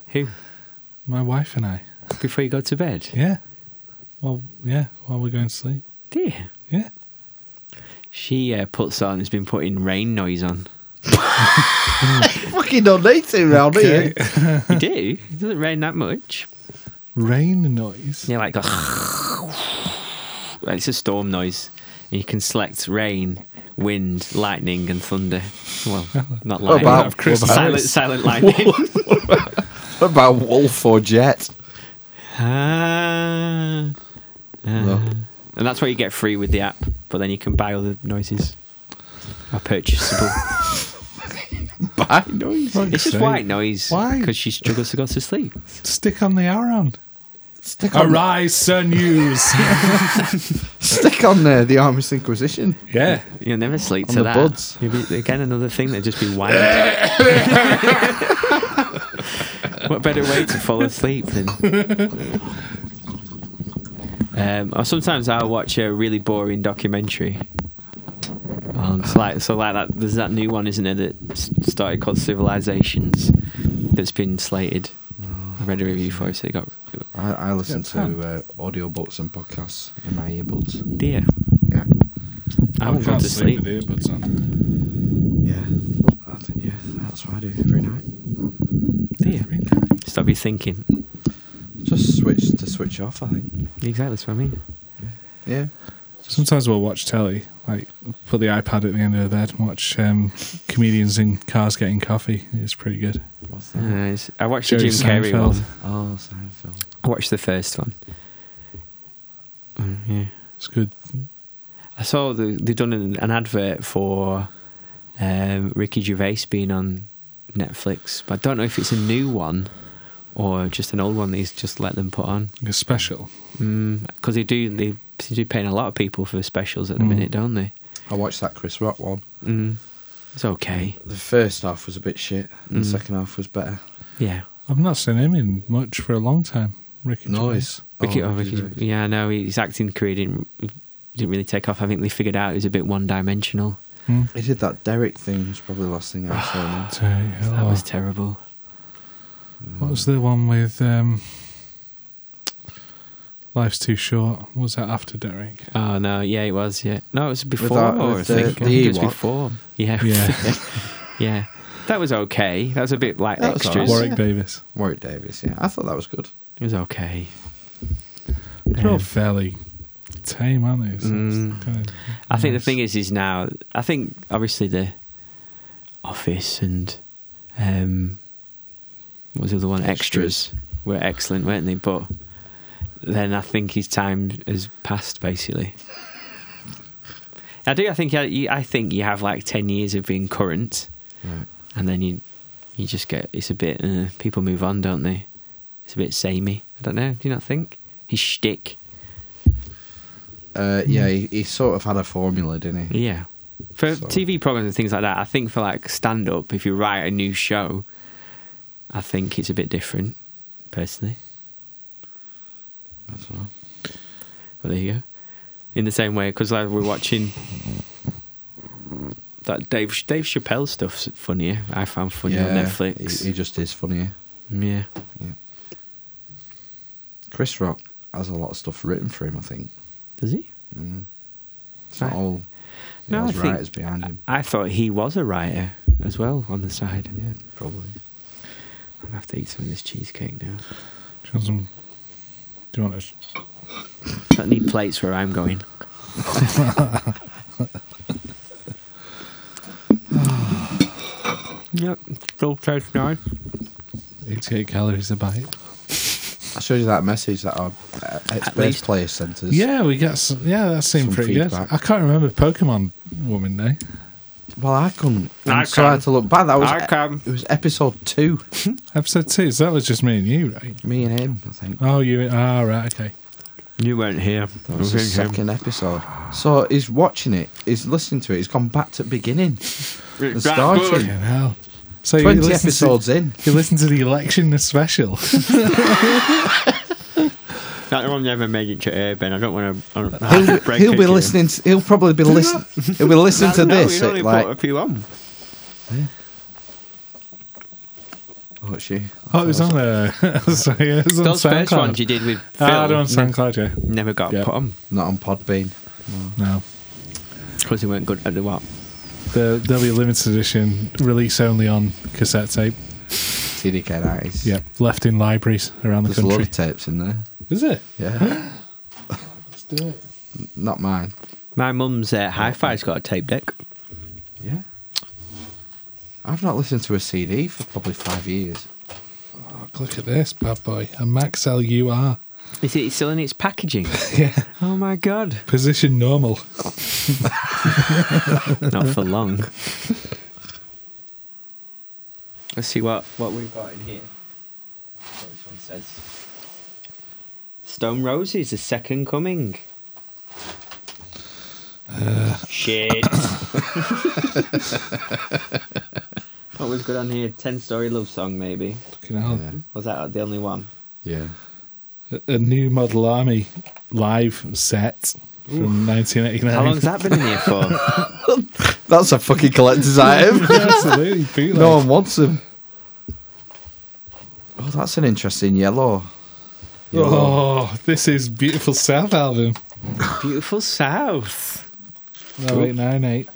Speaker 2: Who?
Speaker 1: my wife and I.
Speaker 2: Before you go to bed?
Speaker 1: Yeah. Well, yeah, while we're going to sleep.
Speaker 2: Dear.
Speaker 1: Yeah.
Speaker 2: She uh, puts on, has been putting rain noise on.
Speaker 3: Fucking don't need to now, do you?
Speaker 1: Uh-huh.
Speaker 2: you do? It doesn't rain that much.
Speaker 1: Rain noise.
Speaker 2: Yeah, like a <laughs> it's a storm noise, and you can select rain, wind, lightning, and thunder. Well, not lightning.
Speaker 3: about-
Speaker 2: but
Speaker 1: what about-
Speaker 2: silent,
Speaker 1: <laughs>
Speaker 2: silent lightning.
Speaker 3: <laughs> What about Wolf or Jet?
Speaker 2: Ah. Ah.
Speaker 3: No.
Speaker 2: And that's what you get free with the app, but then you can buy other noises.
Speaker 1: <laughs>
Speaker 2: Are purchasable.
Speaker 3: Bye noise.
Speaker 1: Fuck's
Speaker 2: it's just
Speaker 1: sake.
Speaker 2: white noise.
Speaker 1: Why?
Speaker 2: Because she struggles to go to sleep.
Speaker 1: Stick on the hour on.
Speaker 3: Stick on,
Speaker 1: Arise, Sir
Speaker 2: <laughs>
Speaker 1: News.
Speaker 3: stick on there, the Armist Inquisition.
Speaker 1: yeah.
Speaker 2: You'll never sleep
Speaker 3: On
Speaker 2: to
Speaker 3: the
Speaker 2: that.
Speaker 3: buds.
Speaker 2: You'll be, again, another thing that'd just
Speaker 3: <laughs>
Speaker 2: be wild. <laughs> what better way to fall asleep than? Um, or sometimes I'll watch a really boring documentary. Um, so like so like that. There's that new one, isn't there, that s- started called Civilizations, that's been slated. I read a review for it, so it got
Speaker 3: I, I listen
Speaker 1: Yeah, fun.
Speaker 3: to uh, audiobooks and podcasts in my earbuds.
Speaker 2: dear.
Speaker 3: Yeah.
Speaker 2: I haven't gone
Speaker 1: can't
Speaker 2: to sleep.
Speaker 1: with earbuds on.
Speaker 3: Yeah. I think, yeah, that's what I do every night.
Speaker 2: Dear. Stop your thinking.
Speaker 3: Just switch to switch off, I think.
Speaker 2: Exactly, that's what I mean.
Speaker 3: Yeah.
Speaker 1: Sometimes we'll watch telly, like put the iPad at the end of the bed and watch um, comedians in cars getting coffee. It's pretty good.
Speaker 3: What's that?
Speaker 2: Nice. I watched
Speaker 1: Jerry
Speaker 2: the Jim Carrey
Speaker 1: Seinfeld.
Speaker 2: one.
Speaker 3: Oh, Seinfeld.
Speaker 2: I watched the first one. Mm, yeah.
Speaker 1: It's good.
Speaker 2: I saw the, they've done an, an advert for um, Ricky Gervais being on Netflix, but I don't know if it's a new one or just an old one that he's just let them put on.
Speaker 1: It's special.
Speaker 2: Because they do, they seem to be paying a lot of people for specials at the
Speaker 1: Mm.
Speaker 2: minute, don't they?
Speaker 3: I watched that Chris Rock one.
Speaker 2: Mm. It's okay.
Speaker 3: The first half was a bit shit. The
Speaker 2: Mm.
Speaker 3: second half was better.
Speaker 2: Yeah.
Speaker 1: I've not seen him in much for a long time. Ricky
Speaker 3: Nice.
Speaker 2: Ricky, oh, Ricky, Gervais. yeah, no, his acting career didn't, didn't really take off. I think they figured out he was a bit one dimensional.
Speaker 1: Hmm.
Speaker 3: He did that Derek thing. Was probably the last thing I saw.
Speaker 2: <sighs>
Speaker 1: Tell
Speaker 3: him
Speaker 1: you
Speaker 2: That was
Speaker 3: Oh.
Speaker 1: what.
Speaker 2: terrible.
Speaker 1: What was the one with um, Life's Too Short? What was that after Derek?
Speaker 2: Oh no, yeah, it was. Yeah, no, it was before.
Speaker 3: that-
Speaker 2: I
Speaker 3: with the-
Speaker 2: think,
Speaker 3: the
Speaker 2: I think it was
Speaker 3: Ewok.
Speaker 2: before. Yeah,
Speaker 1: Yeah.
Speaker 2: <laughs> yeah. That was okay. That was a bit like
Speaker 3: That was
Speaker 2: extras.
Speaker 3: alright.
Speaker 1: Warwick Davis.
Speaker 3: in. Warwick Davis. Yeah, I thought that was good.
Speaker 2: It was okay.
Speaker 1: They're all
Speaker 2: Um,
Speaker 1: fairly tame, aren't they? So it's
Speaker 2: Mm.
Speaker 1: kinda
Speaker 2: I think the
Speaker 1: nice.
Speaker 2: thing is, is now. I think obviously the Office and um, what was the other one? Extras,
Speaker 3: Extras.
Speaker 2: were excellent, weren't they? But then I think his time has passed, basically. I do. I think. I, I think you have like ten years of being current.
Speaker 3: Right.
Speaker 2: and then you you just get it's a bit uh, people move on, don't they? It's a bit samey. I don't know. Do you not think his shtick?
Speaker 3: Uh, yeah, he, he sort of had a formula, didn't he?
Speaker 2: Yeah, for
Speaker 3: So-
Speaker 2: TV programs and things like that. I think for like stand up, if you write a new show, I think it's a bit different. Personally,
Speaker 3: I So.
Speaker 2: Well, there you go. In the same way, because like we're watching that Dave Dave Chappelle stuff's funnier. I found funny on Netflix.
Speaker 3: He, he just is funnier.
Speaker 2: yeah,
Speaker 3: Yeah. Chris Rock has a lot of stuff written for him, I think.
Speaker 2: does he?
Speaker 3: Mm. It's not
Speaker 2: I-
Speaker 3: all
Speaker 2: No,
Speaker 3: no,
Speaker 2: I
Speaker 3: his
Speaker 2: think-
Speaker 3: writers behind him.
Speaker 2: I thought he was a writer as well on the side.
Speaker 3: Yeah, probably.
Speaker 2: I have to eat some of this cheesecake now.
Speaker 1: Do you want some? Do you want to?
Speaker 2: I need plates where I'm going. yep, still tastes nice.
Speaker 1: 88 calories a bite.
Speaker 3: I showed you that message that our uh, ex-base
Speaker 2: least-
Speaker 3: player sent us.
Speaker 1: Yeah, we got some. Yeah, that seemed
Speaker 3: Some
Speaker 1: pretty
Speaker 3: feedback.
Speaker 1: good. I can't remember Pokemon Woman though.
Speaker 3: Well, I couldn't. I'm
Speaker 2: I
Speaker 3: sorry
Speaker 2: can.
Speaker 3: to look back. That was e-
Speaker 2: I can.
Speaker 3: It was episode two.
Speaker 1: Episode two. So that was just me and you, right?
Speaker 3: Me and him, I think.
Speaker 1: Oh, you. Ah, right. Okay.
Speaker 2: You weren't here.
Speaker 3: That was the second episode. So he's watching it. He's listening to it. He's gone back to the beginning. and started.
Speaker 1: Fucking hell. So you
Speaker 3: Twenty
Speaker 1: listened to-
Speaker 3: episodes in.
Speaker 1: You listen to the election special.
Speaker 2: That one never made it to urban. I don't want to.
Speaker 3: He'll, be- he'll be listening. To, he'll probably be listening. <laughs> He'll be
Speaker 2: <laughs>
Speaker 3: listening to this.
Speaker 2: only
Speaker 3: It, like,
Speaker 2: put a few on.
Speaker 3: oh, it's you.
Speaker 1: Oh, it was on a. <laughs> sorry, it was on
Speaker 2: Those first
Speaker 1: SoundCloud.
Speaker 2: ones you did with Phil mm,
Speaker 1: Ah, they're on SoundCloud, yeah.
Speaker 2: never got
Speaker 1: Yeah.
Speaker 2: put on
Speaker 3: Not on Podbean.
Speaker 1: No.
Speaker 2: because they weren't good at the what.
Speaker 1: They're, they'll be a limited edition, release only on cassette tape.
Speaker 3: TDK nineties.
Speaker 1: Yeah, left in libraries around the
Speaker 3: There's a lot
Speaker 1: country.
Speaker 3: of tapes
Speaker 1: <gasps>
Speaker 3: in there.
Speaker 1: Is it?
Speaker 3: Yeah.
Speaker 1: Let's do it.
Speaker 3: Not mine.
Speaker 2: My mum's uh, hi-fi's got a tape deck.
Speaker 3: Yeah. I've not listened to a CD for probably five years.
Speaker 1: look at this bad boy. A Max LUR.
Speaker 2: Is it still in its
Speaker 3: <laughs>
Speaker 2: packaging?
Speaker 1: Yeah.
Speaker 2: oh my god!
Speaker 1: Position normal.
Speaker 2: Not for long. Let's see what, what we've got in here. What this one says. Stone Roses, the second coming. Shit. <laughs> what was good on here? Ten Story Love Song, maybe.
Speaker 1: Fucking hell.
Speaker 2: Was that the only one?
Speaker 3: Yeah.
Speaker 1: A, a new model army live set from 1989.
Speaker 2: How long's that been in here for?
Speaker 3: That's a fucking <laughs> collector's item.
Speaker 1: <laughs> Absolutely. bootleg.
Speaker 3: no one wants them. Oh, that's an interesting yellow. Yellow.
Speaker 1: Oh, this is beautiful South album.
Speaker 2: Beautiful South.
Speaker 1: No eight nine eight.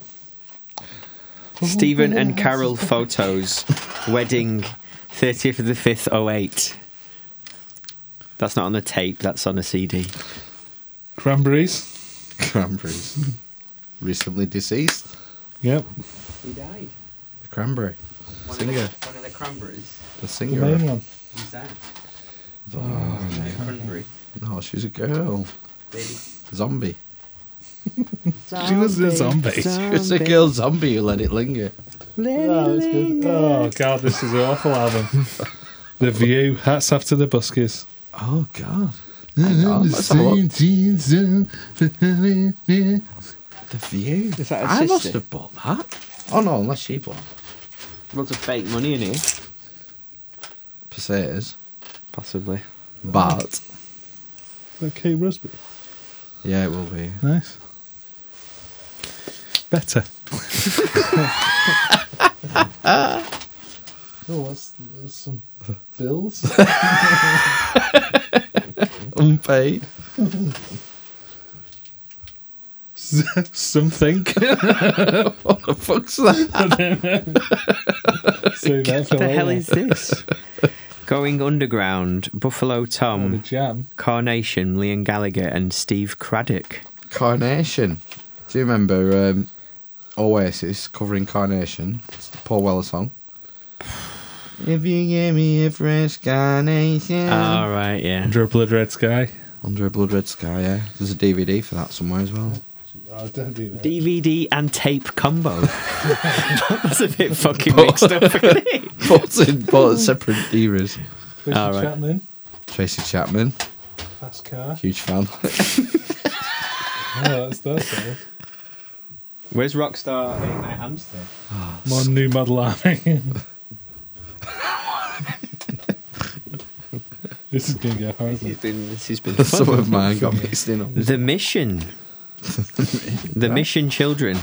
Speaker 2: Stephen and Carol photos. Wedding, 30th of the 5th, 08. That's not on a tape, that's on a CD.
Speaker 1: Cranberries.
Speaker 3: Cranberries. Recently deceased.
Speaker 1: Yep.
Speaker 2: He died.
Speaker 3: The cranberry.
Speaker 2: One,
Speaker 3: the- Singer.
Speaker 2: one of the cranberries.
Speaker 3: The
Speaker 1: The
Speaker 3: singer.
Speaker 1: main one.
Speaker 2: Who's that?
Speaker 3: Oh,
Speaker 2: Cranberry.
Speaker 3: no, she's a girl.
Speaker 2: Baby.
Speaker 3: Zombie.
Speaker 1: She was a zombie.
Speaker 3: It's a girl zombie who let it linger.
Speaker 1: Oh, that's good. Oh, God, this is an awful album. the View. Hats off to the Buskers.
Speaker 3: Oh God. Hang on, let's have a look. The View.
Speaker 2: Is that a
Speaker 3: I must
Speaker 2: sister?
Speaker 3: have bought that. Oh no, unless she bought
Speaker 2: Lots of fake money in here.
Speaker 3: potatoes.
Speaker 2: Possibly.
Speaker 3: But
Speaker 1: Okay, Rusby.
Speaker 3: yeah, it will be.
Speaker 1: Nice. Better. oh, what's there's
Speaker 3: <laughs>
Speaker 1: some bills?
Speaker 3: Unpaid.
Speaker 1: Something.
Speaker 3: What the fuck's that?
Speaker 1: Say that for
Speaker 2: What the hell
Speaker 1: later.
Speaker 2: is <laughs> this? Going Underground, Buffalo
Speaker 1: Oh, the
Speaker 2: Tom,
Speaker 1: jam?
Speaker 2: Carnation, Liam Gallagher, and Steve Craddock.
Speaker 3: Carnation. Do you remember um, Oasis covering Carnation? It's the Paul Weller song. <sighs> If you give me a fresh carnation.
Speaker 2: All right, yeah.
Speaker 1: Under a blood red sky.
Speaker 3: Ah. Under a blood red sky, yeah. There's a DVD for that somewhere as <laughs> well.
Speaker 1: Oh, don't do that.
Speaker 2: DVD and tape <laughs> combo. That's a bit fucking mixed up, isn't it?
Speaker 3: but in but separate eras.
Speaker 1: Christian
Speaker 2: All right.
Speaker 1: Chapman,
Speaker 3: Tracy Chapman,
Speaker 1: fast car.
Speaker 3: huge <laughs> fan.
Speaker 1: Oh, that's that's it.
Speaker 2: <laughs> Where's Rockstar Ain't My Hamster?
Speaker 1: More new model army. This is going to get horrible.
Speaker 2: This has been, this has been
Speaker 3: Some
Speaker 2: fun.
Speaker 3: of mine got mixed in. on-
Speaker 2: The <laughs> Mission. the Mission Children.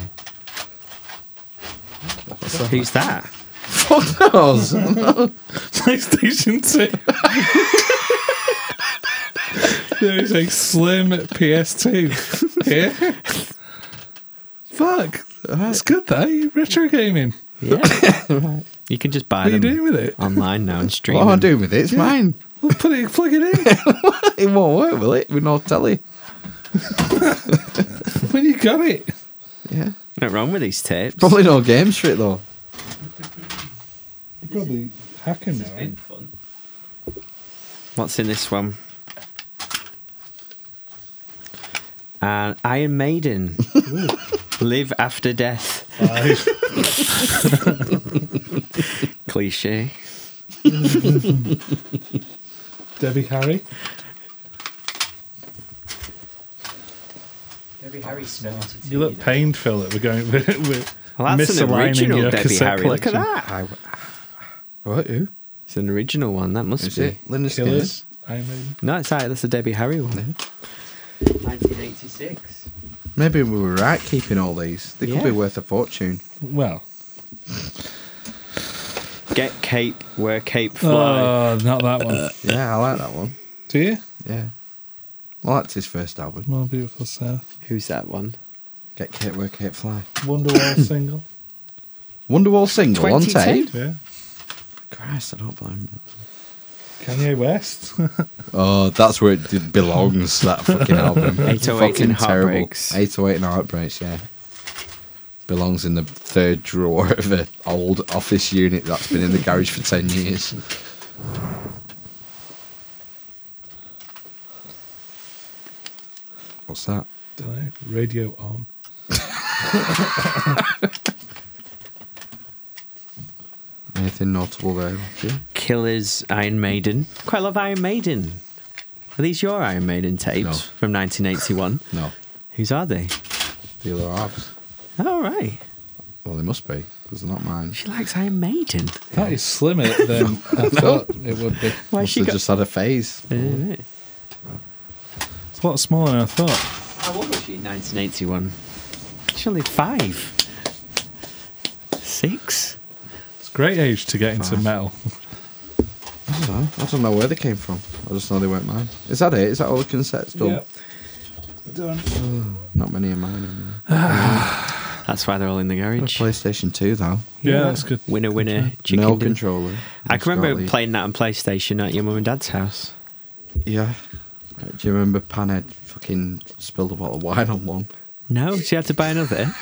Speaker 2: Who's that?
Speaker 3: Fuck knows.
Speaker 1: PlayStation 2. there is a slim PS2 here. Fuck. That's good though. Retro gaming.
Speaker 2: <laughs> Yeah. You can just buy
Speaker 1: What are you
Speaker 2: them
Speaker 1: doing with it?
Speaker 2: online now <laughs> and stream.
Speaker 3: What am I
Speaker 2: them.
Speaker 3: doing with it? It's mine.
Speaker 1: Well, put it, plug it in.
Speaker 3: <laughs> It won't work, will it? With no telly.
Speaker 1: when you got it.
Speaker 3: Yeah.
Speaker 2: Nothing wrong with these tapes.
Speaker 3: Probably no games for it though.
Speaker 1: You're probably hacking now.
Speaker 2: fun. What's in this one? Uh, Iron Maiden. Live after death. <laughs> Cliche.
Speaker 1: Debbie Harry. You look pained, Phil, that we're going with. with
Speaker 2: Well, that's an
Speaker 1: misaligning
Speaker 2: original
Speaker 1: your
Speaker 2: Debbie
Speaker 1: cassette
Speaker 2: Harry. Look at
Speaker 1: collection.
Speaker 2: that.
Speaker 3: What? Who?
Speaker 2: It's an original one. That must
Speaker 3: Is
Speaker 2: be.
Speaker 3: it? Linda
Speaker 1: Killers.
Speaker 3: Skinner.
Speaker 1: Iron Maiden.
Speaker 2: No, it's right. That's the Debbie Harry one. 1986.
Speaker 3: Maybe we were right keeping all these. They
Speaker 2: Yeah.
Speaker 3: could be worth a fortune.
Speaker 1: Well.
Speaker 2: Get Cape, Wear Cape, Fly.
Speaker 1: Oh, not that one.
Speaker 3: Yeah, I like that one.
Speaker 1: Do you?
Speaker 3: Yeah. I liked his first album.
Speaker 1: My beautiful South.
Speaker 2: Who's that one?
Speaker 3: Get Kate Work, Kate Fly.
Speaker 1: <coughs> Wonderwall single.
Speaker 3: Wonderwall single on
Speaker 2: 2010?
Speaker 3: tape.
Speaker 1: Yeah.
Speaker 3: Christ, I don't blame him.
Speaker 1: Kanye West. <laughs>
Speaker 3: Oh, that's where it d- belongs, that fucking album.
Speaker 2: 808 and Heartbreaks.
Speaker 3: 808 and Heartbreaks, yeah. Belongs in the third drawer of an old office unit that's been in the garage for 10 years. What's that?
Speaker 1: Don't know. Radio on.
Speaker 3: Anything notable there? Matthew?
Speaker 2: Killers, Iron Maiden. Quite a lot of Iron Maiden. Are these your Iron Maiden tapes
Speaker 3: No.
Speaker 2: from 1981?
Speaker 3: No.
Speaker 2: Whose are they?
Speaker 3: The other halves.
Speaker 2: All right.
Speaker 3: Well, they must be, because they're not mine.
Speaker 2: She likes Iron Maiden.
Speaker 1: That is <laughs> slimmer than <laughs> I
Speaker 3: <laughs>
Speaker 1: thought it would be.
Speaker 2: Why
Speaker 3: must
Speaker 2: she
Speaker 3: have
Speaker 2: got...
Speaker 3: just had a phase.
Speaker 2: All right.
Speaker 1: It's a lot smaller than I thought.
Speaker 2: How old was she in 1981? She's only five. Six?
Speaker 1: It's a great age to get into metal.
Speaker 3: I don't know. I don't know where they came from. I just know they weren't mine. Is that it? Is that all the consets done?
Speaker 1: Done.
Speaker 3: Not many of mine. Anymore.
Speaker 2: That's why they're all in the
Speaker 3: Got a
Speaker 2: garage.
Speaker 3: PlayStation 2 though.
Speaker 1: Yeah, that's good.
Speaker 2: Winner, winner, chicken
Speaker 3: no
Speaker 2: dinner.
Speaker 3: controller.
Speaker 2: I can remember
Speaker 3: Scotty.
Speaker 2: playing that on PlayStation at your mum and dad's house.
Speaker 3: Yeah. Uh, Do you remember Panhead fucking spilled a bottle of wine on one?
Speaker 2: No, so you had to buy another.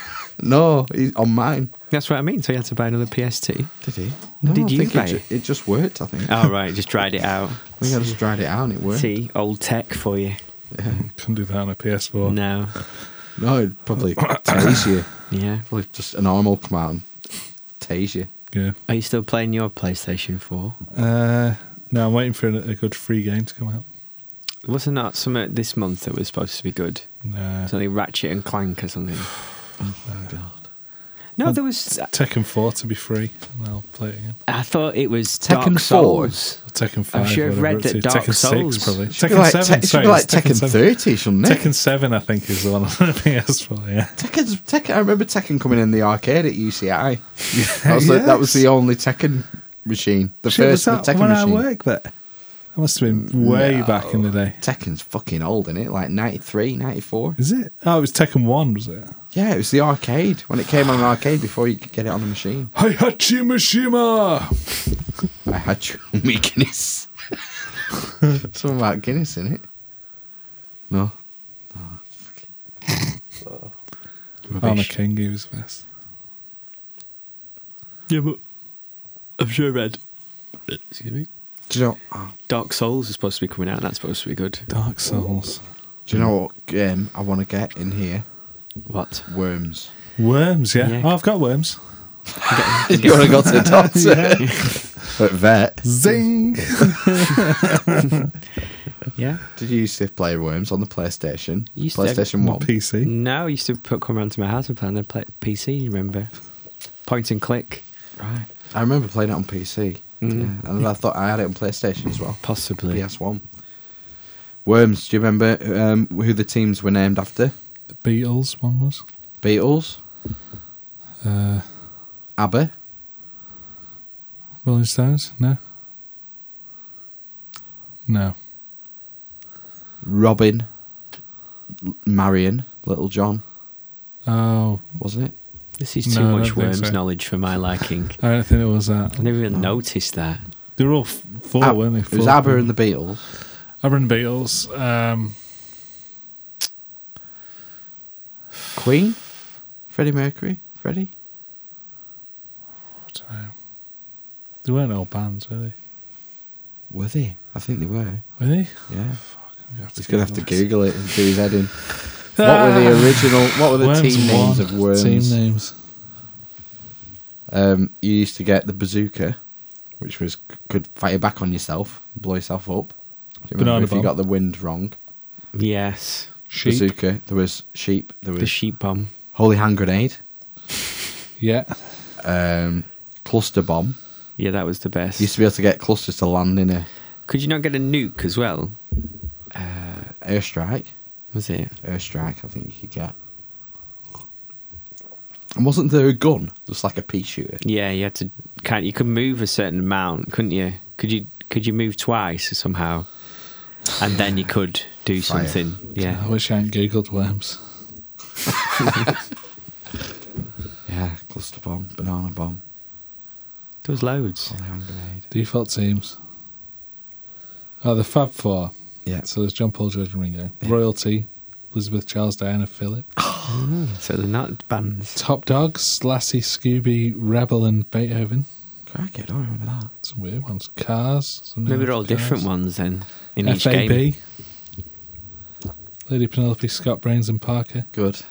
Speaker 3: No, he, on mine.
Speaker 2: That's what I mean. So you had to buy another PST.
Speaker 3: Did he?
Speaker 2: No, did
Speaker 3: I
Speaker 2: you
Speaker 3: think
Speaker 2: buy
Speaker 3: it, ju-
Speaker 2: it?
Speaker 3: it just worked. I think.
Speaker 2: Oh right, just tried it out.
Speaker 3: I think I just dried it out and it worked.
Speaker 2: See, old tech for you.
Speaker 1: Couldn't do that on a PS4.
Speaker 2: No,
Speaker 3: No,
Speaker 2: <coughs>
Speaker 3: it'd probably tase you.
Speaker 2: yeah.
Speaker 3: Probably just an arm will come out and tase you.
Speaker 1: Yeah.
Speaker 2: Are you still playing your PlayStation Four?
Speaker 1: Uh, no, I'm waiting for a, a good free game to come out.
Speaker 2: Wasn't that something this month that was supposed to be good?
Speaker 1: Nah.
Speaker 2: Something Ratchet and Clank or something. No, there was.
Speaker 1: Tekken 4 to be free, and I'll play it again.
Speaker 2: I thought it was
Speaker 3: Tekken
Speaker 2: Dark
Speaker 3: 4?
Speaker 2: Souls.
Speaker 1: Or Tekken 5.
Speaker 2: sure I've
Speaker 1: whatever
Speaker 2: read
Speaker 1: it's
Speaker 2: that
Speaker 1: to.
Speaker 2: Dark
Speaker 1: Tekken
Speaker 2: Souls-
Speaker 1: 6, probably.
Speaker 3: It should be
Speaker 1: Tekken
Speaker 3: like,
Speaker 1: 7,
Speaker 3: te- it should
Speaker 1: sorry,
Speaker 3: be like
Speaker 1: it's Tekken 7.
Speaker 3: Tekken, 30, shouldn't it?
Speaker 1: Tekken 7, I think, is the one <laughs> on the PS4, yeah.
Speaker 3: Tekken's, Tekken, I remember Tekken coming in the arcade at
Speaker 1: <laughs>
Speaker 3: UCI. that, was the, that was
Speaker 1: Yes.
Speaker 3: the only Tekken machine. The
Speaker 1: Shit, was
Speaker 3: first
Speaker 1: that
Speaker 3: Tekken
Speaker 1: when
Speaker 3: machine.
Speaker 1: I worked there? That must have been way back in the day.
Speaker 3: Tekken's fucking old, isn't it? Like 93, 94.
Speaker 1: Is it? Oh, it was Tekken 1, was it?
Speaker 3: Yeah, it was the arcade. When it came on an arcade before you could get it on a machine.
Speaker 1: Heihachi Mishima!
Speaker 3: I had Chumi Guinness. <laughs> Something about Guinness in it. No. Oh, fuck it.
Speaker 1: Armor
Speaker 3: Rubbish.
Speaker 1: King, he was the best.
Speaker 2: Yeah, but I've sure read. Excuse me.
Speaker 3: Do you know, oh,
Speaker 2: Dark Souls is supposed to be coming out. and That's supposed to be good.
Speaker 1: Dark Souls.
Speaker 3: do you know what game I want to get in here?
Speaker 2: What?
Speaker 3: Worms.
Speaker 1: Worms, yeah.
Speaker 2: Yeah.
Speaker 1: Oh, I've got worms.
Speaker 3: <laughs> you want to go to <laughs> the doctor? At vet.
Speaker 1: Zing!
Speaker 2: Yeah.
Speaker 3: Did you used to play Worms on the PlayStation?
Speaker 2: Used to.
Speaker 3: PlayStation
Speaker 1: <laughs> My
Speaker 3: One.
Speaker 1: PC.
Speaker 2: No, I used to put, come around to my house and play on the pla- PC. You remember? Point and click.
Speaker 3: right. I remember playing it on PC.
Speaker 2: Mm.
Speaker 3: And I thought I had it on PlayStation as well.
Speaker 2: Possibly.
Speaker 3: PS1. Worms, do you remember um, who the teams were named after?
Speaker 1: The Beatles one was.
Speaker 3: Beatles,
Speaker 1: Uh,
Speaker 3: ABBA,
Speaker 1: Rolling Stones? No. No.
Speaker 3: Robin, L- Marion, Little John,
Speaker 1: Oh,
Speaker 3: wasn't it?
Speaker 2: This is too
Speaker 1: No, I
Speaker 2: much
Speaker 1: don't think
Speaker 2: worms
Speaker 1: so.
Speaker 2: knowledge for my liking.
Speaker 1: I don't think it was
Speaker 2: I
Speaker 1: that.
Speaker 2: never
Speaker 3: Oh.
Speaker 2: even noticed that.
Speaker 1: They were all f- four,
Speaker 3: Ab-
Speaker 1: weren't they?
Speaker 3: it was
Speaker 1: Four.
Speaker 3: ABBA and the Beatles.
Speaker 1: ABBA and Beatles. Um,
Speaker 3: Queen, Freddie Mercury, Freddie.
Speaker 1: I don't know. They weren't all bands, were they?
Speaker 3: Were they? I think they were.
Speaker 1: Were they?
Speaker 3: Yeah.
Speaker 1: I'm gonna have to
Speaker 3: He's gonna have to
Speaker 1: Google this.
Speaker 3: Google it and do his head in. What were the original? What were the
Speaker 1: Ah. Worms
Speaker 3: team names
Speaker 1: one.
Speaker 3: of Worms?
Speaker 1: Team names.
Speaker 3: Um, you used to get the bazooka, which was could fire back on yourself, blow yourself up. Do you remember
Speaker 1: Banana
Speaker 3: if you
Speaker 1: bomb.
Speaker 3: got the wind wrong?
Speaker 2: Yes.
Speaker 1: Sheep.
Speaker 3: Bazooka. There was sheep. There
Speaker 2: The
Speaker 3: was
Speaker 2: sheep bomb.
Speaker 3: holy hand grenade.
Speaker 1: Yeah.
Speaker 3: Um, cluster bomb.
Speaker 2: Yeah, that was the best.
Speaker 3: You used to be able to get clusters to land in a
Speaker 2: Could you not get a nuke as well?
Speaker 3: airstrike.
Speaker 2: Was it?
Speaker 3: Airstrike. I think you could get. And wasn't there a gun? Just like a pea shooter.
Speaker 2: Yeah, you had to. Can't you could move a certain amount, couldn't you? Could you? Could you move twice somehow? And then you could do
Speaker 3: Fire.
Speaker 2: something.
Speaker 1: I
Speaker 2: Yeah.
Speaker 1: wish I hadn't Googled Worms.
Speaker 3: Yeah, cluster bomb, banana bomb,
Speaker 2: There was loads.
Speaker 3: holy hand grenade.
Speaker 1: Default teams. Oh, the Fab Four.
Speaker 3: Yeah.
Speaker 1: So there's John Paul, George and Ringo. Royalty, Elizabeth, Charles, Diana, Philip.
Speaker 2: So they're not bands.
Speaker 1: Top Dogs, Lassie, Scooby, Rebel, and Beethoven.
Speaker 3: Crack it, I don't remember that.
Speaker 1: Some weird ones. Cars. some new
Speaker 2: Maybe they're all
Speaker 1: cars.
Speaker 2: different ones then. In each game. <laughs>
Speaker 1: FAB. Lady Penelope, Scott Brains, and Parker.
Speaker 3: Good.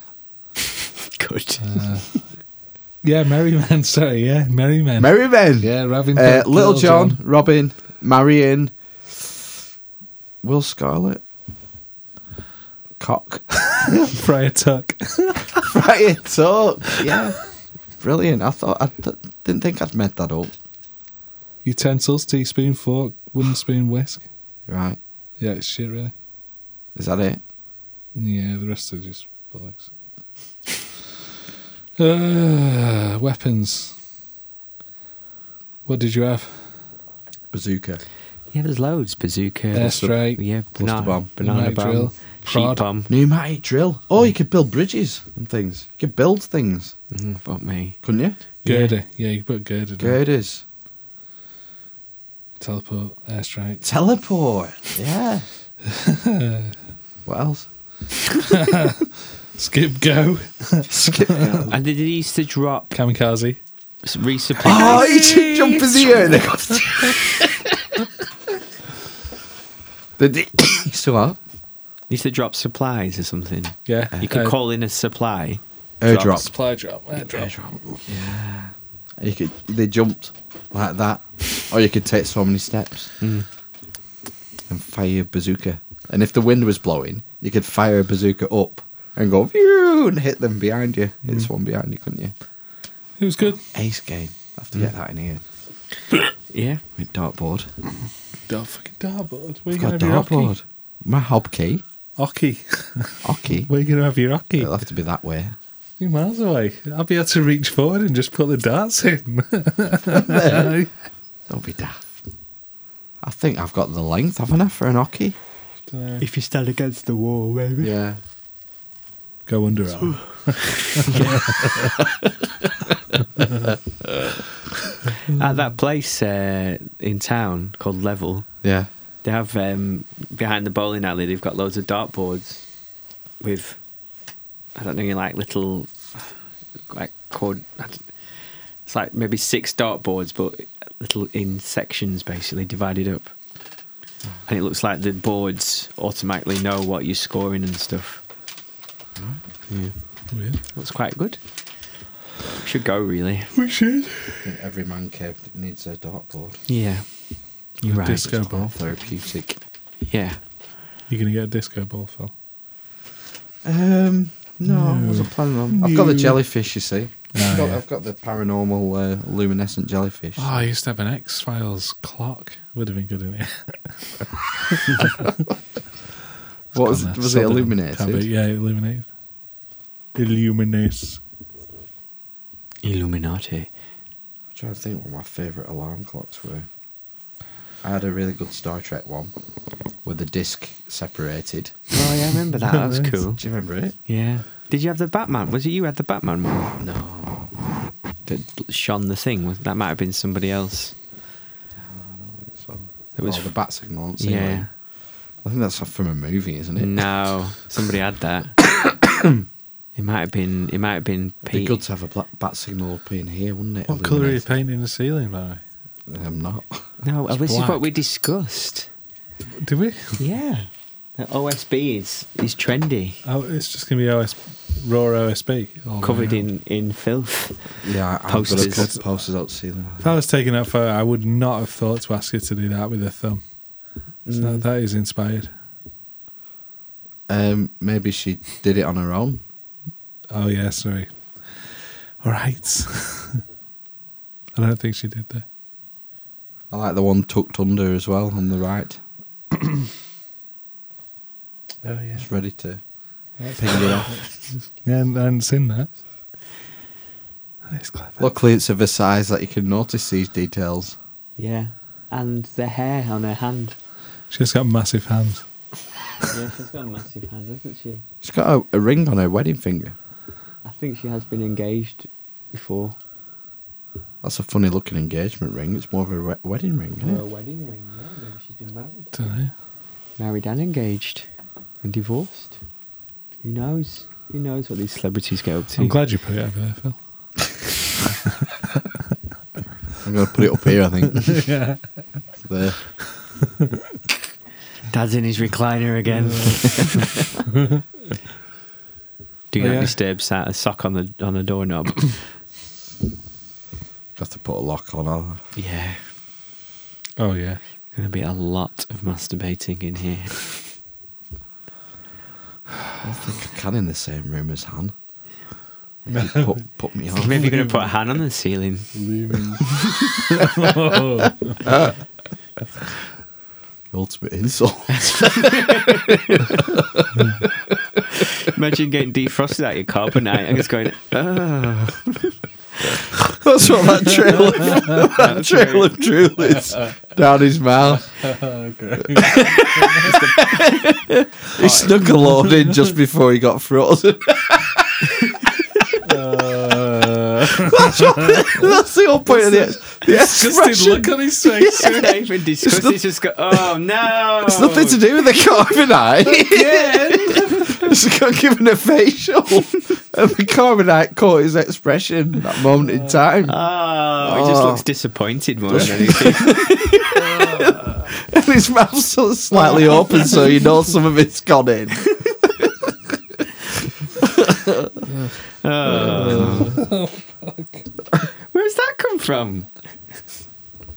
Speaker 2: Good.
Speaker 1: Uh, yeah, Merry Men. <laughs> Sorry, yeah, Merry Men.
Speaker 3: Merry Men!
Speaker 1: yeah, Raving.
Speaker 3: Uh, Little John, Robin, Marion, Will Scarlet, Cock.
Speaker 1: <laughs>
Speaker 3: <laughs>
Speaker 1: Friar Tuck.
Speaker 3: right, it's up. Yeah. Brilliant. I thought, I th- didn't think I'd made that up.
Speaker 1: Utensils, teaspoon, fork, wooden spoon, whisk.
Speaker 3: Right.
Speaker 1: Yeah, it's shit, really.
Speaker 3: Is that it?
Speaker 1: Yeah, the rest are just bollocks. Uh, weapons. What did you have?
Speaker 3: Bazooka.
Speaker 2: Yeah, there's loads. Bazooka.
Speaker 1: Airstrike.
Speaker 2: Yeah, banana
Speaker 3: bomb.
Speaker 2: Banana
Speaker 1: Pneumatic
Speaker 2: bomb.
Speaker 1: drill.
Speaker 2: Sheep
Speaker 1: Prod.
Speaker 2: bomb.
Speaker 3: Pneumatic drill. Oh, you could build bridges and things. You could build things,
Speaker 2: Mm, fuck
Speaker 3: <coughs>
Speaker 2: me.
Speaker 3: couldn't you?
Speaker 1: Girder. Yeah, you put girder. down.
Speaker 3: Girders.
Speaker 1: Teleport, airstrike.
Speaker 3: Teleport. <laughs> Yeah. what else? <laughs>
Speaker 1: Skip go.
Speaker 3: Skip. oh,
Speaker 2: And they they used to drop
Speaker 1: Kamikaze.
Speaker 2: s- resupply.
Speaker 3: he should jump his ear. and they got- The d- so what?
Speaker 2: They used to drop supplies or something.
Speaker 1: Yeah.
Speaker 2: You could
Speaker 1: uh,
Speaker 2: call in a supply.
Speaker 3: Airdrop.
Speaker 1: Supply drop. Airdrop.
Speaker 3: You could. They jumped like that, or you could take so many steps and fire a bazooka. And if the wind was blowing, you could fire a bazooka up and go phew and hit them behind you. Hit someone behind you, couldn't you?
Speaker 1: It was good.
Speaker 3: Mm. Ace game. I have to get that in here.
Speaker 2: Yeah.
Speaker 3: With dartboard.
Speaker 1: Dark fucking dartboard. Where
Speaker 3: I've
Speaker 1: you going
Speaker 3: got
Speaker 1: to have your hockey?
Speaker 3: dartboard. My hobkey.
Speaker 1: Hockey. <laughs>
Speaker 3: Hockey.
Speaker 1: Where you going to have your hockey?
Speaker 3: It'll have to be that way.
Speaker 1: few miles away. I'll be able to reach forward and just put the darts in. <laughs>
Speaker 3: Don't be daft. I think I've got the length, haven't I, for an hockey?
Speaker 1: Dunno.
Speaker 2: If you stand against the wall, maybe.
Speaker 3: Yeah.
Speaker 1: Go underarm.
Speaker 2: At that place uh, in town called Level,
Speaker 3: Yeah.
Speaker 2: they have um, behind the bowling alley. They've got loads of dartboards with I don't know, like little like cord. I don't- It's like maybe six dartboards, but little in sections, basically divided up. And it looks like the boards automatically know what you're scoring and stuff.
Speaker 1: Weird.
Speaker 2: Looks quite good. Should go really.
Speaker 1: Which is
Speaker 3: I think every man cave needs a dartboard.
Speaker 2: Yeah. You're right.
Speaker 1: disco ball.
Speaker 3: Therapeutic.
Speaker 2: Yeah.
Speaker 1: You're gonna get a disco ball, Phil.
Speaker 3: Um, no, I wasn't planning on. I've got the jellyfish, you see.
Speaker 1: Ah,
Speaker 3: I've, got,
Speaker 1: yeah.
Speaker 3: I've got the paranormal uh, luminescent jellyfish.
Speaker 1: Oh, I used to have an X Files clock. Would have been good in it.
Speaker 3: what was,
Speaker 1: Gone there.
Speaker 3: was
Speaker 1: Sold it
Speaker 3: it?
Speaker 1: on
Speaker 3: Illuminated?
Speaker 1: Taboo. Yeah, illuminated. Illuminates.
Speaker 2: Illuminati.
Speaker 3: I'm trying to think what my favourite alarm clocks were. I had a really good Star Trek one where the disc separated.
Speaker 2: Oh yeah, I remember that. <laughs> That was
Speaker 1: Nice.
Speaker 2: cool.
Speaker 3: Do you remember it?
Speaker 2: Yeah. Did you have the Batman? Was it you had the Batman one
Speaker 3: No.
Speaker 2: that shone the thing? Was- That might have been somebody else.
Speaker 3: So,
Speaker 2: It was
Speaker 3: oh, the bat signal. aren't they?
Speaker 2: Yeah.
Speaker 3: I think that's from a movie, isn't
Speaker 2: <coughs>
Speaker 3: it?
Speaker 2: No, somebody had that. it might have been. It might have been
Speaker 3: It'd be
Speaker 2: Pete.
Speaker 3: good to have a black bat signal up in here, wouldn't it?
Speaker 1: What colour are you
Speaker 3: Illuminated.
Speaker 1: painting the ceiling, by the way?
Speaker 2: <laughs>
Speaker 3: I'm not.
Speaker 2: no,
Speaker 1: It's
Speaker 2: this is
Speaker 1: black.
Speaker 2: what we discussed.
Speaker 1: Do we?
Speaker 2: Yeah. The OSB is is trendy,
Speaker 1: Oh, it's just going to be OS, raw OSB. all the
Speaker 2: covered
Speaker 1: way around.
Speaker 2: in in filth.
Speaker 3: Yeah, I- <laughs> I've got a
Speaker 2: Posters.
Speaker 3: couple posters out the ceiling.
Speaker 1: If I was taking that photo, I would not have thought to ask you to do that with a thumb. So
Speaker 2: Mm.
Speaker 1: that is inspired.
Speaker 3: Um, maybe she did it on her own.
Speaker 1: Oh, yeah, sorry. All right. <laughs> I don't think she did that.
Speaker 3: I like the one tucked under as well on the right.
Speaker 1: Oh, yeah.
Speaker 3: It's ready to ping it off.
Speaker 1: <laughs> Yeah, and, and it's in that. That is clever.
Speaker 3: Luckily, it's of a size that you can notice these details.
Speaker 2: Yeah. And the hair on her hand.
Speaker 1: She's got massive hands.
Speaker 2: Yeah, she's got a massive hand, hasn't she?
Speaker 3: She's got a, a ring on her wedding finger.
Speaker 2: I think she has been engaged before
Speaker 3: That's a funny looking engagement ring. It's more of a we- wedding ring,
Speaker 1: Oh,
Speaker 2: for a
Speaker 3: isn't it?
Speaker 2: wedding ring. Yeah, maybe she's been married.
Speaker 1: Don't know.
Speaker 2: Married and engaged, and divorced. Who knows? Who knows what these celebrities get up to?
Speaker 1: I'm glad you put it over there, Phil.
Speaker 3: I'm going to put it up here, I
Speaker 1: <laughs>
Speaker 3: think.
Speaker 1: yeah.
Speaker 3: there.
Speaker 2: Dad's in his recliner again. Do <laughs>
Speaker 1: Oh,
Speaker 2: not
Speaker 1: yeah.
Speaker 2: disturb sa- a sock on the on the doorknob.
Speaker 3: Got to put a lock on her.
Speaker 2: <coughs> yeah,
Speaker 1: Oh, yeah.
Speaker 2: gonna be a lot of masturbating in here.
Speaker 3: I don't think I can in the same room
Speaker 1: <laughs>
Speaker 3: as Han. She put, put me on.
Speaker 2: Maybe you're gonna put a hand on the <laughs> ceiling.
Speaker 1: <laughs> oh,
Speaker 3: Ultimate insult. <laughs>
Speaker 2: Imagine getting defrosted out your carbonite and just going, oh,
Speaker 3: That's what that trail of,
Speaker 1: <laughs>
Speaker 3: <laughs> that trail of drool is down his
Speaker 1: <laughs>
Speaker 3: mouth. He snuck a load in just before he got
Speaker 1: <laughs>
Speaker 3: frozen. <laughs> That's the whole point of the, ex- the
Speaker 1: disgusted
Speaker 3: expression.
Speaker 1: look on his
Speaker 3: <laughs>
Speaker 1: face.
Speaker 2: it's not even disgusted. It's just go, oh no.
Speaker 3: It's nothing to do with the carbonite. <laughs> It's got given a facial. <laughs> and the carbonite caught his expression that moment
Speaker 1: Uh,
Speaker 3: in time.
Speaker 2: Oh, he just
Speaker 3: Oh.
Speaker 2: looks disappointed more than
Speaker 3: <laughs>
Speaker 2: anything.
Speaker 3: And his mouth's sort of slightly open, so you know some of it's gone in.
Speaker 2: Oh. Where's that come from?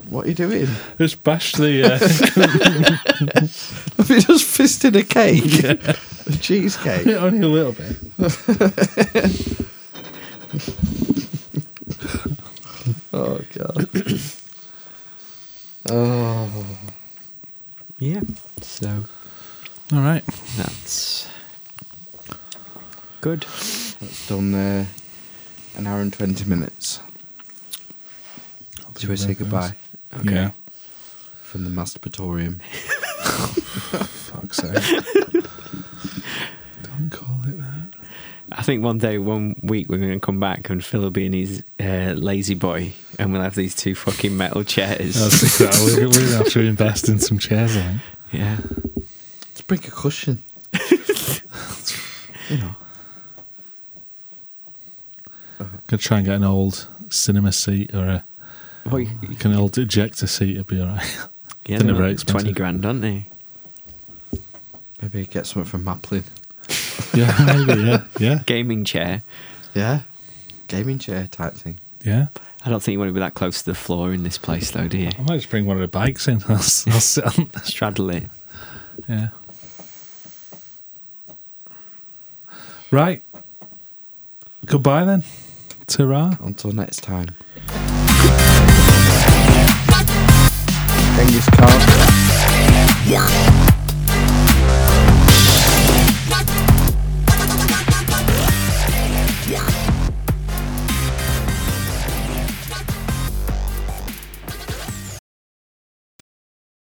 Speaker 3: What are you doing?
Speaker 1: Just bash the. Uh,
Speaker 3: <laughs>
Speaker 1: <laughs>
Speaker 3: Have you just fisted a cake? <laughs> a cheesecake?
Speaker 1: only a little bit.
Speaker 3: Oh, God. Oh.
Speaker 2: Yeah. So
Speaker 1: All right.
Speaker 2: that's good.
Speaker 3: That's done uh, an hour and 20 minutes. Shall we say goodbye
Speaker 1: Okay. Yeah.
Speaker 3: from the masturbatorium? <laughs>
Speaker 1: Fuck's sake. Don't call it that.
Speaker 2: I think one day, one week, we're going to come back and Phil will be in his uh, lazy boy, and we'll have these two fucking metal chairs.
Speaker 1: I think that we're, we're gonna have to invest in some chairs. I think.
Speaker 2: yeah.
Speaker 3: Let's bring a <laughs> cushion. you know.
Speaker 1: Gonna try and get an old cinema seat or a
Speaker 2: Well, you-
Speaker 1: like an old ejector seat. It'd be all <laughs> right.
Speaker 2: yeah,
Speaker 1: They're very
Speaker 2: like twenty
Speaker 1: expensive.
Speaker 2: grand, aren't they?
Speaker 3: Maybe get something from Maplin.
Speaker 1: yeah. Maybe. Yeah. Yeah.
Speaker 2: Gaming chair.
Speaker 3: Yeah. Gaming chair type thing.
Speaker 1: Yeah.
Speaker 2: I don't think you want to be that close to the floor in this place, though, do you?
Speaker 1: I might just bring one of the bikes in. I'll, s- I'll sit on.
Speaker 2: Straddle it.
Speaker 1: Yeah. Right. Goodbye then. Ta-ra.
Speaker 3: Until next time. Genghis Khan.